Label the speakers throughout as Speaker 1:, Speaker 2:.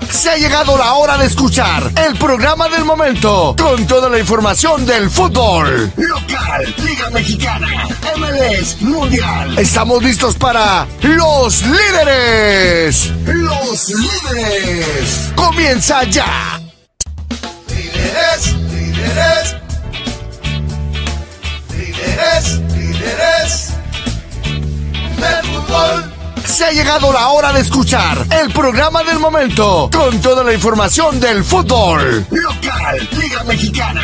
Speaker 1: Pues ha llegado la hora de escuchar el programa del momento con toda la información del fútbol. Local, Liga Mexicana, MLS, Mundial. Estamos listos para los líderes. Los líderes. Comienza ya. Líderes, líderes. Líderes, líderes. Del fútbol. Se ha llegado la hora de escuchar el programa del momento con toda la información del fútbol. Local, Liga Mexicana,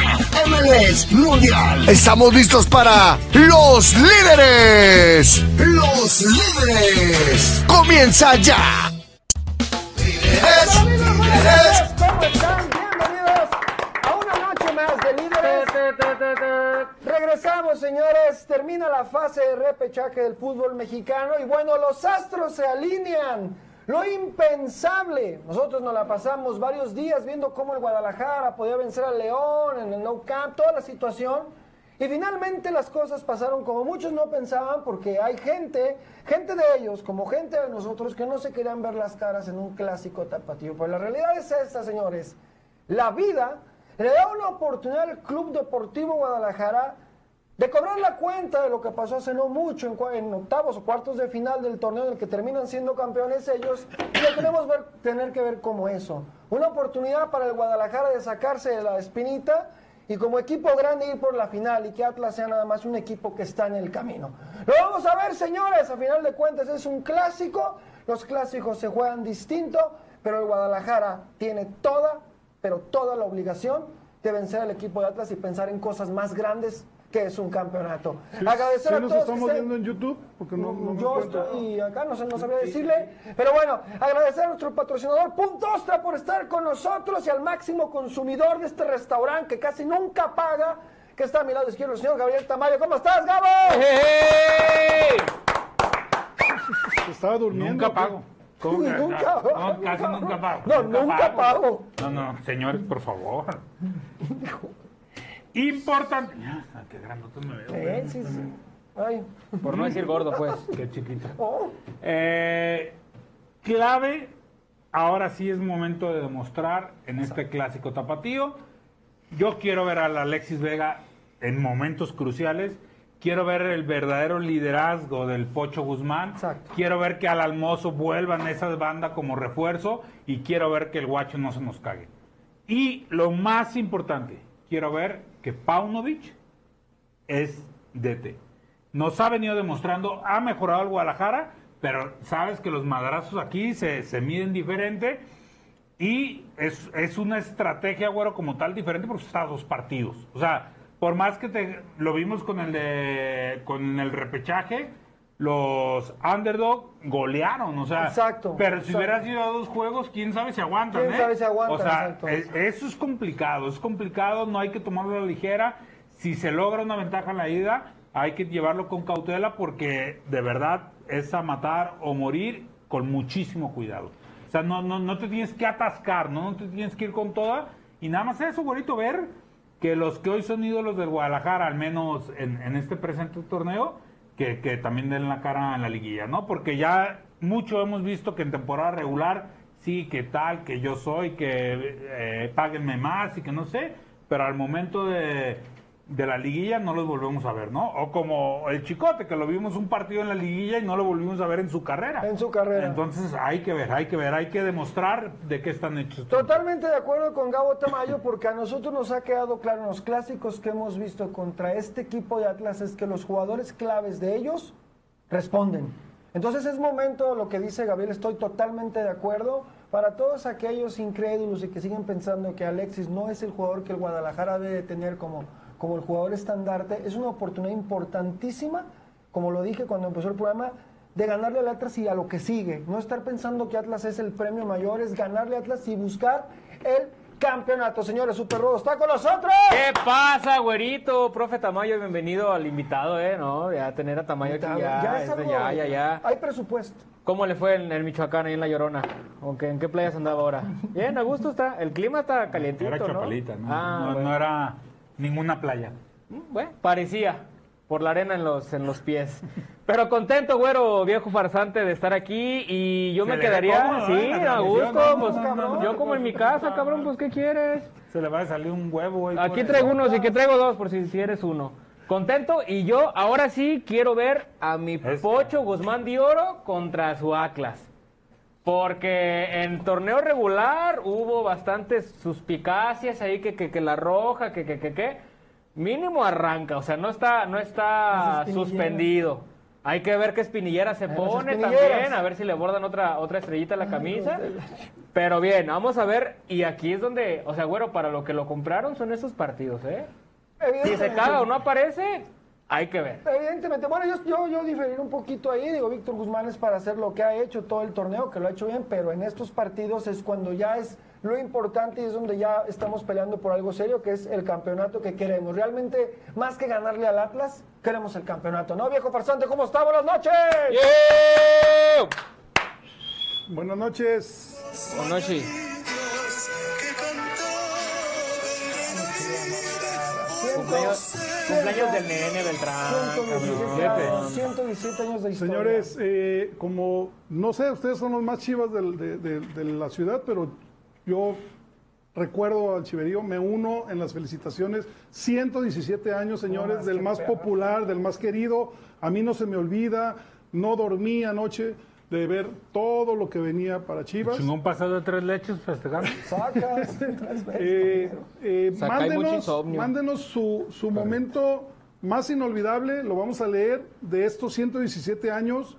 Speaker 1: MLS, Mundial. Estamos listos para los líderes. Los líderes. Comienza ya. Líderes, líderes.
Speaker 2: ¿Cómo están? Bienvenidos a una noche más de líderes. Regresamos, señores. Termina la fase de repechaje del fútbol mexicano y bueno, los astros se alinean. Lo impensable. Nosotros nos la pasamos varios días viendo cómo el Guadalajara podía vencer al León en el No Camp, toda la situación. Y finalmente las cosas pasaron como muchos no pensaban porque hay gente, gente de ellos, como gente de nosotros, que no se querían ver las caras en un clásico tapatío. Pero la realidad es esta, señores. La vida le da una oportunidad al Club Deportivo Guadalajara de cobrar la cuenta de lo que pasó hace no mucho en, cua- en octavos o cuartos de final del torneo en el que terminan siendo campeones ellos. Y lo tenemos ver- tener que ver como eso. Una oportunidad para el Guadalajara de sacarse de la espinita y como equipo grande ir por la final y que Atlas sea nada más un equipo que está en el camino. Lo vamos a ver, señores, a final de cuentas es un clásico, los clásicos se juegan distinto, pero el Guadalajara tiene toda, pero toda la obligación de vencer al equipo de Atlas y pensar en cosas más grandes que es un campeonato. Agradecer
Speaker 3: Sí,
Speaker 2: a
Speaker 3: nos
Speaker 2: todos que
Speaker 3: estamos
Speaker 2: estén-
Speaker 3: viendo en YouTube? Porque no, no
Speaker 2: Pues,
Speaker 3: me
Speaker 2: este, yo
Speaker 3: encuentro.
Speaker 2: estoy y acá, no, sé- no sabía decirle. Pero bueno, agradecer a nuestro patrocinador Punto Ostra por estar con nosotros y al máximo consumidor de este restaurante que casi nunca paga, que está a mi lado izquierdo, el señor Gabriel Tamayo. ¿Cómo estás, Gabo?
Speaker 3: Estaba durmiendo.
Speaker 4: Nunca pago.
Speaker 2: Uy, nunca,
Speaker 4: No, casi nunca pago.
Speaker 2: No, nunca pago.
Speaker 4: No, no, señores, por favor. Importante. Ah, qué grandote me veo.
Speaker 2: Eh, sí, sí. Ay,
Speaker 5: Por no decir gordo, pues.
Speaker 4: Qué chiquito.
Speaker 2: oh,
Speaker 4: Eh, clave, ahora sí es momento de demostrar en este clásico tapatío. Yo quiero ver al Alexis Vega en momentos cruciales. Quiero ver el verdadero liderazgo del Pocho Guzmán.
Speaker 2: Exacto.
Speaker 4: Quiero ver que al almozo vuelvan esas bandas como refuerzo. Y quiero ver que el guacho no se nos cague. Y lo más importante, quiero ver que Paunovic es DT. Nos ha venido demostrando, ha mejorado el Guadalajara, pero sabes que los madrazos aquí se, se miden diferente y es, es una estrategia, güero, como tal diferente porque está a dos partidos. O sea, por más que te, lo vimos con el, de, con el repechaje, los underdog golearon, o sea,
Speaker 2: Exacto,
Speaker 4: pero si
Speaker 2: exacto.
Speaker 4: hubieras ido a dos juegos, quién sabe si aguantan,
Speaker 2: ¿Quién
Speaker 4: ¿eh?
Speaker 2: sabe si aguantan,
Speaker 4: O sea,
Speaker 2: exacto.
Speaker 4: es- eso es complicado, es complicado, no hay que tomarlo a la ligera. Si se logra una ventaja en la ida, hay que llevarlo con cautela porque de verdad es a matar o morir con muchísimo cuidado. O sea, no, no, no te tienes que atascar, ¿no? no te tienes que ir con toda. Y nada más eso, bonito ver que los que hoy son ídolos del Guadalajara, al menos en, en este presente torneo, que, que también den la cara en la liguilla, ¿no? Porque ya mucho hemos visto que en temporada regular, sí, que tal, que yo soy, que eh, páguenme más y que no sé, pero al momento de, de la liguilla no los volvemos a ver, ¿no? O como el Chicote, que lo vimos un partido en la liguilla y no lo volvimos a ver en su carrera.
Speaker 2: en su carrera.
Speaker 4: Entonces hay que ver, hay que ver, hay que demostrar de qué están hechos.
Speaker 2: Totalmente de acuerdo con Gabo Tamayo porque a nosotros nos ha quedado claro en los clásicos que hemos visto contra este equipo de Atlas es que los jugadores claves de ellos responden. Entonces es momento de lo que dice Gabriel, estoy totalmente de acuerdo. Para todos aquellos incrédulos y que siguen pensando que Alexis no es el jugador que el Guadalajara debe de tener como, como el jugador estandarte, es una oportunidad importantísima, como lo dije cuando empezó el programa, de ganarle al Atlas y a lo que sigue. No estar pensando que Atlas es el premio mayor, es ganarle a Atlas y buscar el campeonato. Señores, Super Rodo está con nosotros.
Speaker 5: ¿Qué pasa, güerito? Profe Tamayo, bienvenido al invitado, ¿eh? ¿No? Ya tener a Tamayo aquí, ya,
Speaker 2: Ya es
Speaker 5: este,
Speaker 2: algo-
Speaker 5: ya, ya, ya.
Speaker 2: Hay presupuesto.
Speaker 5: ¿Cómo le fue en el Michoacán, ahí en La Llorona? ¿O qué- ¿En qué playas andaba ahora? Bien, a gusto está. El clima está calientito,
Speaker 4: Era
Speaker 5: ¿no?
Speaker 4: Chapalita, ¿no?
Speaker 5: Ah,
Speaker 4: no,
Speaker 5: bueno.
Speaker 4: no era ninguna playa.
Speaker 5: Mm, bueno, parecía. por la arena en los, en los pies. Pero contento, güero, viejo farsante, de estar aquí y yo
Speaker 4: Se
Speaker 5: me
Speaker 4: le ve
Speaker 5: quedaría,
Speaker 4: cómodo,
Speaker 5: sí,
Speaker 4: ¿eh? La
Speaker 5: a
Speaker 4: transmisión,
Speaker 5: gusto,
Speaker 4: ¿no?
Speaker 5: pues
Speaker 4: No, no,
Speaker 5: cabrón,
Speaker 4: no,
Speaker 5: yo
Speaker 4: no,
Speaker 5: como en
Speaker 4: no,
Speaker 5: mi
Speaker 4: no,
Speaker 5: casa,
Speaker 4: no,
Speaker 5: cabrón,
Speaker 4: no.
Speaker 5: pues ¿qué quieres?
Speaker 4: Se le va a salir un huevo. güey,
Speaker 5: Aquí
Speaker 4: por
Speaker 5: traigo
Speaker 4: eso.
Speaker 5: unos y aquí traigo dos, por si, si eres uno. Contento y yo ahora sí quiero ver a mi
Speaker 4: Eso.
Speaker 5: Pocho Guzmán de Oro contra su Atlas. Porque en torneo regular hubo bastantes suspicacias ahí, que, que, que la roja, que, que, que, que. Mínimo arranca, o sea, no está, no está
Speaker 6: Las espinilleras.
Speaker 5: suspendido. Hay que ver qué espinillera se pone
Speaker 2: espinilleras.
Speaker 5: también, a ver si le bordan otra, otra estrellita a la camisa. Pero bien, vamos a ver, y aquí es donde, o sea, güero, para lo que lo compraron son esos partidos, ¿eh? Si se caga o no aparece, hay que ver.
Speaker 2: Evidentemente, bueno, yo, yo, yo diferir un poquito ahí, digo, Víctor Guzmán es para hacer lo que ha hecho todo el torneo, que lo ha hecho bien, pero en estos partidos es cuando ya es lo importante y es donde ya estamos peleando por algo serio, que es el campeonato que queremos. Realmente, más que ganarle al Atlas, queremos el campeonato, ¿no? Viejo farsante, ¿cómo está? Buenas noches.
Speaker 5: ¡Yeah!
Speaker 3: Buenas noches.
Speaker 5: Onoshi. Cumpleaños, cumpleaños del nene Beltrán.
Speaker 2: 117 años, 117 años de historia.
Speaker 3: Señores, eh, como no sé, ustedes son los más chivas del- de, de- de la ciudad, pero yo recuerdo al chiverío, me uno en las felicitaciones. 117 años, señores, del más popular, del más querido. A mí no se me olvida, no dormí anoche de ver todo lo que venía para Chivas.
Speaker 4: Chingón pasado de tres leches festejando.
Speaker 2: Sacas, tres veces.
Speaker 3: Eh, eh,
Speaker 5: Saca, hay mucho
Speaker 3: mándenos,
Speaker 5: insomnio.
Speaker 3: mándenos su, su momento más inolvidable, lo vamos a leer, de estos 117 años.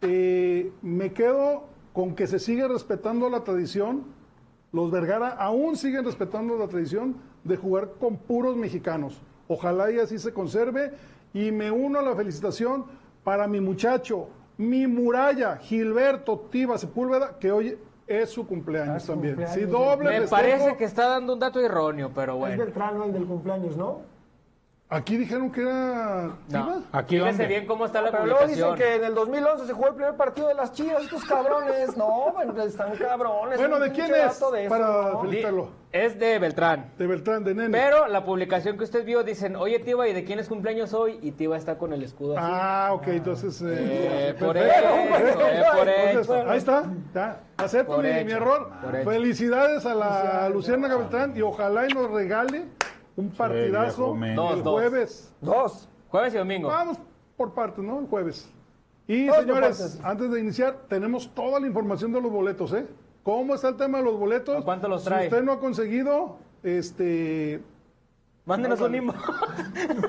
Speaker 3: Eh, me quedo con que se sigue respetando la tradición, los Vergara aún siguen respetando la tradición de jugar con puros mexicanos. Ojalá y así se conserve. Y me uno a la felicitación para mi muchacho, mi muralla, Gilberto Tiva Sepúlveda, que hoy es su cumpleaños
Speaker 2: su
Speaker 3: también.
Speaker 2: cumpleaños,
Speaker 3: Sí,
Speaker 2: sí.
Speaker 3: doble
Speaker 5: Me
Speaker 3: festejo.
Speaker 5: parece que está dando un dato erróneo, pero
Speaker 2: Es
Speaker 5: bueno.
Speaker 2: Beltrán, ¿no? el del cumpleaños, ¿no?
Speaker 3: Aquí dijeron que era
Speaker 5: No.
Speaker 3: Tiva.
Speaker 4: Aquí
Speaker 5: Fíjese
Speaker 4: dónde?
Speaker 5: bien cómo está la
Speaker 2: Pero luego dicen
Speaker 5: publicación.
Speaker 2: que en el 2011 se jugó el primer partido de las chivas, estos cabrones. No, bueno, pues, están cabrones.
Speaker 3: Bueno,
Speaker 2: un
Speaker 3: ¿de
Speaker 2: pinche
Speaker 3: quién es?
Speaker 2: dato de eso,
Speaker 3: Para
Speaker 2: ¿no?
Speaker 5: Di-
Speaker 3: felicitarlo.
Speaker 5: Es de Beltrán.
Speaker 3: De Beltrán, de Nene.
Speaker 5: Pero la publicación que usted vio dicen, oye Tiba, ¿y de quién es cumpleaños hoy? Y Tiba está con el escudo así.
Speaker 3: Ah, ok, entonces. eh,
Speaker 5: Eh, por
Speaker 3: perfecto.
Speaker 5: eso, eh, por
Speaker 3: Entonces,
Speaker 5: eso.
Speaker 3: ahí está, ya. Acepto
Speaker 5: Por
Speaker 3: mi,
Speaker 5: hecho,
Speaker 3: mi error.
Speaker 5: por hecho.
Speaker 3: Felicidades a la Luciana Beltrán y ojalá y nos regale un partidazo
Speaker 4: viejo, men.
Speaker 5: Dos,
Speaker 3: el
Speaker 5: dos.
Speaker 3: jueves.
Speaker 2: Dos.
Speaker 5: Jueves y domingo.
Speaker 3: Vamos por partes, ¿no? El jueves. Y
Speaker 2: Vamos por
Speaker 3: señores,
Speaker 2: partes.
Speaker 3: antes de iniciar, tenemos toda la información de los boletos, ¿eh? ¿Cómo está el tema de los boletos?
Speaker 5: ¿A cuánto los trae?
Speaker 3: Si usted no ha conseguido, este,
Speaker 5: Mándenos un inbox.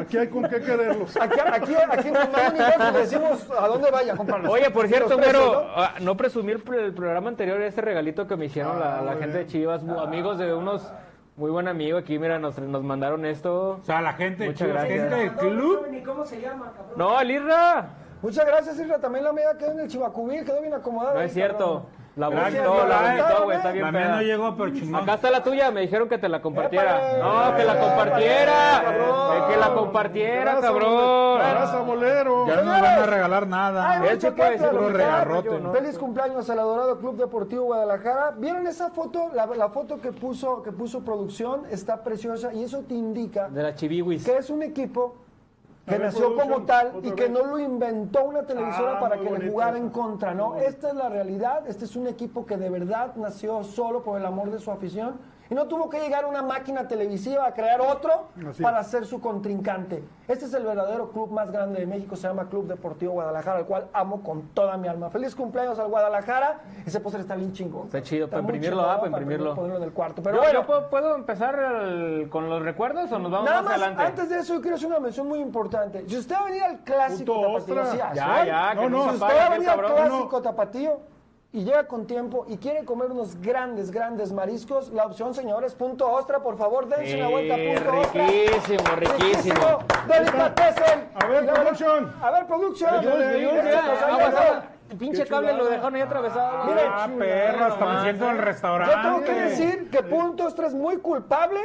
Speaker 3: aquí hay con qué quererlos.
Speaker 2: Aquí, aquí, aquí nos mandan un inbox y le decimos a dónde vaya a comprarlos.
Speaker 5: Oye, por cierto,
Speaker 2: Los precios,
Speaker 5: pero
Speaker 2: ¿no?
Speaker 5: ah, no presumir por el programa anterior ese regalito que me hicieron la, la
Speaker 2: Ah,
Speaker 3: muy
Speaker 5: gente de Chivas, bu- amigos de unos muy buen amigo aquí, mira, nos, nos mandaron esto.
Speaker 4: O sea, la gente, de
Speaker 5: Muchas
Speaker 4: Chivas,
Speaker 5: gracias.
Speaker 4: gente del
Speaker 6: No
Speaker 4: club.
Speaker 6: saben ni cómo se llama, cabrón.
Speaker 5: No, Lirra,
Speaker 2: Muchas gracias, Isra. También la media quedó en el Chivacubil, quedó bien acomodada.
Speaker 5: no
Speaker 2: ahí,
Speaker 5: es cierto.
Speaker 2: cabrón.
Speaker 5: La
Speaker 4: Gracias,
Speaker 5: vomitó, la
Speaker 4: Lirra,
Speaker 5: vomitó,
Speaker 2: eh.
Speaker 5: güey, está
Speaker 4: La
Speaker 5: bien
Speaker 4: mía no
Speaker 5: peda.
Speaker 4: llegó, pero chingón.
Speaker 5: Acá está la tuya, me dijeron que te la compartiera.
Speaker 2: Épale.
Speaker 5: No, que la compartiera.
Speaker 2: Épale, cabrón.
Speaker 5: Eh, que la compartiera,
Speaker 3: Abraza,
Speaker 5: cabrón.
Speaker 3: bolero. Abraza, bolero.
Speaker 4: Ya no nos van a regalar nada.
Speaker 2: Ay,
Speaker 5: Él
Speaker 2: mucho
Speaker 5: se puede decir
Speaker 2: plata,
Speaker 5: puro
Speaker 2: Ricardo.
Speaker 4: regarrote.
Speaker 2: Yo no. Feliz cumpleaños al adorado Club Deportivo Guadalajara. ¿Vieron esa foto? La, la foto que puso, que puso producción está preciosa y eso te indica
Speaker 5: De la Chiviwis.
Speaker 2: que es un equipo que
Speaker 3: A ver,
Speaker 2: nació como
Speaker 3: producción,
Speaker 2: tal
Speaker 3: otra
Speaker 2: y que
Speaker 3: vez.
Speaker 2: no lo inventó una televisora
Speaker 3: Ah,
Speaker 2: para
Speaker 3: muy
Speaker 2: que le
Speaker 3: bonito
Speaker 2: jugara
Speaker 3: eso.
Speaker 2: en contra, ¿no? Esta es la realidad, este es un equipo que de verdad nació solo por el amor de su afición y no tuvo que llegar una máquina televisiva a crear otro
Speaker 3: Así
Speaker 2: para
Speaker 3: es.
Speaker 2: ser su contrincante. Este es el verdadero club más grande de México, se llama Club Deportivo Guadalajara, al cual amo con toda mi alma. Feliz cumpleaños al Guadalajara. Ese póster está bien chingón.
Speaker 5: Está chido, para
Speaker 2: muy
Speaker 5: imprimirlo,
Speaker 2: chingón,
Speaker 5: ah, para imprimirlo.
Speaker 2: ponerlo en el cuarto. Pero
Speaker 5: Pero
Speaker 2: bueno,
Speaker 5: yo puedo, puedo empezar el- con los recuerdos o nos vamos
Speaker 2: Nada
Speaker 5: más,
Speaker 2: más,
Speaker 5: adelante.
Speaker 2: antes de eso, yo quiero hacer una mención muy importante. Si usted va a venir al clásico
Speaker 3: Punto
Speaker 2: tapatío,
Speaker 3: ostra.
Speaker 2: sí, a
Speaker 5: Ya,
Speaker 2: Sol,
Speaker 5: ya, que
Speaker 3: No, no.
Speaker 5: no,
Speaker 2: si
Speaker 5: se
Speaker 2: usted
Speaker 5: apague
Speaker 2: va a
Speaker 5: bien,
Speaker 2: venir al
Speaker 5: cabrón.
Speaker 2: clásico tapatío y llega con tiempo y quiere comer unos grandes, grandes mariscos, la opción, señores, punto ostra, por favor, dense una vuelta,
Speaker 5: Eh,
Speaker 2: punto ostra.
Speaker 5: riquísimo, riquísimo.
Speaker 2: Delicatessen.
Speaker 3: A ver,
Speaker 2: Y la-
Speaker 3: production.
Speaker 2: A ver, production.
Speaker 3: Ayúdenme, ayúdenme.
Speaker 2: Esto nos ha
Speaker 5: Aguas,
Speaker 2: llegado.
Speaker 5: aguas. Pinche cable lo dejaron ahí atravesado. güey.
Speaker 2: Miren,
Speaker 4: Ah, perro, hasta me siento en el restaurante.
Speaker 2: Yo tengo que decir que Punto Ostra es muy culpable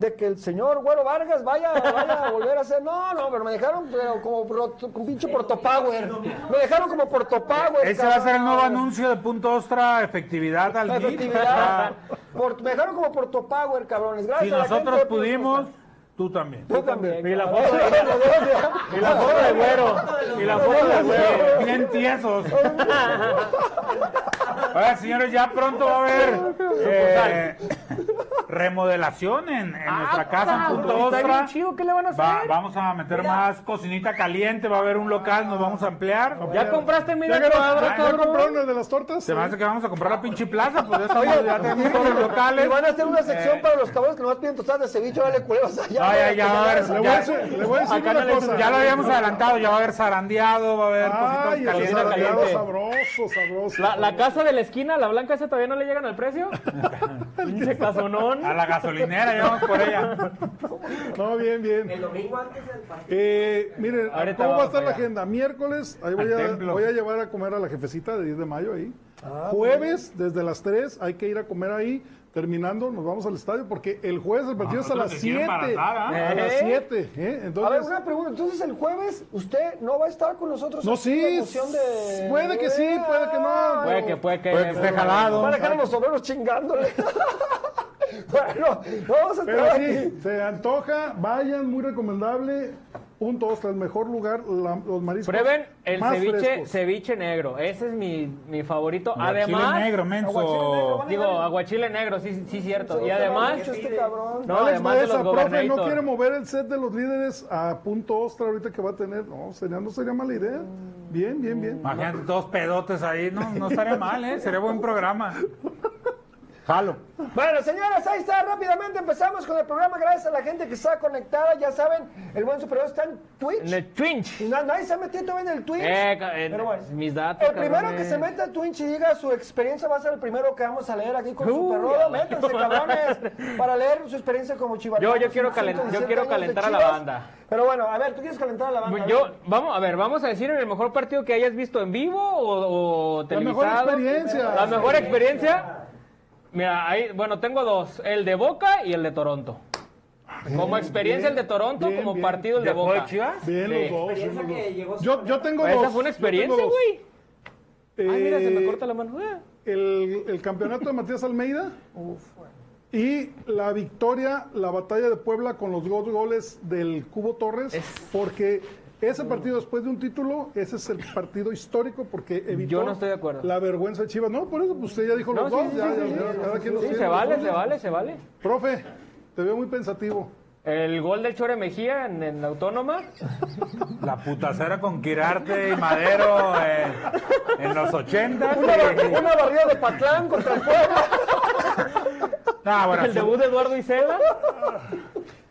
Speaker 2: de que el señor Güero Vargas vaya, vaya a volver a hacer. No, no, pero me dejaron pero como pro- con pinche portopower. Me dejaron como portopower.
Speaker 4: Ese va a ser el nuevo
Speaker 2: cabrón.
Speaker 4: anuncio de Punto Ostra, efectividad al
Speaker 2: La
Speaker 4: DIF.
Speaker 2: efectividad. Por- me dejaron como portopower, cabrones. Gracias.
Speaker 4: Si
Speaker 2: a la gente
Speaker 4: nosotros
Speaker 2: de Punto
Speaker 4: pudimos,
Speaker 2: Ostra.
Speaker 4: Tú también.
Speaker 2: Tú también.
Speaker 5: Y la foto de, y la foto de güero. Y la foto de güero.
Speaker 4: Bien tiesos. Ahora, señores, ya pronto va a haber eh, remodelación en, en nuestra casa. en Punta
Speaker 5: Ah, pues, Está
Speaker 4: Ostra.
Speaker 5: bien chido, ¿qué le van a hacer?
Speaker 4: Va- vamos a meter más cocinita caliente, va a haber un local, nos vamos a ampliar.
Speaker 5: Ya compraste, mira,
Speaker 3: ¿Ya,
Speaker 5: cuadra, cabrón.
Speaker 3: compraron el de las tortas?
Speaker 4: Se me hace que vamos a comprar la pinche plaza, pues ya estamos, ya tenemos todos los
Speaker 2: Y
Speaker 4: locales.
Speaker 2: van a hacer una
Speaker 4: Eh.
Speaker 2: sección para los cabrones que nomás piden tostadas de ceviche, órale, culeros allá.
Speaker 4: No, ya, ya va a haber-
Speaker 3: Le voy a decir, le voy a decir
Speaker 5: Acá
Speaker 3: una
Speaker 5: no le dicen,
Speaker 3: cosa.
Speaker 4: Ya lo habíamos adelantado, ya va a haber zarandeado, va a haber
Speaker 3: Ay,
Speaker 4: cositas
Speaker 3: el
Speaker 4: calientes.
Speaker 3: salado
Speaker 5: caliente.
Speaker 3: sabroso, sabroso.
Speaker 5: La, la casa de la esquina, la blanca esa todavía no le llegan al precio. Pinche casonón.
Speaker 4: A la gasolinera, ya vamos por ella.
Speaker 3: No, bien, bien. El domingo antes del partido. miren,
Speaker 5: Ahorita
Speaker 3: ¿cómo va a
Speaker 5: vamos
Speaker 3: estar la
Speaker 5: allá.
Speaker 3: agenda? Miércoles, ahí voy
Speaker 4: Al
Speaker 3: a,
Speaker 4: templo.
Speaker 3: voy a llevar a comer a la jefecita de 10 de mayo ahí. Ah, Jueves, desde las 3, hay que ir a comer ahí. Terminando, nos vamos al estadio porque el jueves el
Speaker 5: Ah,
Speaker 3: partido es a
Speaker 4: Nosotros
Speaker 3: las
Speaker 4: te
Speaker 3: 7.
Speaker 4: quieren embarazar, ¿ah?
Speaker 3: A las
Speaker 5: ¿Eh?
Speaker 3: 7. ¿eh?
Speaker 2: A ver,
Speaker 3: Entonces,
Speaker 2: una pregunta. Entonces, el jueves, ¿usted no va a estar con nosotros?
Speaker 3: no,
Speaker 2: aquí en
Speaker 3: sí.
Speaker 2: la emoción de-
Speaker 3: Puede que sí, puede que no.
Speaker 5: Puede que, puede que.
Speaker 4: Puede que esté jalado.
Speaker 2: Van a dejar a los obreros chingándole. bueno, vamos a
Speaker 3: Pero
Speaker 2: estar aquí.
Speaker 3: sí, se antoja, vayan, muy recomendable. Punto Ostra, el mejor lugar, la- los mariscos.
Speaker 5: Prueben el
Speaker 3: más
Speaker 5: ceviche,
Speaker 3: frescos.
Speaker 5: ceviche negro. Ese es mi, mi favorito.
Speaker 4: Chile
Speaker 5: Además,
Speaker 4: negro, menso.
Speaker 5: digo, aguachile negro, sí, sí, sí, cierto. Y
Speaker 2: Se lo
Speaker 5: además,
Speaker 2: mucho este cabrón.
Speaker 5: no,
Speaker 3: Alex
Speaker 5: además de
Speaker 3: Baeza,
Speaker 5: los
Speaker 3: profe, no quiere
Speaker 5: gobernator.
Speaker 3: mover el set de los líderes a punto ostra ahorita que va a tener. No, sería, no sería mala idea.
Speaker 5: Mm.
Speaker 3: Bien, bien, bien.
Speaker 4: Imagínate, todos pedotes ahí, no, no estaría mal, ¿eh? Sería buen programa. Jalo.
Speaker 2: Bueno, señores, ahí está. Rápidamente empezamos con el programa. Gracias a la gente que está conectada. Ya saben, el buen superior está en
Speaker 5: En
Speaker 2: Twitch.
Speaker 5: el Twitch.
Speaker 2: Na- nadie se ha metido todavía en el Twitch.
Speaker 5: Eh, ca- eh,
Speaker 2: Pero bueno.
Speaker 5: mis datos.
Speaker 2: El primero que
Speaker 5: cabrones.
Speaker 2: se meta a Twitch y diga su experiencia va a ser el primero que vamos a leer aquí con
Speaker 5: Uy,
Speaker 2: Super
Speaker 5: a
Speaker 2: Rodo.
Speaker 5: la
Speaker 2: Métanse, cabrones, para leer su experiencia como chivarón.
Speaker 5: Yo- yo quiero calen- yo quiero calentar a la banda.
Speaker 2: Pero bueno, a ver, tú quieres calentar a la banda. a
Speaker 5: Yo,
Speaker 2: ver.
Speaker 5: vamos, a ver, vamos a decir en el mejor partido que hayas visto en vivo o, o
Speaker 3: La mejor
Speaker 5: televisado.
Speaker 3: experiencia.
Speaker 5: La mejor experiencia. Mira, ahí, bueno, tengo dos, el de Boca y el de Toronto. Como experiencia el de Toronto,
Speaker 3: Ah, bien,
Speaker 5: como
Speaker 3: bien.
Speaker 5: partido el de
Speaker 4: ¿Fue
Speaker 5: Boca.
Speaker 4: Chivas?
Speaker 3: Bien,
Speaker 5: Sí. Pues
Speaker 3: los dos. bien, los
Speaker 6: que
Speaker 3: dos.
Speaker 6: llegó su
Speaker 3: Yo, yo tengo dos.
Speaker 5: Esa fue una
Speaker 3: yo tengo
Speaker 5: experiencia,
Speaker 3: dos.
Speaker 5: güey. Ay, mira, se me
Speaker 3: Eh,
Speaker 5: corta la mano. Ah.
Speaker 3: el, el campeonato de Matías Almeida y la victoria, la batalla de Puebla con los dos goles del Cubo Torres, porque ese partido después de un título, ese es el partido histórico porque evitó
Speaker 5: Yo no estoy de acuerdo.
Speaker 3: la vergüenza de Chivas. No, por eso pues, usted ya dijo
Speaker 5: No,
Speaker 3: los
Speaker 5: sí,
Speaker 3: dos,
Speaker 5: sí,
Speaker 3: ya,
Speaker 5: sí,
Speaker 3: ya,
Speaker 5: sí,
Speaker 3: ya, cada quien los
Speaker 5: Sí,
Speaker 3: tiene,
Speaker 5: se
Speaker 3: los
Speaker 5: vale,
Speaker 3: suyos.
Speaker 5: se vale, se vale.
Speaker 3: Profe, te veo muy pensativo.
Speaker 5: El gol del Chore Mejía en, en la Autónoma.
Speaker 4: La putacera con Quirarte y Madero eh, en los 80.
Speaker 2: Una, bar- una barrida de Patlán contra el pueblo.
Speaker 4: Ah, bueno,
Speaker 5: El
Speaker 4: sí.
Speaker 5: debut de Eduardo Isela.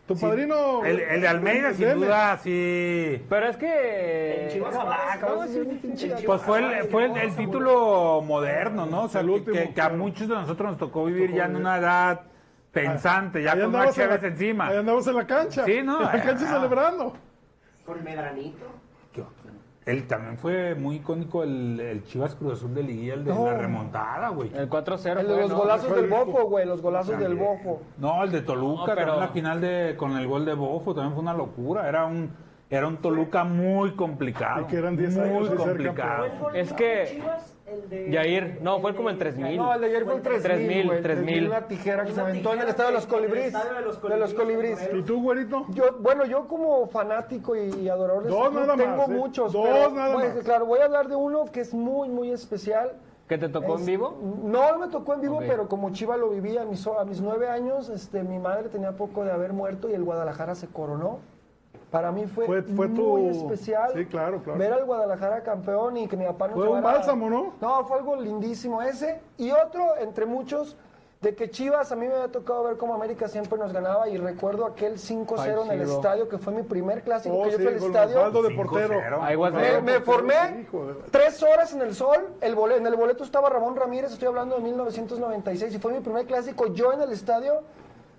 Speaker 3: Tu padrino.
Speaker 4: el, el de Almeida, sin
Speaker 3: Deme.
Speaker 4: duda, sí.
Speaker 5: Pero es que.
Speaker 2: Ah, Cabrón, sí, un pinche-
Speaker 4: Pues fue el, fue el, el título moderno, ¿no? O sea,
Speaker 3: El
Speaker 4: que-
Speaker 3: último,
Speaker 4: que, que a
Speaker 3: claro.
Speaker 4: muchos de nosotros nos tocó vivir ya en una edad pensante, ya
Speaker 3: Ahí
Speaker 4: con más
Speaker 3: andabas en la-
Speaker 4: chéves encima.
Speaker 3: Ahí andamos en la cancha.
Speaker 4: Sí, ¿no?
Speaker 3: En la cancha
Speaker 4: Ah.
Speaker 3: celebrando.
Speaker 6: Con Medranito.
Speaker 4: Él también fue muy icónico el, el Chivas Cruz Azul de Liguilla, el de la remontada, güey.
Speaker 5: El 4-0.
Speaker 2: El de
Speaker 5: fue,
Speaker 2: los
Speaker 5: ¿no?
Speaker 2: golazos del bofo, güey, los golazos del bofo.
Speaker 4: No, el de Toluca,
Speaker 5: No, pero-
Speaker 4: también la final de con el gol de Bofo también fue una locura, era un era un Toluca muy complicado.
Speaker 3: Y que eran 10
Speaker 4: muy
Speaker 3: años de ser
Speaker 4: complicado.
Speaker 3: campeón.
Speaker 5: Es que. Yair, no, fue como el 3000.
Speaker 2: No, el de ayer fue el 3000, güey,
Speaker 5: 3000.
Speaker 2: Una tijera que se
Speaker 6: Una
Speaker 2: aventó en el
Speaker 6: tijera
Speaker 2: estado de los
Speaker 6: en el
Speaker 2: colibríes.
Speaker 6: estadio de los
Speaker 2: De los
Speaker 6: colibríes,
Speaker 2: colibríes.
Speaker 3: ¿Y tú, güerito?
Speaker 2: Yo, bueno, yo como fanático y, y adorador de
Speaker 3: Dos
Speaker 2: este club,
Speaker 3: nada más,
Speaker 2: tengo
Speaker 3: ¿eh?
Speaker 2: muchos.
Speaker 3: Dos
Speaker 2: pero,
Speaker 3: nada
Speaker 2: bueno,
Speaker 3: más.
Speaker 2: Claro, voy a hablar de uno que es muy, muy especial.
Speaker 5: ¿Que te tocó en
Speaker 2: Es-
Speaker 5: vivo?
Speaker 2: No, no me tocó en vivo,
Speaker 5: Ok.
Speaker 2: pero como Chiva lo vivía a mis, a mis nueve años, este, mi madre tenía poco de haber muerto y el Guadalajara se coronó. Para mí fue,
Speaker 3: Fue- fue tu-
Speaker 2: muy especial
Speaker 3: Sí, claro, claro.
Speaker 2: ver al Guadalajara campeón y que mi papá nos
Speaker 3: Fue un
Speaker 2: llevara-
Speaker 3: bálsamo, ¿no?
Speaker 2: No, fue algo lindísimo ese. Y otro, entre muchos, de que Chivas, a mí me había tocado ver cómo América siempre nos ganaba y recuerdo aquel 5-0 en el
Speaker 5: Ay, Chivo.
Speaker 2: estadio, que fue mi primer clásico
Speaker 3: Oh,
Speaker 2: que yo
Speaker 3: sí,
Speaker 2: fui al
Speaker 3: con
Speaker 2: estadio.
Speaker 3: Osvaldo de
Speaker 4: 5-0.
Speaker 3: portero.
Speaker 5: Ahí was
Speaker 2: Me,
Speaker 5: there.
Speaker 2: me formé
Speaker 3: Hijo de-
Speaker 2: tres horas en el sol. El bole- en el boleto estaba Ramón Ramírez, estoy hablando de 1996, y fue mi primer clásico. Yo en el estadio,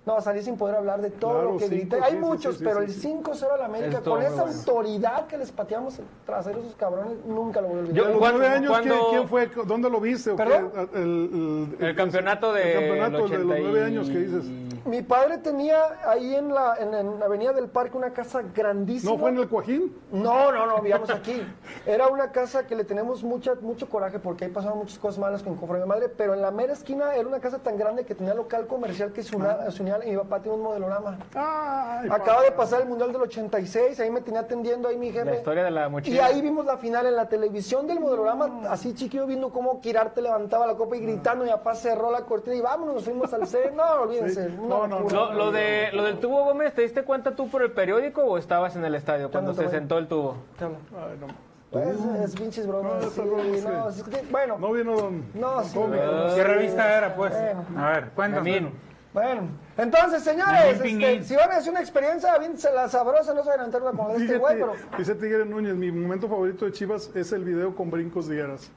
Speaker 2: no, salí sin poder hablar de todo
Speaker 3: Claro,
Speaker 2: lo que
Speaker 3: cinco,
Speaker 2: grité. Hay
Speaker 3: sí, sí,
Speaker 2: muchos,
Speaker 3: sí, sí,
Speaker 2: pero
Speaker 3: sí,
Speaker 2: el
Speaker 3: sí.
Speaker 2: 5-0 a la América,
Speaker 5: Estuvo
Speaker 2: con
Speaker 5: muy
Speaker 2: esa
Speaker 5: bueno.
Speaker 2: autoridad que les pateamos el trasero a esos cabrones, nunca lo voy a olvidar.
Speaker 5: Yo-
Speaker 3: ¿A los
Speaker 5: ¿Cuándo-
Speaker 3: nueve años ¿quién-
Speaker 5: cuándo-
Speaker 3: quién fue? ¿Dónde lo viste? o qué? Ah,
Speaker 2: ¿Perdón?
Speaker 3: El, el-
Speaker 5: El campeonato de.
Speaker 3: El campeonato de los nueve años que dices.
Speaker 5: Ándale.
Speaker 2: Mi padre tenía ahí en la, en, en la avenida del parque una casa grandísima.
Speaker 3: ¿No fue en el Cuajín?
Speaker 2: No, no, no, vivíamos aquí. Era una casa que le tenemos mucha, mucho coraje porque ahí pasaban muchas cosas malas con conforme mi madre, pero en la mera esquina era una casa tan grande que tenía local comercial que se una- se unía, y mi papá tenía un modelorama.
Speaker 3: Ay,
Speaker 2: Acaba de pasar el Mundial del 86, ahí me tenía atendiendo ahí mi jefe.
Speaker 5: La historia de la
Speaker 2: Y
Speaker 5: mochila.
Speaker 2: ahí vimos la final en la televisión del modelorama, así chiquillo viendo cómo Kirarte levantaba la copa y gritando, mi papá cerró la cortina y vámonos, nos fuimos al C. No, olvídense.
Speaker 3: Sí.
Speaker 2: una
Speaker 3: No, no,
Speaker 2: locura.
Speaker 5: Lo, lo de, lo del tubo Gómez, ¿te diste cuenta tú por el periódico o estabas en el estadio cuando
Speaker 2: no
Speaker 5: se
Speaker 2: tomé.
Speaker 5: sentó el tubo?
Speaker 3: Ay, no.
Speaker 2: Pues, es pinches bromas.
Speaker 3: No,
Speaker 2: sí,
Speaker 3: esa broma es que-
Speaker 2: no, es que- bueno,
Speaker 3: No vino don.
Speaker 2: no, sí,
Speaker 3: Gómez.
Speaker 2: bueno,
Speaker 4: ¿Qué revista era, pues?
Speaker 2: Bueno.
Speaker 4: A ver, cuéntanos.
Speaker 5: Benjamín.
Speaker 2: Bueno, entonces, señores,
Speaker 4: Benjamín
Speaker 2: este,
Speaker 4: Pinguín.
Speaker 2: si van a hacer una experiencia, aviéntense la sabrosa, no se van a entrar con este
Speaker 3: Fíjate,
Speaker 2: güey, pero...
Speaker 3: Dice Tigre Núñez, mi momento favorito de Chivas es el video con brincos de hieras.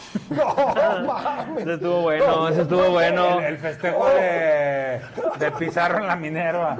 Speaker 2: No, mames.
Speaker 5: Ese estuvo bueno, ese estuvo bueno.
Speaker 4: El, el festejo de, de Pizarro en la Minerva.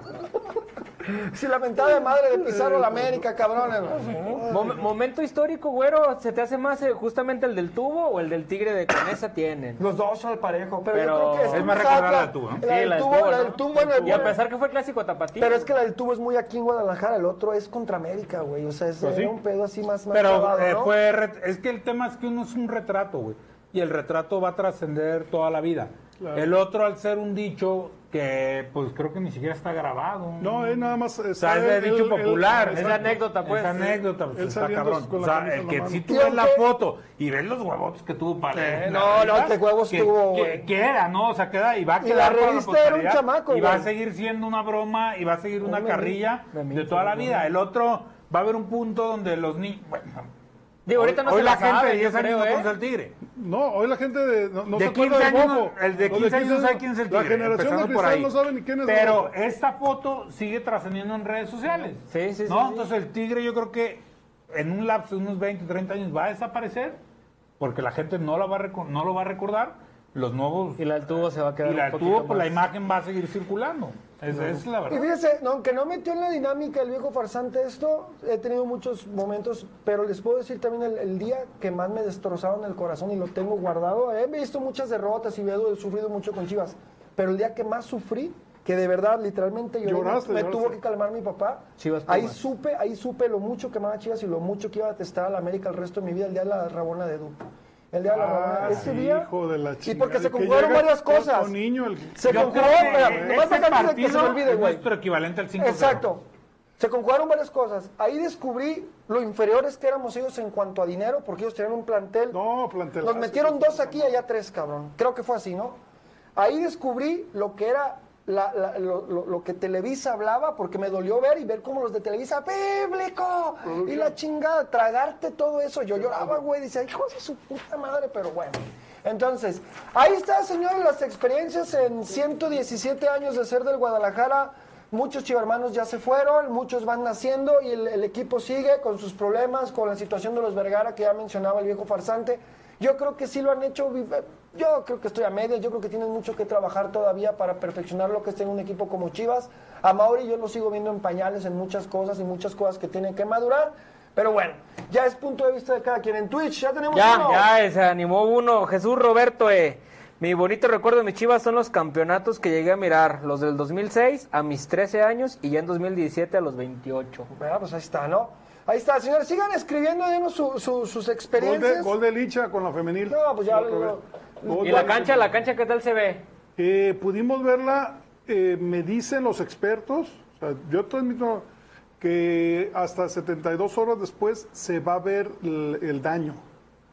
Speaker 2: Si la mentada de madre de Pizarro a la América, cabrones. ¿no?
Speaker 5: Mom- momento histórico, güero, ¿se te hace más eh, justamente el del tubo o el del tigre de con esa tienen?
Speaker 2: Los dos al parejo, pero,
Speaker 5: Pero-
Speaker 2: yo creo que
Speaker 5: Es
Speaker 2: que
Speaker 4: más
Speaker 2: esa
Speaker 4: recordada
Speaker 2: otra-
Speaker 4: la tubo, ¿no?
Speaker 2: La
Speaker 5: Sí,
Speaker 2: del
Speaker 5: la del
Speaker 2: tubo,
Speaker 5: tubo,
Speaker 2: la
Speaker 5: ¿no?
Speaker 2: del tubo, bueno,
Speaker 5: Y a pesar que fue clásico tapatío.
Speaker 2: Pero es que la del tubo es muy aquí en Guadalajara, el otro es contra América, güey. O sea, es
Speaker 4: Pues sí.
Speaker 2: era un pedo así más, más
Speaker 4: Pero
Speaker 2: clavado,
Speaker 4: eh,
Speaker 2: ¿no?
Speaker 4: fue re- es que el tema es que uno es un retrato, güey. Y el retrato va a trascender toda la vida. El otro, al ser un dicho que, pues creo que ni siquiera está grabado.
Speaker 3: No, es nada más.
Speaker 4: O sea, es de dicho popular.
Speaker 5: es la anécdota, pues.
Speaker 4: Es anécdota, pues,
Speaker 3: Él
Speaker 4: está
Speaker 3: saliendo
Speaker 4: cabrón.
Speaker 3: con la
Speaker 4: O sea,
Speaker 3: camisa en
Speaker 4: el
Speaker 3: la
Speaker 4: que
Speaker 3: mano.
Speaker 4: si tú
Speaker 2: Y
Speaker 4: ves
Speaker 2: aunque-
Speaker 4: la foto y ves los huevos que tuvo para.
Speaker 2: no, no, qué huevos
Speaker 4: que,
Speaker 2: tuvo,
Speaker 4: que-
Speaker 2: güey.
Speaker 4: que era, ¿no? O sea, queda y va a
Speaker 2: Y
Speaker 4: quedar.
Speaker 2: la
Speaker 4: para
Speaker 2: revista era un
Speaker 4: posteridad,
Speaker 2: chamaco,
Speaker 4: Y va a
Speaker 2: güey.
Speaker 4: seguir siendo una broma y va a seguir una
Speaker 2: meme,
Speaker 4: carrilla
Speaker 5: memito,
Speaker 4: de toda la
Speaker 5: ¿no?
Speaker 4: vida. El otro, va a haber un punto donde los niños. Bueno,
Speaker 5: Digo, ahorita no
Speaker 4: Hoy
Speaker 5: se
Speaker 4: la
Speaker 5: la
Speaker 4: gente
Speaker 5: sabe,
Speaker 4: de
Speaker 5: yo
Speaker 4: 10 años
Speaker 5: creo,
Speaker 4: no
Speaker 5: ¿eh?
Speaker 4: conoce al tigre.
Speaker 3: No, hoy la gente de. No, no
Speaker 4: de
Speaker 3: se acuerda
Speaker 4: 15
Speaker 3: de
Speaker 4: años,
Speaker 3: Bobo.
Speaker 4: el de
Speaker 3: Los
Speaker 4: 15 años no sabe
Speaker 3: no-
Speaker 4: quién es el tigre.
Speaker 3: La generación de
Speaker 4: empezando por
Speaker 3: cristal
Speaker 4: ahí.
Speaker 3: no sabe ni quién es
Speaker 4: Pero
Speaker 3: Bobo.
Speaker 4: esta foto sigue trascendiendo en redes sociales.
Speaker 5: Sí, sí, sí,
Speaker 4: ¿no?
Speaker 5: sí.
Speaker 4: Entonces el tigre yo creo que en un lapso de unos 20, 30 años va a desaparecer porque la gente no, la va a recor- no lo va a recordar. Los nuevos...
Speaker 5: Y la del tubo se va a quedar
Speaker 4: Y la
Speaker 5: un poquito
Speaker 4: tuvo, pues la
Speaker 5: más.
Speaker 4: imagen va a seguir circulando. Esa es la
Speaker 2: Y
Speaker 4: verdad.
Speaker 2: fíjese, no, aunque no metió en la dinámica el viejo farsante esto, he tenido muchos momentos, pero les puedo decir también el, el día que más me destrozaron el corazón y lo tengo guardado. He visto muchas derrotas y he sufrido mucho con Chivas, pero el día que más sufrí, que de verdad literalmente lloré,
Speaker 3: Lloraste,
Speaker 2: me
Speaker 3: lloraste.
Speaker 2: tuvo que calmar mi papá.
Speaker 5: Chivas
Speaker 2: ahí
Speaker 5: Pumas.
Speaker 2: supe, ahí supe lo mucho que amaba Chivas y lo mucho que iba a testar a la América el resto de mi vida el día de la rabona de Dupo. El día de la rabona. Ese día.
Speaker 3: Ah, Hijo de la
Speaker 2: y
Speaker 3: chingada,
Speaker 2: porque se
Speaker 3: que
Speaker 2: conjugaron
Speaker 3: llega
Speaker 2: varias
Speaker 3: con-
Speaker 2: cosas.
Speaker 3: con niño, el-
Speaker 2: Se
Speaker 4: Yo
Speaker 2: conjuró,
Speaker 4: creo que
Speaker 2: espera, nomás
Speaker 4: ese
Speaker 2: deja antes de que se me
Speaker 4: partido
Speaker 2: olvide,
Speaker 4: es
Speaker 2: güey.
Speaker 4: nuestro equivalente al 5
Speaker 2: Exacto. Se conjugaron varias cosas. Ahí descubrí lo inferiores que éramos ellos en cuanto a dinero, porque ellos tenían un plantel.
Speaker 3: No, plantel. Ah,
Speaker 2: Nos metieron dos aquí y allá tres, cabrón. Creo que fue así, ¿no? Ahí descubrí lo que era la- la- lo, lo- lo que Televisa hablaba, porque me dolió ver y ver cómo los de Televisa, ¡público! Y la chingada, tragarte todo eso. Yo lloraba, güey, dice, hijo de su puta madre, pero bueno. Entonces, ahí está, señores, las experiencias en 117 años de ser del Guadalajara. Muchos chivermanos ya se fueron, muchos van naciendo y el, el equipo sigue con sus problemas, con la situación de los Vergara que ya mencionaba el viejo farsante. Yo creo que sí lo han hecho, vi- yo creo que estoy a media, yo creo que tienen mucho que trabajar todavía para perfeccionar lo que es tener un equipo como Chivas. A Mauri yo lo sigo viendo en pañales en muchas cosas y muchas cosas que tienen que madurar, pero bueno, ya es punto de vista de cada quien en Twitch, ya tenemos
Speaker 5: Ya,
Speaker 2: uno.
Speaker 5: ya, eh, se animó uno. Jesús Roberto, eh. Mi bonito recuerdo de mis chivas son los campeonatos que llegué a mirar. Los del 2006 a mis 13 años y ya en 2017 a los 28.
Speaker 2: Bueno, pues ahí está, ¿no? Ahí está, señores, sigan escribiendo denos su- su- sus
Speaker 3: Gol
Speaker 2: experiencias.
Speaker 3: de, gol de Licha con la femenil.
Speaker 2: No, pues ya
Speaker 3: Otra
Speaker 2: lo-
Speaker 3: vez. Gol
Speaker 5: ¿Y
Speaker 3: de
Speaker 5: la
Speaker 3: Licha.
Speaker 5: cancha, la cancha qué tal se ve?
Speaker 3: Eh, pudimos verla, eh, me dicen los expertos, o sea, yo transmito que hasta 72 horas después se va a ver el, el daño.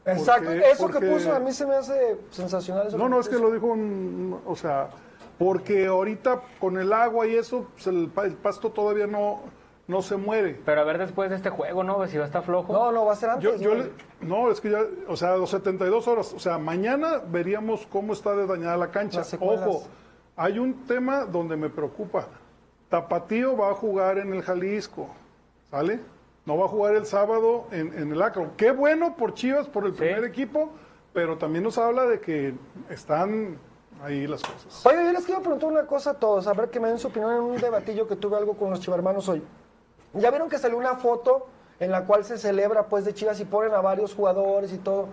Speaker 2: Exacto,
Speaker 3: Porque-
Speaker 2: eso
Speaker 3: porque-
Speaker 2: que puso a mí se me hace sensacional. Eso
Speaker 3: No, no, es que lo dijo un, o sea, porque ahorita con el agua y eso, pues, el, pa- el pasto todavía no, no se muere.
Speaker 5: Pero a ver después de este juego, ¿no? Si va a estar flojo.
Speaker 2: No, no, va a ser
Speaker 3: Yo,
Speaker 2: antes.
Speaker 3: yo
Speaker 2: ¿no?
Speaker 3: le- no, es que ya, o sea, los 72 horas, o sea, mañana veríamos cómo está de dañada la cancha.
Speaker 2: Las secuelas.
Speaker 3: Ojo, hay un tema donde me preocupa. Tapatío va a jugar en el Jalisco, ¿sale? No va a jugar el sábado en, en el Acro. Qué bueno por Chivas, por el primer equipo, pero también nos habla de que están ahí las cosas.
Speaker 2: Oye, yo les quiero preguntar una cosa a todos, a ver que me den su opinión en un debatillo que tuve algo con los chivarmanos hoy. Ya vieron que salió una foto en la cual se celebra pues de Chivas y ponen a varios jugadores y todo.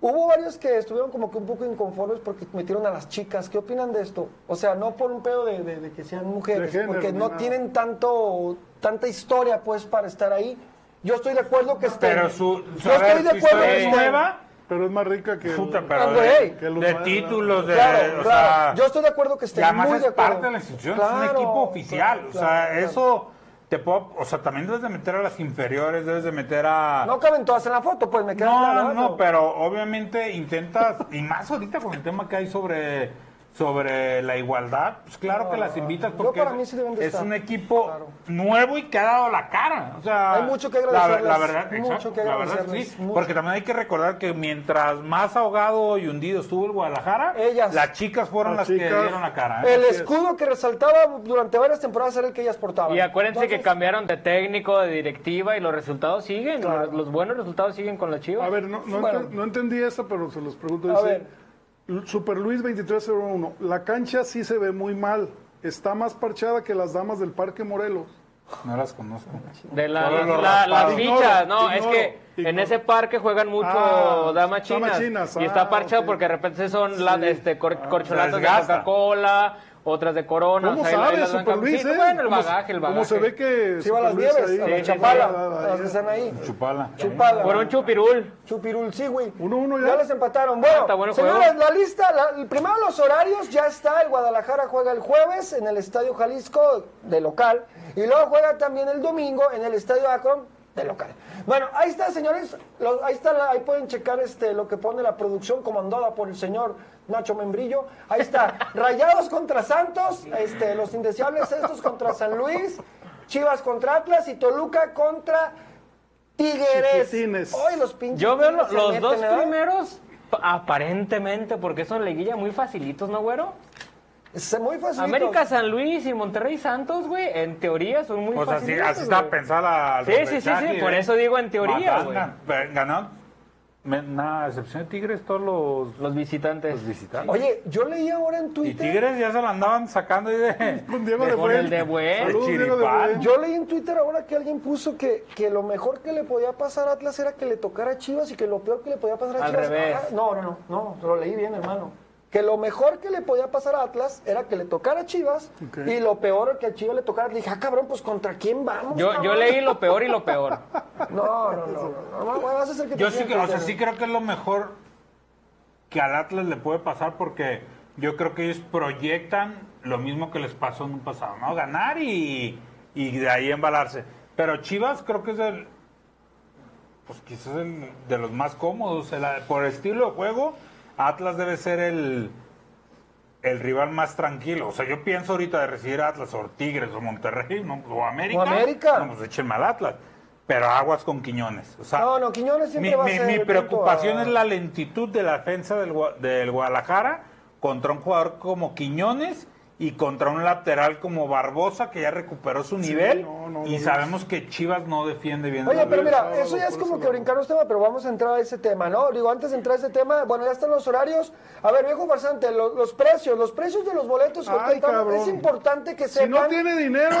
Speaker 2: Hubo varios que estuvieron como que un poco inconformes porque metieron a las chicas. ¿Qué opinan de esto? O sea, no por un pedo de, de- de que sean mujeres,
Speaker 3: De género,
Speaker 2: porque
Speaker 3: ni
Speaker 2: no
Speaker 3: nada.
Speaker 2: tienen tanto tanta historia pues para estar ahí. Yo estoy de acuerdo que estén.
Speaker 4: Pero su, su-
Speaker 2: Yo
Speaker 4: a
Speaker 2: estoy de
Speaker 4: ver, su
Speaker 2: acuerdo
Speaker 4: historia
Speaker 2: que
Speaker 4: es
Speaker 2: estén.
Speaker 4: nueva,
Speaker 3: Pero es más rica que. el-
Speaker 4: puta, pero
Speaker 2: Ah,
Speaker 4: de,
Speaker 2: güey.
Speaker 3: Que los
Speaker 4: de
Speaker 3: madres,
Speaker 4: títulos, de,
Speaker 2: Claro,
Speaker 4: o
Speaker 2: claro.
Speaker 4: sea,
Speaker 2: Yo estoy de acuerdo que
Speaker 4: y
Speaker 2: estén
Speaker 4: además
Speaker 2: muy
Speaker 4: es
Speaker 2: de acuerdo.
Speaker 4: parte de la institución, es un
Speaker 2: Claro,
Speaker 4: equipo oficial,
Speaker 2: claro,
Speaker 4: o sea,
Speaker 2: claro, claro.
Speaker 4: eso te puedo, o sea, también debes de meter a las inferiores, debes de meter a...
Speaker 2: No caben todas en la foto, pues me queda
Speaker 4: No,
Speaker 2: claro,
Speaker 4: no, pero obviamente intentas, y más ahorita con el tema que hay sobre, sobre la igualdad, pues claro
Speaker 2: No,
Speaker 4: que
Speaker 2: no,
Speaker 4: las invitas
Speaker 2: no,
Speaker 4: porque
Speaker 2: para mí sí deben de
Speaker 4: es
Speaker 2: estar.
Speaker 4: un equipo
Speaker 2: Claro.
Speaker 4: nuevo y que ha dado la cara. O sea,
Speaker 2: Hay mucho que
Speaker 4: la-
Speaker 2: agradecerles,
Speaker 4: La, verdad,
Speaker 2: mucho
Speaker 4: exacto,
Speaker 2: que
Speaker 4: la verdad
Speaker 2: agradecerles,
Speaker 4: sí,
Speaker 2: mucho.
Speaker 4: porque también hay que recordar que mientras más ahogado y hundido estuvo el Guadalajara,
Speaker 2: Ellas.
Speaker 4: las chicas fueron las,
Speaker 3: Las
Speaker 4: que
Speaker 3: chicas.
Speaker 4: dieron la cara. ¿eh?
Speaker 2: El escudo que resaltaba durante varias temporadas era el que ellas portaban.
Speaker 5: Y acuérdense que
Speaker 2: Entonces,
Speaker 5: cambiaron de técnico, de directiva y los resultados siguen.
Speaker 2: Claro.
Speaker 5: Los, los buenos resultados siguen con la Chivas.
Speaker 3: A ver, no, no,
Speaker 2: Bueno.
Speaker 3: enten- no entendí esta, pero se los pregunto.
Speaker 2: A
Speaker 3: Dice,
Speaker 2: ver.
Speaker 3: L- Super Luis 2301. La cancha sí se ve muy mal. Está más parchada que las damas del Parque Morelos.
Speaker 4: No las conozco.
Speaker 5: De la-
Speaker 4: Solo lo
Speaker 5: la- las
Speaker 4: raspado.
Speaker 5: fichas, no,
Speaker 3: Ignoro,
Speaker 5: es que
Speaker 3: ignoro.
Speaker 5: en ese parque juegan mucho
Speaker 3: Ah,
Speaker 5: damas
Speaker 3: damas
Speaker 5: chinas.
Speaker 3: chinas,
Speaker 5: y está
Speaker 3: ah,
Speaker 5: parchado
Speaker 3: ok.
Speaker 5: porque de repente son las este, cor- corcholatas de
Speaker 4: desgasta.
Speaker 5: Coca-Cola, otras de
Speaker 2: Ah, pues
Speaker 5: Corona.
Speaker 3: ¿Cómo
Speaker 5: o sea, ahí la- ahí
Speaker 3: sabes,
Speaker 5: las van
Speaker 3: Super
Speaker 5: cambiando.
Speaker 3: Luis?
Speaker 5: Sí,
Speaker 3: eh?
Speaker 5: bueno, el
Speaker 3: ¿Cómo se-
Speaker 5: bagaje, el bagaje.
Speaker 3: ¿Cómo se ve que.
Speaker 2: Sí, va a las
Speaker 3: Super Luis
Speaker 2: nieves,
Speaker 3: ahí?
Speaker 2: a
Speaker 5: Sí,
Speaker 2: la
Speaker 5: sí,
Speaker 2: chapala, a las que están ahí.
Speaker 4: Chupala.
Speaker 2: Chupala.
Speaker 5: Por un chupirul.
Speaker 2: Chupirul, sí, güey.
Speaker 3: Uno, uno ya.
Speaker 2: Ya les empataron. Bueno,
Speaker 5: Ah, está bueno el
Speaker 2: señores,
Speaker 5: juego.
Speaker 2: la lista, la- primero los horarios, ya está. El Guadalajara juega el jueves en el Estadio Jalisco de local. Y luego juega también el domingo en el Estadio Akron de local. Bueno, ahí está, señores. Lo- ahí está, la- ahí pueden checar este lo que pone la producción comandada por el señor Nacho Membrillo. Ahí está. Rayados contra Santos, este, los indeseables estos contra San Luis, Chivas contra Atlas y Toluca contra Tigres.
Speaker 3: Chiquitines.
Speaker 2: Hoy los pinches
Speaker 5: Yo veo lo-
Speaker 2: tigres se
Speaker 5: los
Speaker 2: meten,
Speaker 5: dos
Speaker 2: ¿eh?
Speaker 5: primeros, pa- aparentemente, porque son liguilla muy facilitos, ¿no, güero?
Speaker 2: Se muy facilito.
Speaker 5: América, San Luis y Monterrey Santos, güey, en teoría son muy
Speaker 4: O sea, sí,
Speaker 5: facilitos.
Speaker 4: así está
Speaker 5: güey.
Speaker 4: pensada la
Speaker 5: Sí, sí, sí, sí,
Speaker 4: repechaje,
Speaker 5: por
Speaker 4: ¿eh?
Speaker 5: eso digo en teoría,
Speaker 4: Matanga, pero Ganaron, me- nada, a excepción de Tigres, todos los,
Speaker 5: Los visitantes.
Speaker 4: los visitantes.
Speaker 2: Oye, yo leí ahora en
Speaker 4: y
Speaker 2: Twitter.
Speaker 4: Tigres ya se la andaban sacando ahí de...
Speaker 3: Con Diego de
Speaker 5: Con
Speaker 3: Buen.
Speaker 5: el de Buen.
Speaker 3: Saludos, Diego de
Speaker 4: Chiripán.
Speaker 3: Buen.
Speaker 2: Yo leí en Twitter ahora que alguien puso que, que lo mejor que le podía pasar a Atlas era que le tocara a Chivas y que lo peor que le podía pasar a
Speaker 5: Al
Speaker 2: Chivas.
Speaker 5: revés.
Speaker 2: Ah, no, no, no, no, lo leí bien, hermano. Que lo mejor que le podía pasar a Atlas era que le tocara a Chivas
Speaker 3: Ok.
Speaker 2: y lo peor que a Chivas le tocara. Dije, ah, cabrón, pues contra quién vamos.
Speaker 5: Yo, yo
Speaker 2: cabrón?
Speaker 5: leí lo peor y lo peor.
Speaker 2: No, no, no, no, no, no, vas a hacer que te
Speaker 4: Yo sí, que,
Speaker 2: sientas,
Speaker 4: o sea,
Speaker 2: pero-
Speaker 4: sí creo que es lo mejor que al Atlas le puede pasar porque yo creo que ellos proyectan lo mismo que les pasó en un pasado, ¿no? Ganar y, y de ahí embalarse. Pero Chivas creo que es el, pues quizás el de los más cómodos. el- por estilo de juego, Atlas debe ser el, el rival más tranquilo. O sea, yo pienso ahorita de recibir a Atlas o Tigres o Monterrey ¿no? o América.
Speaker 2: O América.
Speaker 4: No, pues échenme al Atlas. Pero aguas con Quiñones. O sea,
Speaker 2: No, no, Quiñones siempre
Speaker 4: mi,
Speaker 2: va a
Speaker 4: mi-
Speaker 2: ser
Speaker 4: mi
Speaker 2: el
Speaker 4: preocupación
Speaker 2: punto a-
Speaker 4: es la lentitud de la defensa del, Gua- del Guadalajara contra un jugador como Quiñones y contra un lateral como Barbosa que ya recuperó su nivel
Speaker 3: no, no,
Speaker 4: y
Speaker 3: no,
Speaker 4: sabemos que Chivas no defiende bien.
Speaker 2: Oye,
Speaker 4: la
Speaker 2: pero mira,
Speaker 3: sábado,
Speaker 2: eso ya es
Speaker 3: por
Speaker 2: como
Speaker 3: eso
Speaker 2: que
Speaker 3: lo-
Speaker 2: brincarnos tema, pero vamos a entrar a ese tema, ¿no? Digo, antes de entrar a ese tema, bueno, ya están los horarios. A ver, viejo farsante, lo- los precios, los precios de los boletos, ahorita
Speaker 3: Ay,
Speaker 2: estamos-
Speaker 3: cabrón.
Speaker 2: es importante que
Speaker 3: Si
Speaker 2: sepan
Speaker 3: no tiene dinero,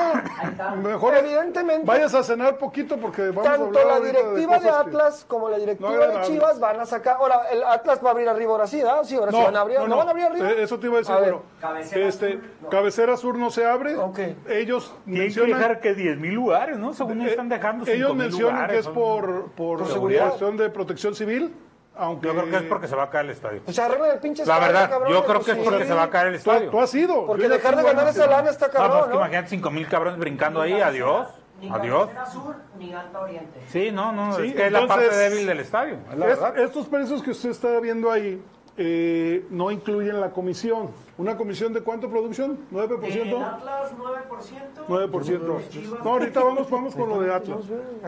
Speaker 3: mejor
Speaker 2: Evidentemente.
Speaker 3: vayas a cenar poquito porque vamos a
Speaker 2: tanto
Speaker 3: hablar
Speaker 2: la
Speaker 3: ahorita
Speaker 2: directiva de,
Speaker 3: cosas que-
Speaker 2: Atlas como la directiva de
Speaker 3: agradables.
Speaker 2: Chivas van a sacar. Ahora, el Atlas va a abrir arriba ahora sí, ¿verdad? Sí, ahora sí van a abrir. ¿No, van a abrir arriba?
Speaker 3: Eh, Eso te iba a decir,
Speaker 2: ver.
Speaker 3: bueno,
Speaker 6: Cabecera
Speaker 3: este,
Speaker 6: Sur, no.
Speaker 3: cabecera sur no se abre.
Speaker 2: Ok.
Speaker 3: Ellos
Speaker 4: Tienen que dejar
Speaker 3: mencionan,
Speaker 4: que 10 mil lugares, ¿no? Según
Speaker 3: eh,
Speaker 4: están dejando 5
Speaker 3: ellos mencionan que es por, por
Speaker 2: Por seguridad.
Speaker 3: cuestión de protección civil, aunque
Speaker 4: Yo creo que es porque se va a caer el estadio.
Speaker 2: eh, O sea, arreglen el pinche
Speaker 4: La
Speaker 2: estadio,
Speaker 4: verdad,
Speaker 2: cabrón,
Speaker 4: yo creo que es
Speaker 2: pues,
Speaker 4: porque
Speaker 2: sí.
Speaker 4: se va a caer el
Speaker 3: tú,
Speaker 4: estadio.
Speaker 3: tú has ido.
Speaker 2: Porque
Speaker 3: Yo ya
Speaker 2: dejar de
Speaker 3: tengo
Speaker 2: ganar
Speaker 3: ganas
Speaker 2: esa
Speaker 3: de-
Speaker 2: lana está
Speaker 4: No, pues
Speaker 2: cabrón,
Speaker 4: que
Speaker 2: ¿no?
Speaker 4: imagínate 5 mil cabrones brincando ahí, adiós,
Speaker 6: Ni
Speaker 4: adiós.
Speaker 6: Cabecera Sur, ni Alta Oriente.
Speaker 4: Sí, no, no,
Speaker 3: Sí,
Speaker 4: es que es la parte
Speaker 3: entonces-
Speaker 4: débil del estadio, es la
Speaker 3: Es-
Speaker 4: verdad.
Speaker 3: estos precios que usted está viendo ahí eh, no incluyen la comisión. ¿Una comisión de cuánto producción? ¿9%?
Speaker 6: El Atlas 9%.
Speaker 3: 9%. No, ahorita vamos, vamos con lo de Atlas.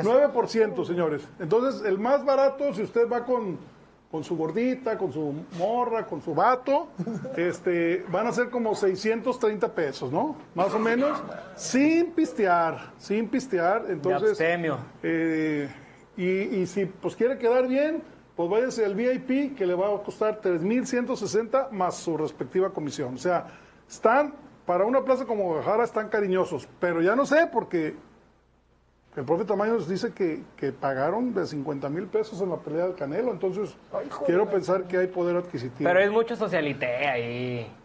Speaker 3: 9%, señores. Entonces, el más barato, si usted va con, con su gordita, con su morra, con su vato, este, van a ser como 630 pesos, ¿no? Más o menos. Sin pistear, sin pistear. Entonces,
Speaker 5: abstemio.
Speaker 3: eh, y, y si pues quiere quedar bien, pues váyase al VIP que le va a costar 3.160 más su respectiva comisión. O sea, están, para una plaza como Guadalajara están cariñosos, pero ya no sé porque El profe Tamayo nos dice que, que pagaron de 50 mil pesos en la pelea del Canelo, entonces quiero pensar que hay poder adquisitivo.
Speaker 5: Pero es mucho socialité ahí.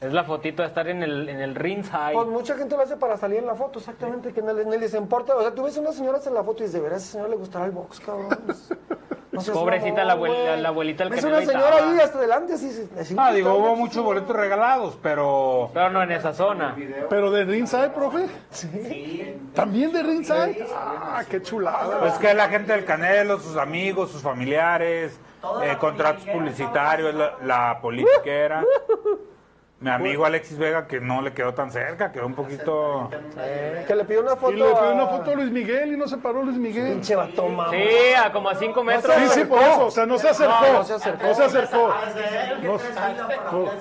Speaker 5: Es la fotito de estar en el, en el ringside.
Speaker 2: Pues mucha gente lo hace para salir en la foto, exactamente, que no, les- no les importa. O sea, tú ves a una señora en la foto y dices, de veras, a esa señora le gustará el box, cabrón. No seas
Speaker 5: Pobrecita la abuel-
Speaker 2: güey.
Speaker 5: la- la abuelita del
Speaker 2: Ves
Speaker 5: Canelo
Speaker 2: una
Speaker 5: y
Speaker 2: señora
Speaker 5: Taba.
Speaker 2: ahí hasta adelante, así. así, así
Speaker 4: Ah, digo,
Speaker 2: gustaba
Speaker 4: hubo
Speaker 2: muchísimo.
Speaker 4: muchos boletos regalados, pero
Speaker 5: Pero no en esa zona.
Speaker 3: Pero de ringside, profe. También de ringside. Ah, qué chulada.
Speaker 4: es pues, que la gente del Canelo, sus amigos, sus familiares,
Speaker 6: Toda
Speaker 4: eh,
Speaker 6: la
Speaker 4: contratos
Speaker 6: politiquera,
Speaker 4: publicitarios, la, la politiquera. Mi amigo Alexis Vega, que no le quedó tan cerca, quedó un poquito...
Speaker 2: Eh, que le pidió una foto.
Speaker 3: Y le pidió una
Speaker 2: a-
Speaker 3: foto a Luis Miguel y no se paró Luis Miguel.
Speaker 2: Pinche vato, mamá.
Speaker 5: Sí, a como a 5 metros.
Speaker 3: Sí, sí, por eso. O sea, no se acercó.
Speaker 2: No, no se acercó.
Speaker 3: No se acercó. No se-
Speaker 6: No,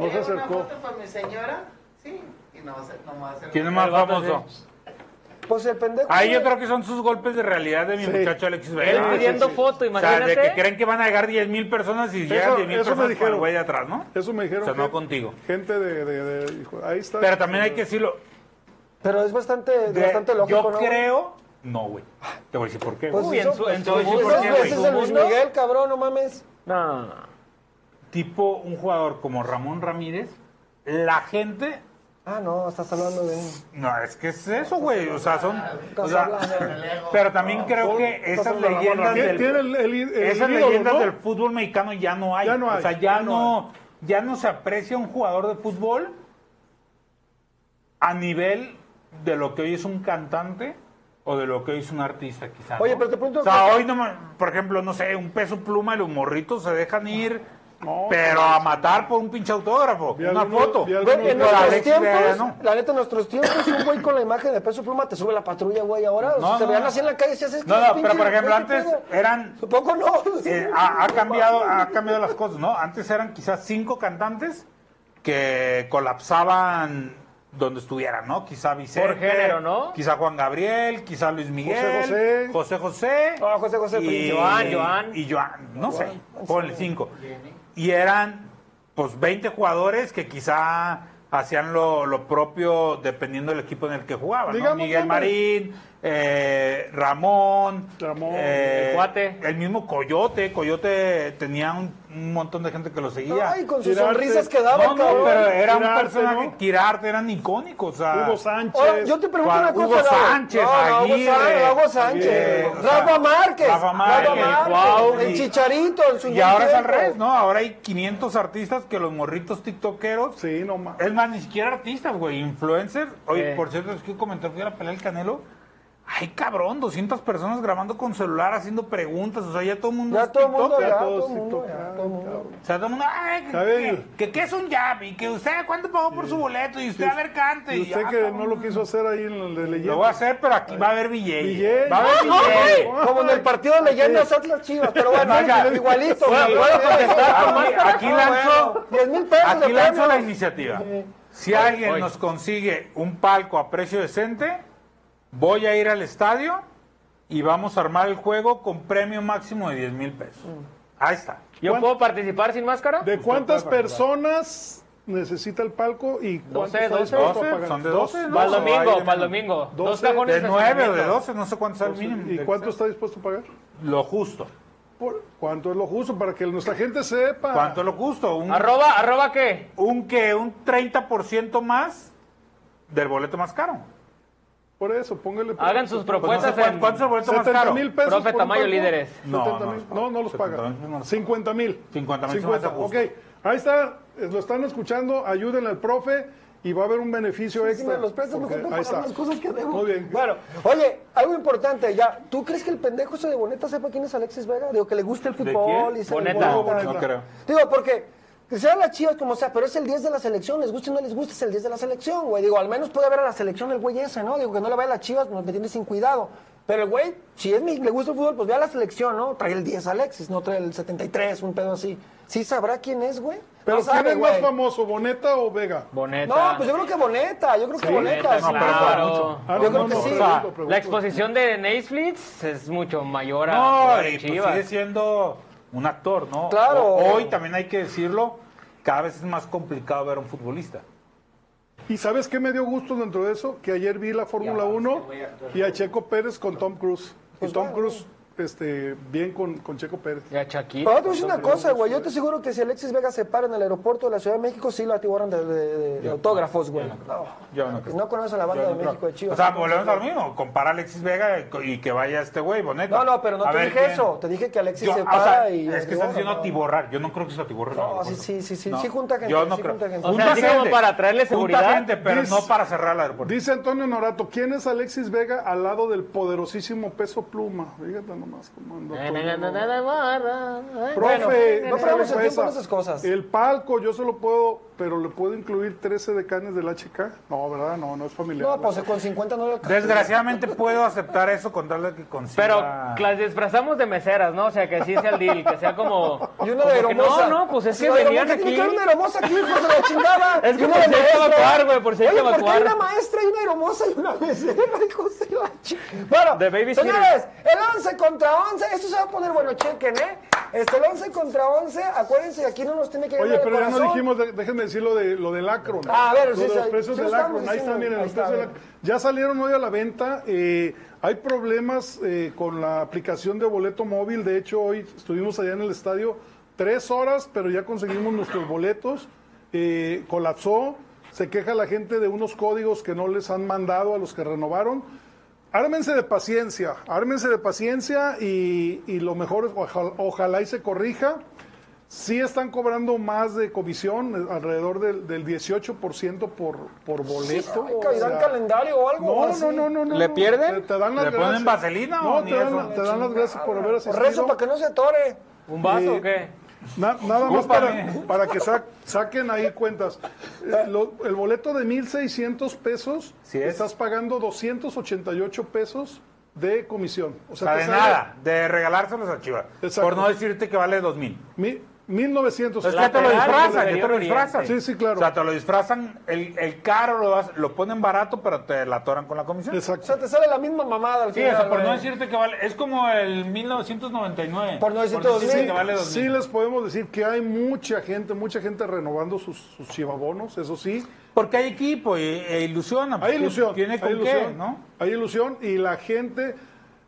Speaker 3: no se acercó.
Speaker 7: una foto para mi señora? Sí. Y no va a ser, no va a ser.
Speaker 4: ¿Quién es más
Speaker 5: El vato
Speaker 4: famoso?
Speaker 2: Pues el pendejo.
Speaker 4: Ahí yo
Speaker 2: güey.
Speaker 4: creo que son sus golpes de realidad de mi
Speaker 3: Sí.
Speaker 4: muchacho Alexis
Speaker 5: Él
Speaker 4: Vega.
Speaker 5: pidiendo
Speaker 3: sí, sí.
Speaker 5: foto,
Speaker 4: O sea,
Speaker 5: imagínate.
Speaker 4: de que creen que van a llegar 10 mil personas y llegan
Speaker 3: Eso-
Speaker 4: 10 mil
Speaker 3: eso me
Speaker 4: personas con el
Speaker 3: dijeron.
Speaker 4: güey de atrás, ¿no?
Speaker 3: Eso me dijeron.
Speaker 4: O sea, no
Speaker 3: gente-
Speaker 4: contigo.
Speaker 3: Gente de, de- de- hijo, Ahí está.
Speaker 4: Pero también hay que decirlo.
Speaker 2: Pero es bastante,
Speaker 4: de-
Speaker 2: bastante lógico,
Speaker 4: yo
Speaker 2: ¿no?
Speaker 4: creo... No, güey. Te voy a decir por qué.
Speaker 2: Pues
Speaker 4: güey.
Speaker 5: Uy, en su- en su-
Speaker 2: pues,
Speaker 5: en su-
Speaker 2: pues,
Speaker 5: en su-
Speaker 2: ese es el Luis
Speaker 5: mundo.
Speaker 2: Miguel, cabrón, no mames.
Speaker 5: No.
Speaker 4: tipo un jugador como Ramón Ramírez, la gente...
Speaker 2: Ah, no, estás hablando de.
Speaker 4: No, es que es eso, güey. O sea, son... o sea,
Speaker 2: Casablanca.
Speaker 4: pero también creo que esas
Speaker 2: Ramón
Speaker 4: leyendas
Speaker 3: Tiene-
Speaker 4: del...
Speaker 3: tiene el- el- el
Speaker 4: Esas
Speaker 3: Eh, ídolo,
Speaker 4: leyendas
Speaker 3: ¿no?
Speaker 4: del fútbol mexicano ya no hay.
Speaker 3: Ya no
Speaker 4: O
Speaker 3: hay,
Speaker 4: sea, ya,
Speaker 3: ya
Speaker 4: no,
Speaker 3: no
Speaker 4: ya no se aprecia un jugador de fútbol a nivel de lo que hoy es un cantante o de lo que hoy es un artista, quizás.
Speaker 2: Oye, pero te pregunto-
Speaker 4: O sea, hoy, no, me- por ejemplo, no sé, un peso pluma y los morritos se dejan ir, pero a matar por un pinche autógrafo,
Speaker 3: Vi
Speaker 4: una
Speaker 3: algunos-
Speaker 4: foto.
Speaker 3: vi
Speaker 4: Pero
Speaker 3: algunos-
Speaker 2: Güey, en
Speaker 3: Pero
Speaker 2: nuestros
Speaker 4: Alexis
Speaker 2: tiempos,
Speaker 4: Vega, no.
Speaker 2: la neta, en nuestros tiempos, un güey con la imagen de peso pluma te sube la patrulla, güey. Ahora, o sea,
Speaker 4: No,
Speaker 2: te
Speaker 4: no,
Speaker 2: veían
Speaker 4: no.
Speaker 2: así en la calle, si haces
Speaker 4: No, no, pero por ejemplo, antes eran
Speaker 2: Supongo no.
Speaker 4: Eh, ha, ha cambiado ha cambiado las cosas, ¿no? Antes eran quizás cinco cantantes que colapsaban donde estuvieran, ¿no? Quizá Vicente.
Speaker 5: Por género, ¿no?
Speaker 4: Quizá Juan Gabriel, quizá Luis Miguel.
Speaker 3: José José.
Speaker 4: José José.
Speaker 2: Ah, José José,
Speaker 4: Y,
Speaker 5: Joan, Joan.
Speaker 4: Y Joan, no sé, ponle cinco. Y eran, pues, 20 jugadores que quizá hacían lo, lo propio dependiendo del equipo en el que jugaban, ¿no?
Speaker 3: Digamos
Speaker 4: Miguel
Speaker 3: nombres.
Speaker 4: Marín, eh, Ramón,
Speaker 3: Ramón.
Speaker 4: eh,
Speaker 5: El Cuate.
Speaker 4: el mismo Coyote, Coyote tenía un, un montón de gente que lo seguía.
Speaker 2: Ay, con sus
Speaker 3: Tirarte.
Speaker 2: sonrisas que daban,
Speaker 4: no, no,
Speaker 2: cabrón.
Speaker 4: pero era un
Speaker 3: Quirarte,
Speaker 4: personaje,
Speaker 3: ¿no?
Speaker 4: Quirarte, eran icónicos, o sea,
Speaker 3: Hugo Sánchez.
Speaker 2: Ahora, yo te pregunto una
Speaker 4: Juan-
Speaker 2: cosa.
Speaker 4: Hugo
Speaker 2: Raúl.
Speaker 4: Sánchez,
Speaker 2: no, no, Hugo
Speaker 4: Aguirre,
Speaker 2: Sánchez, Hugo Sánchez,
Speaker 4: eh, o sea,
Speaker 2: Rafa Márquez,
Speaker 4: Rafa
Speaker 2: Rafa
Speaker 4: Márquez,
Speaker 2: Márquez,
Speaker 4: Cuau, y-
Speaker 2: el Chicharito, en su
Speaker 4: Y ahora es al
Speaker 2: tiempo.
Speaker 4: revés, ¿no? Ahora hay 500 artistas que los morritos tiktokeros.
Speaker 3: Sí, no más.
Speaker 4: Es más, ni siquiera artistas, güey, influencers. Oye,
Speaker 5: Sí.
Speaker 4: por cierto, es que comentar que la pelea del Canelo. Ay, cabrón, 200 personas grabando con celular, haciendo preguntas. O sea, ya todo el mundo
Speaker 2: Ya
Speaker 4: es
Speaker 2: todo el mundo,
Speaker 4: tiktoker.
Speaker 2: ya todo
Speaker 3: todos
Speaker 2: el mundo, ya
Speaker 3: tiktokean,
Speaker 2: todo el mundo.
Speaker 4: O sea, todo el mundo, ay, que,
Speaker 3: A ver.
Speaker 4: que, que- que es un jab y que usted cuánto pagó por su boleto y usted a ver cante.
Speaker 3: Y usted
Speaker 4: ah,
Speaker 3: que no
Speaker 4: cabrón,
Speaker 3: lo quiso hacer ahí en el de leyenda.
Speaker 4: Lo voy a hacer, pero aquí va a haber billete.
Speaker 3: Billete.
Speaker 4: Va a haber
Speaker 3: Ay,
Speaker 4: billete.
Speaker 2: Como en el partido de leyendas Atlas Chivas, pero bueno,
Speaker 4: Venga.
Speaker 2: igualito.
Speaker 4: Bueno,
Speaker 2: güey.
Speaker 4: bueno, aquí- aquí lanzo-
Speaker 2: Diez mil pesos
Speaker 4: Aquí
Speaker 2: de
Speaker 4: lanzo la
Speaker 2: premio.
Speaker 4: iniciativa. Si alguien
Speaker 5: oye.
Speaker 4: nos consigue un palco a precio decente, voy a ir al estadio y vamos a armar el juego con premio máximo de 10 mil pesos.
Speaker 3: Mm.
Speaker 4: Ahí está.
Speaker 5: ¿Yo
Speaker 3: ¿Cuánto?
Speaker 5: puedo participar sin máscara?
Speaker 3: ¿De cuántas
Speaker 4: puede
Speaker 3: personas necesita el palco y cuántos
Speaker 5: Doce,
Speaker 3: están
Speaker 5: doce.
Speaker 3: dispuestos a
Speaker 4: Doce,
Speaker 3: pagar?
Speaker 4: son de
Speaker 3: Dos-
Speaker 4: doce, ¿no?
Speaker 5: Para el
Speaker 4: No, hay
Speaker 5: domingo,
Speaker 4: de
Speaker 5: para el
Speaker 4: menos.
Speaker 5: domingo. Dos
Speaker 3: Doce,
Speaker 5: cajones
Speaker 4: De 9 o de
Speaker 5: estacionamiento.
Speaker 4: 12, no sé cuánto es el mínimo.
Speaker 3: ¿Y cuánto está dispuesto a pagar?
Speaker 4: Lo justo.
Speaker 3: Por- ¿Cuánto es lo justo? Para que nuestra gente sepa.
Speaker 4: ¿Cuánto es lo justo? Un,
Speaker 5: ¿Arroba, arroba qué?
Speaker 4: un que un 30% más del boleto más caro.
Speaker 3: Por eso, póngale.
Speaker 5: Hagan sus
Speaker 4: Pues no
Speaker 5: propuestas
Speaker 4: sé cuán-
Speaker 5: en-
Speaker 4: ¿Cuánto es el boleto más
Speaker 3: 70
Speaker 4: caro?
Speaker 3: mil pesos.
Speaker 5: Profe
Speaker 3: por un
Speaker 5: Tamayo
Speaker 3: palco.
Speaker 5: Líderes.
Speaker 3: 70,000.
Speaker 4: No, no,
Speaker 3: No, no, los
Speaker 4: 70,000
Speaker 3: pagan.
Speaker 4: no los pagan.
Speaker 3: 50 mil.
Speaker 4: 50,000 se me hace justo.
Speaker 3: Ok, ahí está. eh, Lo están escuchando. Ayúdenle al profe y va a haber un beneficio
Speaker 2: Sí,
Speaker 3: extra.
Speaker 2: me los prestas, mejor
Speaker 3: porque
Speaker 2: para
Speaker 3: ahí
Speaker 2: pagar
Speaker 3: está.
Speaker 2: las cosas que debo.
Speaker 3: Muy bien.
Speaker 2: Bueno, oye, algo importante ya. ¿Tú crees que el pendejo ese de Boneta sepa quién es Alexis Vega? Digo, que le gusta el
Speaker 4: ¿De
Speaker 2: fútbol
Speaker 4: quién?
Speaker 2: y se
Speaker 5: Boneta.
Speaker 2: le gusta.
Speaker 4: No creo.
Speaker 2: Digo, porque que sean las chivas como sea, pero es el 10 de la selección. Les gusta o no les gusta, es el 10 de la selección, güey. Digo, al menos puede haber a la selección el güey ese, ¿no? Digo, que no le vaya a las chivas, me tiene sin cuidado. Pero el güey, si es mi, le gusta el fútbol, pues ve a la selección, ¿no? Trae el 10 Alexis, no trae el 73, un pedo así. Sí sabrá quién es, güey.
Speaker 3: Pero
Speaker 2: no
Speaker 3: ¿quién
Speaker 2: sabe,
Speaker 3: es más
Speaker 2: güey.
Speaker 3: famoso, Boneta o Vega?
Speaker 5: Boneta.
Speaker 2: No, pues yo creo que Boneta, yo creo que
Speaker 3: Sí,
Speaker 2: Boneta.
Speaker 5: Boneta,
Speaker 2: sí.
Speaker 4: pero por
Speaker 5: claro.
Speaker 4: mucho.
Speaker 3: Ah,
Speaker 2: Yo creo que sí.
Speaker 3: pregunto,
Speaker 4: O sea,
Speaker 3: pregunto.
Speaker 5: La exposición de Neisflitz es mucho mayor a
Speaker 4: No,
Speaker 5: a
Speaker 4: y pues
Speaker 5: Chivas.
Speaker 4: sigue siendo un actor, ¿no?
Speaker 2: Claro.
Speaker 4: O- hoy también hay que decirlo, cada vez es más complicado ver a un futbolista.
Speaker 3: ¿Y sabes qué me dio gusto dentro de eso? Que ayer vi la Fórmula 1 y a Checo Pérez con Tom Cruise. Y Tom Cruise, este, bien con, con Checo Pérez.
Speaker 5: Ya, Chaquito.
Speaker 2: Pero te voy a decir una cosa, güey. Yo te aseguro que si Alexis Vega se para en el aeropuerto de la Ciudad de México, sí lo atiborran de, de- de autógrafos, güey. No, pues
Speaker 4: Yo no creo.
Speaker 2: no conocen la banda
Speaker 4: Yo
Speaker 2: de
Speaker 4: no creo.
Speaker 2: México de Chivas.
Speaker 4: O sea, volvemos a lo mismo. Compara a Alexis Vega y que vaya este güey, Boneto.
Speaker 2: No, no, pero no
Speaker 4: A
Speaker 2: te
Speaker 4: ver
Speaker 2: dije
Speaker 4: quién-
Speaker 2: eso. Te dije que Alexis
Speaker 4: Yo-
Speaker 2: se
Speaker 4: o
Speaker 2: para
Speaker 4: sea,
Speaker 2: y.
Speaker 4: Es que
Speaker 2: no,
Speaker 4: estás diciendo
Speaker 2: no.
Speaker 4: atiborrar. Yo no creo que sea atiborrar.
Speaker 2: No, sí, sí, sí, sí, sí junta gente,
Speaker 4: Yo no
Speaker 2: sí
Speaker 4: creo.
Speaker 2: junta gente.
Speaker 5: O sea,
Speaker 4: Junta
Speaker 5: así como
Speaker 4: gente,
Speaker 5: para traerle seguridad.
Speaker 4: Junta gente, pero
Speaker 3: Dice-
Speaker 4: no para cerrar el aeropuerto.
Speaker 3: Dice Antonio Norato, ¿quién es Alexis Vega al lado del poderosísimo peso pluma? Fíjate nomás cómo ando
Speaker 5: Eh,
Speaker 3: todo. Profe,
Speaker 2: Bueno, no
Speaker 3: ¿sabe
Speaker 2: perdamos el
Speaker 3: cuál
Speaker 2: tiempo
Speaker 3: es
Speaker 2: en
Speaker 3: esa?
Speaker 2: esas cosas.
Speaker 3: El palco, yo solo puedo, pero le puedo incluir 13 decanes del HK. No, ¿verdad? No, no es familiar.
Speaker 2: No, pues con 50 no lo alcanza.
Speaker 4: Desgraciadamente puedo aceptar eso con tal de que consiga.
Speaker 5: Pero las disfrazamos de meseras, ¿no? O sea, que así sea el deal, que sea como...
Speaker 2: Y una
Speaker 5: como
Speaker 2: de
Speaker 5: que,
Speaker 2: aeromoza.
Speaker 5: No, no, pues es
Speaker 2: Una
Speaker 5: que
Speaker 2: de
Speaker 5: venían
Speaker 2: aeromoza,
Speaker 5: aquí.
Speaker 2: tiene que haber una aeromoza aquí, hijos de la chingada.
Speaker 5: Es que
Speaker 2: Y una
Speaker 5: por
Speaker 2: de
Speaker 5: si hay que
Speaker 2: maestra.
Speaker 5: evacuar, güey, por si hay
Speaker 2: Oye,
Speaker 5: que
Speaker 2: ¿por qué
Speaker 5: evacuar?
Speaker 2: hay una maestra y una aeromoza y una mesera, hijos de la chingada. Bueno,
Speaker 5: De babysitter.
Speaker 2: señores, el 11 contra 11, esto se va a poner bueno, chequen, ¿eh? Este, el 11 contra 11, acuérdense, aquí no nos tiene que ganar
Speaker 3: Oye,
Speaker 2: el
Speaker 3: pero ya no
Speaker 2: corazón.
Speaker 3: dijimos, de- déjenme decir lo, de, lo del Acron.
Speaker 2: Ah, a ver,
Speaker 3: lo
Speaker 2: sí,
Speaker 3: de los
Speaker 2: sí,
Speaker 3: precios
Speaker 2: sí,
Speaker 3: del
Speaker 2: estamos
Speaker 3: Acron. Ahí
Speaker 2: diciendo,
Speaker 3: están, miren,
Speaker 2: ahí
Speaker 3: los
Speaker 2: está,
Speaker 3: precios del
Speaker 2: a ver.
Speaker 3: Acron. Ya salieron hoy a la venta. eh, hay problemas eh, con la aplicación de boleto móvil. De hecho, hoy estuvimos allá en el estadio tres horas, pero ya conseguimos nuestros boletos. Eh, colapsó. Se queja la gente de unos códigos que no les han mandado a los que renovaron. Ármense de paciencia, ármense de paciencia y, y lo mejor es ojalá, ojalá y se corrija. Sí están cobrando más de comisión, eh, alrededor del, del 18% por, por boleto.
Speaker 2: Ay,
Speaker 3: o
Speaker 2: caerá el
Speaker 3: sea,
Speaker 2: calendario o algo.
Speaker 3: no,
Speaker 2: ahora sí.
Speaker 3: no, no, no, no.
Speaker 5: ¿Le
Speaker 3: no.
Speaker 5: pierden?
Speaker 3: Te, te dan las
Speaker 4: ¿Le ponen
Speaker 3: gracias.
Speaker 4: vaselina o
Speaker 3: No,
Speaker 4: ni
Speaker 3: te dan,
Speaker 4: eso?
Speaker 3: la- te dan las gracias por haber asistido.
Speaker 2: Rezo para que no se atore.
Speaker 5: ¿Un vaso
Speaker 3: Eh,
Speaker 5: o qué?
Speaker 3: Na- nada más para,
Speaker 4: Escúpame.
Speaker 3: para que sa- saquen ahí cuentas. Eh, lo- el boleto de 1.600 pesos,
Speaker 4: Sí es.
Speaker 3: estás pagando 288 pesos de comisión. O
Speaker 4: O
Speaker 3: sea,
Speaker 4: sea,
Speaker 3: te
Speaker 4: de
Speaker 3: sale
Speaker 4: nada, de regalárselos a Chivas.
Speaker 3: Exacto.
Speaker 4: Por no decirte que vale 2000.
Speaker 3: mi- 1.900.
Speaker 4: Es Pues que te lo
Speaker 5: Lateral,
Speaker 4: disfrazan,
Speaker 5: superior
Speaker 4: que te lo disfrazan.
Speaker 3: oriente. Sí, sí, claro.
Speaker 4: O sea, te lo disfrazan, el, el caro lo, vas- lo ponen barato, pero te la atoran con la comisión.
Speaker 2: O
Speaker 3: Exacto.
Speaker 2: sea, te sale la misma mamada al
Speaker 4: Sí,
Speaker 2: final.
Speaker 4: o sea, por no
Speaker 2: güey.
Speaker 4: decirte que vale, es como el 1999.
Speaker 2: Por no decirte
Speaker 4: decirte
Speaker 2: 2000.
Speaker 4: que vale 2000.
Speaker 3: Sí les podemos decir que hay mucha gente, mucha gente renovando sus, sus chivabonos, eso sí.
Speaker 4: Porque hay equipo y, e ilusiona.
Speaker 3: Hay
Speaker 4: porque
Speaker 3: ilusión.
Speaker 4: Tiene con
Speaker 3: hay ilusión,
Speaker 4: qué, ¿no?
Speaker 3: Hay ilusión y la gente...